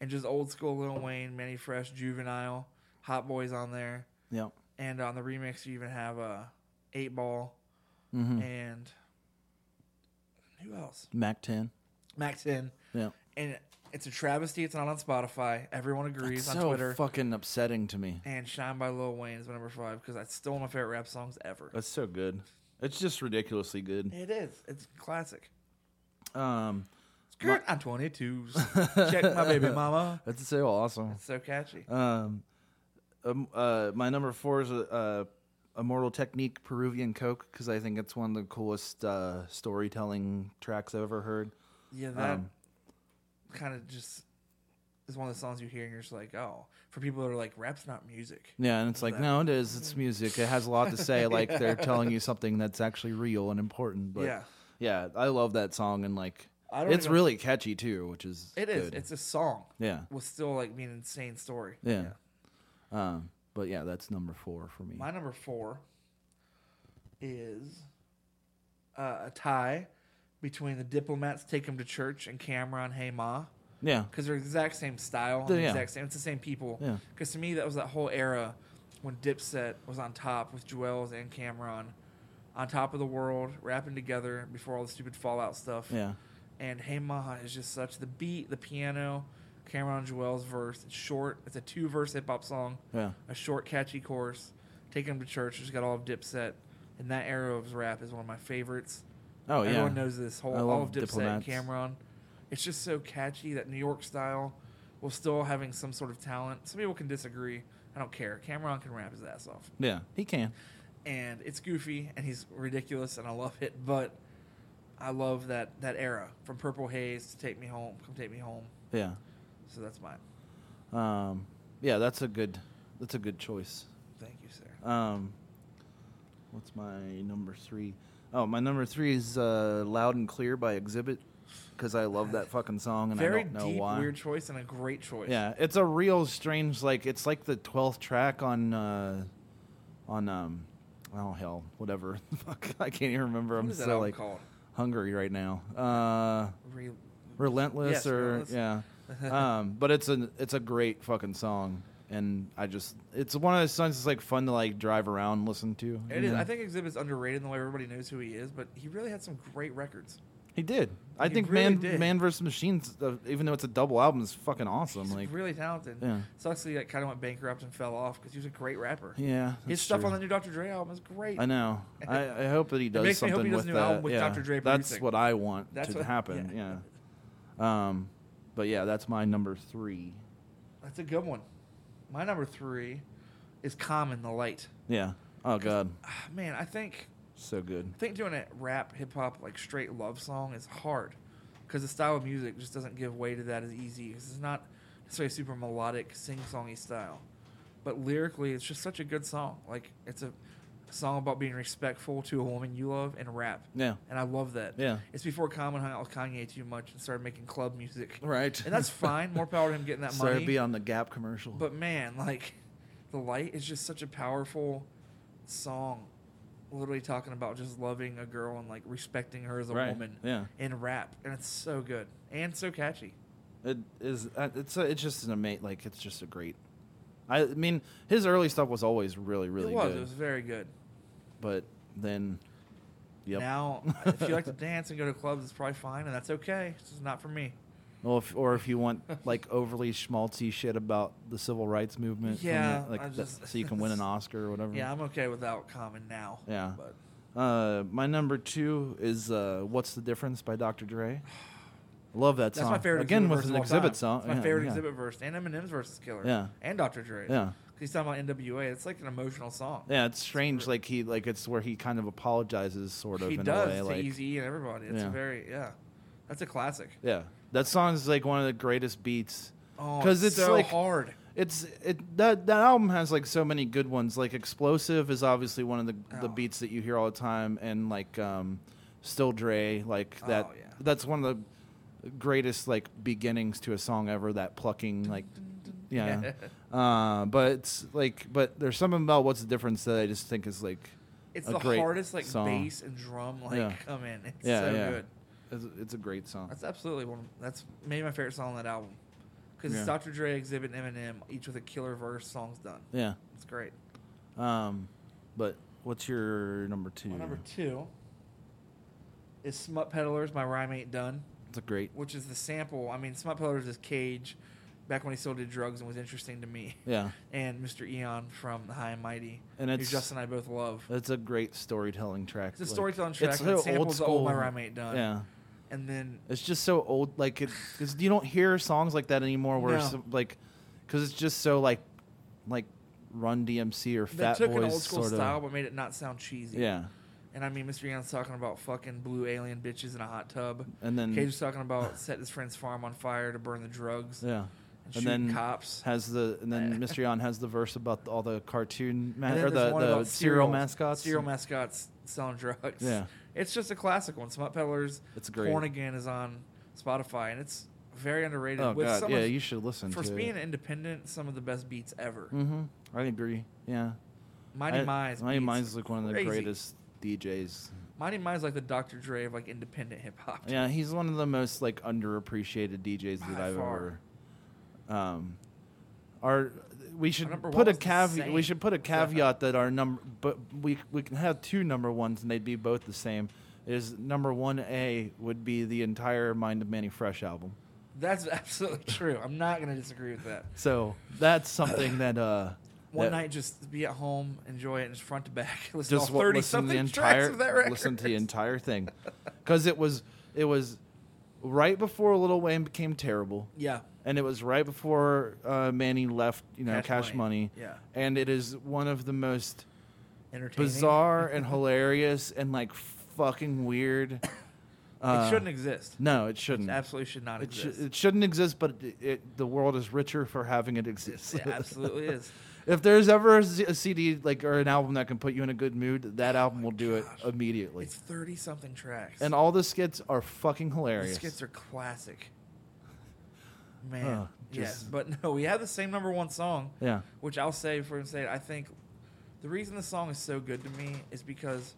Speaker 1: And just old school Lil Wayne, Manny Fresh, Juvenile, Hot Boys on there.
Speaker 3: Yeah.
Speaker 1: And on the remix, you even have uh, Eight Ball
Speaker 3: Mm-hmm.
Speaker 1: and who else?
Speaker 3: Mac 10.
Speaker 1: Max 10.
Speaker 3: Yeah.
Speaker 1: And it's a travesty. It's not on Spotify. Everyone agrees on
Speaker 3: so
Speaker 1: Twitter.
Speaker 3: fucking upsetting to me.
Speaker 1: and Shine by Lil Wayne is my number five because that's still one of my favorite rap songs ever.
Speaker 3: That's so good. It's just ridiculously good.
Speaker 1: It is. It's classic.
Speaker 3: Um,
Speaker 1: Skirt, I'm 22. Check my baby mama.
Speaker 3: that's so awesome.
Speaker 1: So catchy.
Speaker 3: Um, um, uh, my number four is a, a Immortal Technique Peruvian Coke because I think it's one of the coolest uh, storytelling tracks I've ever heard.
Speaker 1: Yeah, that
Speaker 3: um,
Speaker 1: kind of just is one of the songs you hear and you're just like, oh, for people that are like, rap's not music.
Speaker 3: Yeah, and it's like, no, it is. It's music. It has a lot to say. Like they're telling you something that's actually real and important. But
Speaker 1: Yeah.
Speaker 3: yeah, I love that song and like
Speaker 1: I don't
Speaker 3: it's
Speaker 1: even-
Speaker 3: really catchy too, which is
Speaker 1: It is.
Speaker 3: good.
Speaker 1: It's a song.
Speaker 3: Yeah.
Speaker 1: With still like being an insane story.
Speaker 3: yeah. Um, but yeah, that's number four for me.
Speaker 1: My number four is uh, a tie between the diplomats take him to church and Cameron Hey Ma
Speaker 3: yeah,
Speaker 1: because they're the exact same style, and
Speaker 3: They-
Speaker 1: the
Speaker 3: yeah.
Speaker 1: exact same. It's the same people.
Speaker 3: Yeah.
Speaker 1: Because to me, that was that whole era when Dipset was on top with Joel's and Cameron, on top of the world, rapping together before all the stupid Fallout stuff.
Speaker 3: yeah,
Speaker 1: And Hey Ma is just such the beat, the piano, Cameron Joel's verse. It's short. It's a two verse hip hop song.
Speaker 3: Yeah.
Speaker 1: A short, catchy chorus. Taking him to church. Just got all of Dipset. And that era of his rap is one of my favorites.
Speaker 3: Oh, yeah.
Speaker 1: Everyone knows this whole
Speaker 3: I
Speaker 1: all
Speaker 3: love
Speaker 1: of Dipset and
Speaker 3: Diplomats.
Speaker 1: Cameron. It's just so catchy that New York style while still having some sort of talent. Some people can disagree. I don't care. Cameron can rap his ass off
Speaker 3: yeah. He can.
Speaker 1: and it's goofy and he's ridiculous and I love it, but I love that that era from Purple Haze to Take Me Home, Come Take Me Home.
Speaker 3: Yeah.
Speaker 1: So that's mine.
Speaker 3: Um, yeah, that's a good. That's a good choice.
Speaker 1: Thank you, sir.
Speaker 3: Um, what's my number three? Oh, my number three is uh, "Loud and Clear" by Exhibit because I love that fucking song and I
Speaker 1: Very
Speaker 3: don't know
Speaker 1: deep,
Speaker 3: why.
Speaker 1: weird choice and a great choice.
Speaker 3: Yeah, it's a real strange. Like it's like the twelfth track on, uh, on um, oh hell, whatever. Fuck, I can't even remember.
Speaker 1: What
Speaker 3: I'm
Speaker 1: is that
Speaker 3: so
Speaker 1: album
Speaker 3: like
Speaker 1: called?
Speaker 3: hungry right now. Uh,
Speaker 1: Re-
Speaker 3: Relentless
Speaker 1: Yes,
Speaker 3: or
Speaker 1: Relentless.
Speaker 3: yeah. um, but it's a it's a great fucking song. And I just, it's one of those songs that's like fun to like drive around, and listen to. you
Speaker 1: It is.
Speaker 3: know?
Speaker 1: I think Exhibit's underrated in the way everybody knows who he is, but he really had some great records.
Speaker 3: He did. I
Speaker 1: He
Speaker 3: think
Speaker 1: really
Speaker 3: Man
Speaker 1: did.
Speaker 3: Man vs. Machines, uh, even though it's a double album, is fucking awesome.
Speaker 1: He's
Speaker 3: like,
Speaker 1: really talented.
Speaker 3: Yeah.
Speaker 1: Sucks that he like, kind of went bankrupt and fell off because he was a great rapper.
Speaker 3: yeah,
Speaker 1: His
Speaker 3: that's
Speaker 1: stuff
Speaker 3: true.
Speaker 1: on the new Dr. Dre album is great.
Speaker 3: I know. I, I hope that he does
Speaker 1: makes me hope
Speaker 3: something
Speaker 1: he does
Speaker 3: with
Speaker 1: a new
Speaker 3: that.
Speaker 1: album with
Speaker 3: yeah,
Speaker 1: Dr. Dre
Speaker 3: that's
Speaker 1: producing.
Speaker 3: what I want
Speaker 1: That's
Speaker 3: to
Speaker 1: what-
Speaker 3: happen.
Speaker 1: yeah.
Speaker 3: Yeah. Um, but yeah, that's my number three.
Speaker 1: That's a good one. My number three is Common the Light.
Speaker 3: Yeah. Oh god,
Speaker 1: Ah, Man, I think
Speaker 3: so good.
Speaker 1: I think doing a rap, hip hop, like straight love song is hard because the style of music just doesn't give way to that as easy. 'cause It's not necessarily a super melodic, sing songy style, but lyrically, it's just such a good song. Like it's a song about being respectful to a woman you love and rap.
Speaker 3: Yeah.
Speaker 1: And I love that.
Speaker 3: Yeah.
Speaker 1: It's before Common hung out with Kanye too much and started making club music.
Speaker 3: Right.
Speaker 1: And that's fine. More power to him getting that
Speaker 3: Sorry to
Speaker 1: money.
Speaker 3: be on the Gap commercial.
Speaker 1: But man, like the light is just such a powerful song. Literally talking about just loving a girl and like respecting her as a
Speaker 3: Right,
Speaker 1: woman
Speaker 3: yeah.
Speaker 1: in rap, and it's so good and so catchy.
Speaker 3: It is. uh, It's a, it's just an amazing. Like it's just a great. I mean, his early stuff was always really, really
Speaker 1: it was,
Speaker 3: good.
Speaker 1: it was very good.
Speaker 3: But then, yep.
Speaker 1: Now, if you like to dance and go to clubs, it's probably fine, and that's okay. It's just not for me.
Speaker 3: well, if, or if you want like overly schmaltzy shit about the civil rights movement, from
Speaker 1: Yeah,
Speaker 3: the- like
Speaker 1: I
Speaker 3: that-
Speaker 1: just-
Speaker 3: so you can win an Oscar or whatever.
Speaker 1: Yeah, I'm okay without Common now.
Speaker 3: Mm-hmm. Yeah.
Speaker 1: but
Speaker 3: Uh, my number two is uh, "What's the Difference" by Dr. Dre. Love that
Speaker 1: that's
Speaker 3: song.
Speaker 1: my favorite.
Speaker 3: Again,
Speaker 1: exhibit
Speaker 3: with
Speaker 1: verse of
Speaker 3: an
Speaker 1: all
Speaker 3: exhibit
Speaker 1: time.
Speaker 3: song.
Speaker 1: It's my
Speaker 3: Yeah,
Speaker 1: favorite
Speaker 3: yeah.
Speaker 1: exhibit verse and Eminem's verse is killer.
Speaker 3: Yeah.
Speaker 1: and Dr. Dre.
Speaker 3: Yeah.
Speaker 1: he's talking about NWA. It's like an emotional song.
Speaker 3: Yeah, it's strange. Like he, like it's where he kind of apologizes, sort of.
Speaker 1: he
Speaker 3: in
Speaker 1: does
Speaker 3: a way,
Speaker 1: to
Speaker 3: like,
Speaker 1: Easy and everybody. It's
Speaker 3: Yeah.
Speaker 1: very yeah, that's a classic.
Speaker 3: Yeah, that song is like one of the greatest beats.
Speaker 1: Oh,
Speaker 3: 'Cause
Speaker 1: it's,
Speaker 3: it's,
Speaker 1: so
Speaker 3: like-
Speaker 1: hard.
Speaker 3: It's it that that album has like so many good ones. Like "Explosive" is obviously one of the
Speaker 1: Oh.
Speaker 3: the beats that you hear all the time, and like um, "Still Dre," like that.
Speaker 1: Oh, yeah.
Speaker 3: That's one of the greatest like beginnings to a song ever. That plucking like. Yeah, uh, but it's like, but there's something about what's the difference that I just think is like,
Speaker 1: It's
Speaker 3: a
Speaker 1: the
Speaker 3: great
Speaker 1: hardest like
Speaker 3: song.
Speaker 1: bass and drum like
Speaker 3: Yeah.
Speaker 1: come in. It's
Speaker 3: yeah,
Speaker 1: so
Speaker 3: yeah,
Speaker 1: good.
Speaker 3: It's, it's a great song.
Speaker 1: That's absolutely one. That's maybe my favorite song on that album because it's
Speaker 3: Yeah.
Speaker 1: Dr. Dre, Exhibit, and Eminem, each with a killer verse. Song's done.
Speaker 3: yeah,
Speaker 1: It's great.
Speaker 3: um, but what's your number two?
Speaker 1: My number two is Smut Peddlers by Rhyme Ain't Done,
Speaker 3: It's a great.
Speaker 1: which is the sample. I mean, Smut Peddlers is Cage back when he still did drugs and was interesting to me.
Speaker 3: Yeah.
Speaker 1: And Mr. Eon from The High and Mighty,
Speaker 3: And
Speaker 1: who
Speaker 3: it's-
Speaker 1: Justin and I both love.
Speaker 3: That's a great storytelling track.
Speaker 1: It's a storytelling track, and it samples the old My Rhyme Ain't Done.
Speaker 3: Yeah,
Speaker 1: And then
Speaker 3: it's just so old. Like, because you don't hear songs like that anymore. Where
Speaker 1: No.
Speaker 3: so- like, because it's just so like, like Run DMC or
Speaker 1: they
Speaker 3: Fat
Speaker 1: took
Speaker 3: Boys
Speaker 1: an old school
Speaker 3: sort
Speaker 1: style
Speaker 3: of.
Speaker 1: but made it not sound cheesy.
Speaker 3: Yeah,
Speaker 1: And I mean, Mr. Eon's talking about fucking blue alien bitches in a hot tub.
Speaker 3: And then-
Speaker 1: Cage was talking about set his friend's farm on fire to burn the drugs.
Speaker 3: yeah.
Speaker 1: And,
Speaker 3: And
Speaker 1: shooting
Speaker 3: then
Speaker 1: cops.
Speaker 3: has the and then Mr. Yon has the verse about all the cartoon ma-
Speaker 1: And then
Speaker 3: or
Speaker 1: there's
Speaker 3: the,
Speaker 1: one
Speaker 3: the
Speaker 1: about
Speaker 3: cereal
Speaker 1: cereals-
Speaker 3: mascots.
Speaker 1: Cereal mascots selling drugs.
Speaker 3: Yeah.
Speaker 1: It's just a classic one. Smut Peddlers.
Speaker 3: It's great.
Speaker 1: Porn Again is on Spotify, and it's very underrated.
Speaker 3: Oh
Speaker 1: with
Speaker 3: god,
Speaker 1: some
Speaker 3: yeah,
Speaker 1: of-
Speaker 3: you should listen
Speaker 1: For
Speaker 3: to.
Speaker 1: being
Speaker 3: it.
Speaker 1: independent, some of the best beats ever.
Speaker 3: Mm-hmm. I agree. Yeah.
Speaker 1: Mighty
Speaker 3: I-
Speaker 1: Mize.
Speaker 3: Mighty
Speaker 1: beats
Speaker 3: Mize is like one of the
Speaker 1: crazy.
Speaker 3: greatest DJs
Speaker 1: Mighty Mize like the Dr. Dre of like independent hip hop.
Speaker 3: Yeah, he's one of the most like underappreciated DJs that
Speaker 1: By
Speaker 3: I've
Speaker 1: far.
Speaker 3: ever. Um, our we should
Speaker 1: number one
Speaker 3: put a
Speaker 1: was the
Speaker 3: caveat. We
Speaker 1: same.
Speaker 3: should put a caveat that our number, but we we can have two number ones and they'd be both the same. Is number one A would be the entire Mind of Manny Fresh album.
Speaker 1: That's absolutely true. I'm not going to disagree with that.
Speaker 3: So that's something that uh
Speaker 1: One
Speaker 3: that
Speaker 1: night, just be at home, enjoy it, and just front to back. Listen
Speaker 3: just
Speaker 1: to all
Speaker 3: wa-
Speaker 1: 30
Speaker 3: listen to
Speaker 1: something
Speaker 3: the entire
Speaker 1: tracks of that record.
Speaker 3: listen to the entire thing because it was it was right before Little Wayne became terrible.
Speaker 1: Yeah.
Speaker 3: and it was right before uh, Manny left, you know,
Speaker 1: Cash
Speaker 3: Cash,
Speaker 1: Money.
Speaker 3: Money.
Speaker 1: Yeah.
Speaker 3: and it is one of the most
Speaker 1: Entertaining.
Speaker 3: bizarre and hilarious and like fucking weird.
Speaker 1: it shouldn't exist.
Speaker 3: uh, No, it shouldn't.
Speaker 1: It absolutely should not
Speaker 3: It,
Speaker 1: exist.
Speaker 3: shou- it shouldn't exist, but it, it, the world is richer for having it exist.
Speaker 1: It absolutely is.
Speaker 3: if there's ever a Z- a CD like or an album that can put you in a good mood, that album will do it immediately.
Speaker 1: Oh It's thirty something tracks.
Speaker 3: And all the skits are fucking
Speaker 1: the
Speaker 3: hilarious.
Speaker 1: skits are classic. Man,
Speaker 3: Oh,
Speaker 1: yes,
Speaker 3: just-
Speaker 1: but no, we have the same number one song.
Speaker 3: Yeah.
Speaker 1: which I'll say for him say it, I think the reason the song is so good to me is because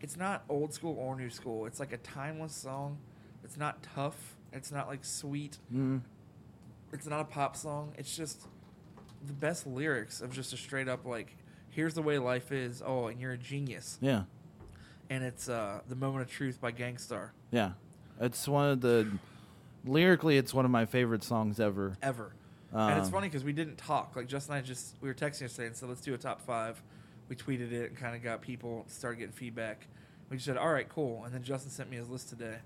Speaker 1: it's not old school or new school. It's like a timeless song. It's not tough. It's not like sweet.
Speaker 3: Mm-hmm.
Speaker 1: It's not a pop song. It's just the best lyrics of just a straight up like, here's the way life is. Oh, and you're a genius.
Speaker 3: yeah,
Speaker 1: and it's uh, "The Moment of Truth" by Gangstar.
Speaker 3: yeah. It's one of the lyrically, it's one of my favorite songs ever.
Speaker 1: Ever, and it's
Speaker 3: Um,
Speaker 1: funny because we didn't talk. Like Justin and I just we were texting yesterday and said let's do a top five. We tweeted it and kind of got people started getting feedback. We just said all right, cool, and then Justin sent me his list today,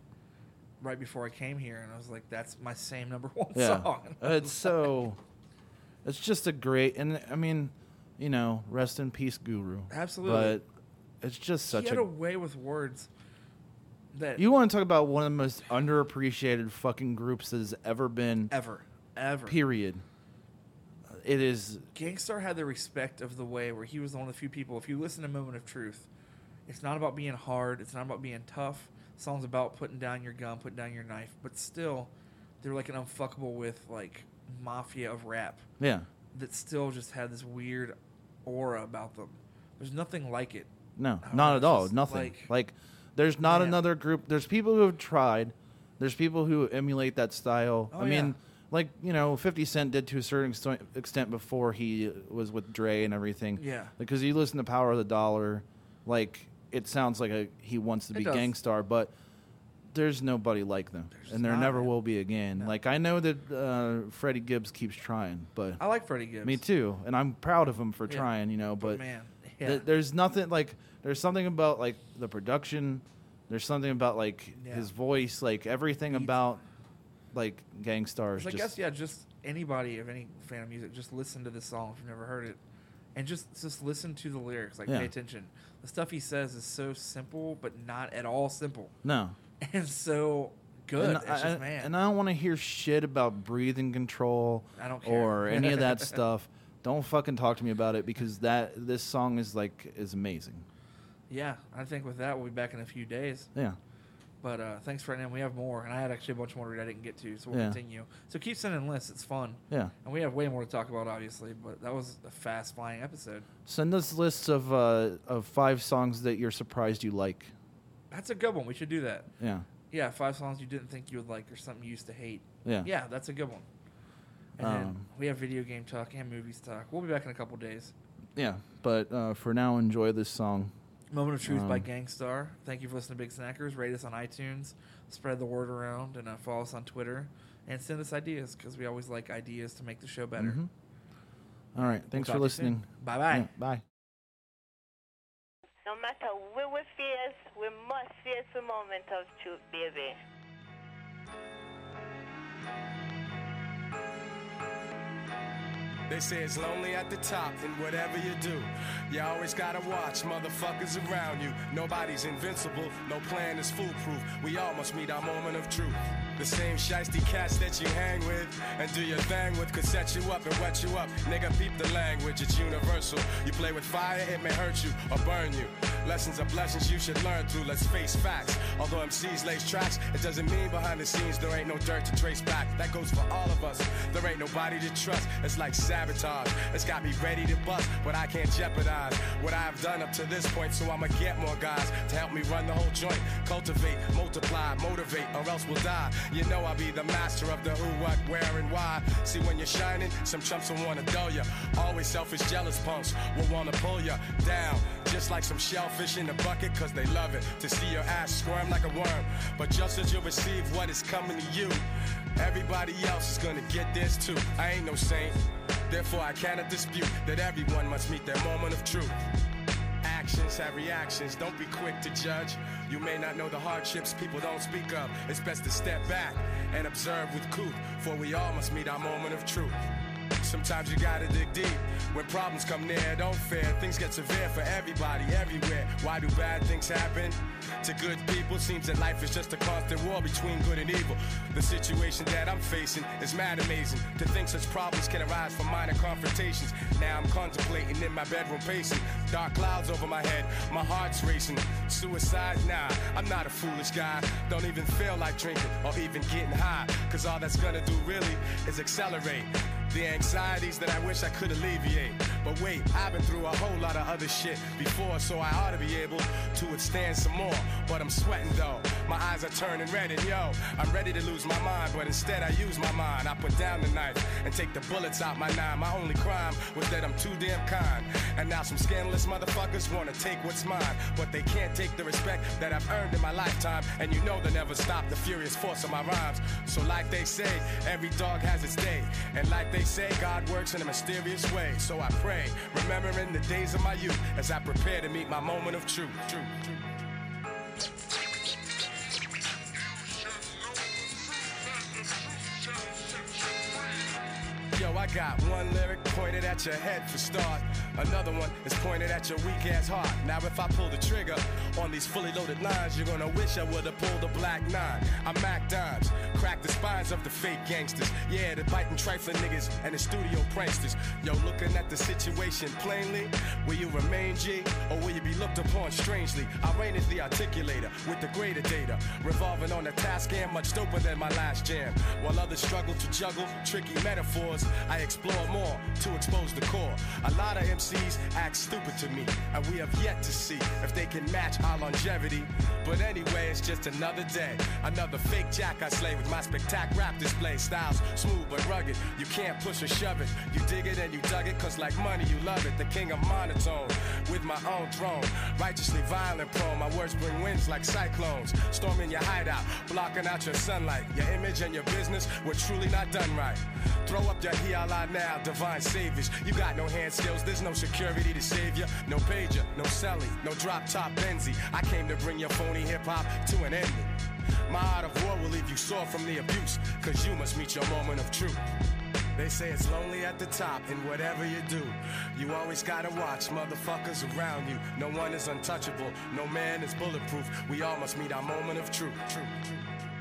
Speaker 1: right before I came here, and I was like, that's my same number one song.
Speaker 3: Uh, It's so. It's just a great, and I mean, you know, rest in peace, Guru.
Speaker 1: Absolutely.
Speaker 3: But it's just such
Speaker 1: he had
Speaker 3: a.
Speaker 1: a way with words that
Speaker 3: you want to talk about one of the most underappreciated fucking groups that has ever been.
Speaker 1: ever, ever.
Speaker 3: Period. it is
Speaker 1: Gangstar had the respect of the way where he was one of the few people. If you listen to Moment of Truth, it's not about being hard, it's not about being tough. The song's about putting down your gun, putting down your knife, but still, they're like an unfuckable with like mafia of rap
Speaker 3: yeah
Speaker 1: that still just had this weird aura about them. There's nothing like it.
Speaker 3: no
Speaker 1: Oh,
Speaker 3: not at
Speaker 1: it's
Speaker 3: all
Speaker 1: just
Speaker 3: nothing like,
Speaker 1: like-
Speaker 3: there's not
Speaker 1: Man.
Speaker 3: another group there's people who have tried there's people who emulate that style
Speaker 1: Oh,
Speaker 3: i mean
Speaker 1: yeah.
Speaker 3: like you know 50 cent did to a certain extent- extent before he was with dre and everything
Speaker 1: Yeah.
Speaker 3: because you listen to power of the dollar like it sounds like a, he wants to
Speaker 1: It
Speaker 3: be
Speaker 1: does.
Speaker 3: gangstar but there's nobody like them and there
Speaker 1: not,
Speaker 3: never
Speaker 1: man.
Speaker 3: will be again
Speaker 1: No.
Speaker 3: like i know that uh, freddie gibbs keeps trying but
Speaker 1: I like Freddie Gibbs.
Speaker 3: me too and i'm proud of him for
Speaker 1: Yeah.
Speaker 3: trying you know
Speaker 1: But,
Speaker 3: but,
Speaker 1: man, yeah.
Speaker 3: th- there's nothing like there's something about like the production there's something about like
Speaker 1: Yeah.
Speaker 3: his voice like everything about like gangstars
Speaker 1: So I
Speaker 3: just
Speaker 1: guess yeah, just anybody of any fan of music, just listen to this song if you've never heard it, and just just listen to the lyrics. Like
Speaker 3: Yeah.
Speaker 1: pay attention. The stuff he says is so simple, but not at all simple,
Speaker 3: no
Speaker 1: and so good.
Speaker 3: And,
Speaker 1: it's
Speaker 3: I,
Speaker 1: just man.
Speaker 3: and I don't want to hear shit about breathing control
Speaker 1: I don't care.
Speaker 3: or any of that stuff. Don't fucking talk to me about it because that this song is like is amazing.
Speaker 1: yeah, I think with that we'll be back in a few days.
Speaker 3: Yeah.
Speaker 1: But uh, thanks for We have more, and I had actually a bunch more that I didn't get to, so we'll
Speaker 3: Yeah.
Speaker 1: continue. So keep sending lists; it's fun.
Speaker 3: Yeah.
Speaker 1: And we have way more to talk about, obviously. But that was a fast flying episode.
Speaker 3: Send us lists of uh of five songs that you're surprised you like.
Speaker 1: That's a good one. We should do that.
Speaker 3: Yeah.
Speaker 1: Yeah, five songs you didn't think you would like or something you used to hate.
Speaker 3: Yeah.
Speaker 1: Yeah, that's a good one. And then
Speaker 3: Um,
Speaker 1: we have video game talk and movies talk. We'll be back in a couple days.
Speaker 3: Yeah. But uh, for now enjoy this song.
Speaker 1: Moment of Truth by
Speaker 3: Um,
Speaker 1: Gangstar. Thank you for listening to Big Snackers. Rate us on iTunes. Spread the word around and uh, follow us on Twitter. And send us ideas because we always like ideas to make the show better.
Speaker 3: Mhm. All right. Thanks for listening.
Speaker 1: Bye bye.
Speaker 3: Yeah, bye.
Speaker 6: No matter where we face, we must face the moment of truth, baby.
Speaker 7: They say it's lonely at the top in whatever you do. You always gotta watch motherfuckers around you. Nobody's invincible, no plan is foolproof. We all must meet our moment of truth. The same shiesty cats that you hang with and do your thing with could set you up and wet you up. Nigga, peep the language, it's universal. You play with fire, it may hurt you or burn you. Lessons are blessings you should learn through. Let's face facts. Although MCs lays tracks, it doesn't mean behind the scenes there ain't no dirt to trace back. That goes for all of us. There ain't nobody to trust. It's like sabotage. It's got me ready to bust, but I can't jeopardize what I've done up to this point. So I'ma get more guys to help me run the whole joint. Cultivate, multiply, motivate, or else we'll die. You know I'll be the master of the who, what, where, and why. See when you're shining, some chumps will wanna dull ya. Always selfish, jealous punks will wanna pull ya down. Just like some shellfish in the bucket, cause they love it. To see your ass squirm like a worm. But just as you receive what is coming to you, everybody else is gonna get this too. I ain't no saint. Therefore, I cannot dispute that everyone must meet their moment of truth. Actions have reactions. Don't be quick to judge. You may not know the hardships people don't speak of. It's best to step back and observe with coup, for we all must meet our moment of truth. Sometimes you gotta dig deep. When problems come near, don't fear. Things get severe for everybody, everywhere. Why do bad things happen to good people? Seems that life is just a constant war between good and evil. The situation that I'm facing is mad amazing. To think such problems can arise from minor confrontations. Now I'm contemplating in my bedroom pacing. Dark clouds over my head, my heart's racing. Suicide? Nah, I'm not a foolish guy. Don't even feel like drinking or even getting high. Cause all that's gonna do really is accelerate. The anxieties that I wish I could alleviate. But wait, I've been through a whole lot of other shit before, so I ought to be able to withstand some more. But I'm sweating though, my eyes are turning red, and yo, I'm ready to lose my mind. But instead, I use my mind. I put down the knife and take the bullets out my nine. My only crime was that I'm too damn kind. And now some scandalous motherfuckers wanna take what's mine, but they can't take the respect that I've earned in my lifetime. And you know they never stop the furious force of my rhymes. So like they say, every dog has its day. And like they say, God works in a mysterious way. So I pray, remembering the days of my youth as I prepare to meet my moment of truth. truth, truth. Yo, I got one lyric pointed at your head for start. Another one is pointed at your weak ass heart. Now, if I pull the trigger on these fully loaded lines, you're gonna wish I would've pulled a black nine. I'm Mac Dimes, crack the spines of the fake gangsters. Yeah, the biting trifling niggas and the studio pranksters. Yo, looking at the situation plainly, will you remain G or will you be looked upon strangely? I reign as the articulator with the greater data, revolving on the task and much doper than my last jam. While others struggle to juggle tricky metaphors, I explore more to expose the core. A lot of MCs act stupid to me, and we have yet to see if they can match our longevity. But anyway, it's just another day, another fake jack I slay with my spectac rap display. Styles smooth but rugged, you can't push or shove it. You dig it and you dug it, cause like money you love it. The king of monotone with my own throne, righteously violent prone. My words bring winds like cyclones, storming your hideout, blocking out your sunlight. Your image and your business were truly not done right. Throw up your hiala now, divine saviors. You got no hand skills, there's no security to save you. No pager, no celly, no drop top Benzie. I came to bring your phony hip hop to an end. My art of war will leave you sore from the abuse, cause you must meet your moment of truth. They say it's lonely at the top, and whatever you do, you always gotta watch motherfuckers around you. No one is untouchable, no man is bulletproof. We all must meet our moment of truth. truth, truth.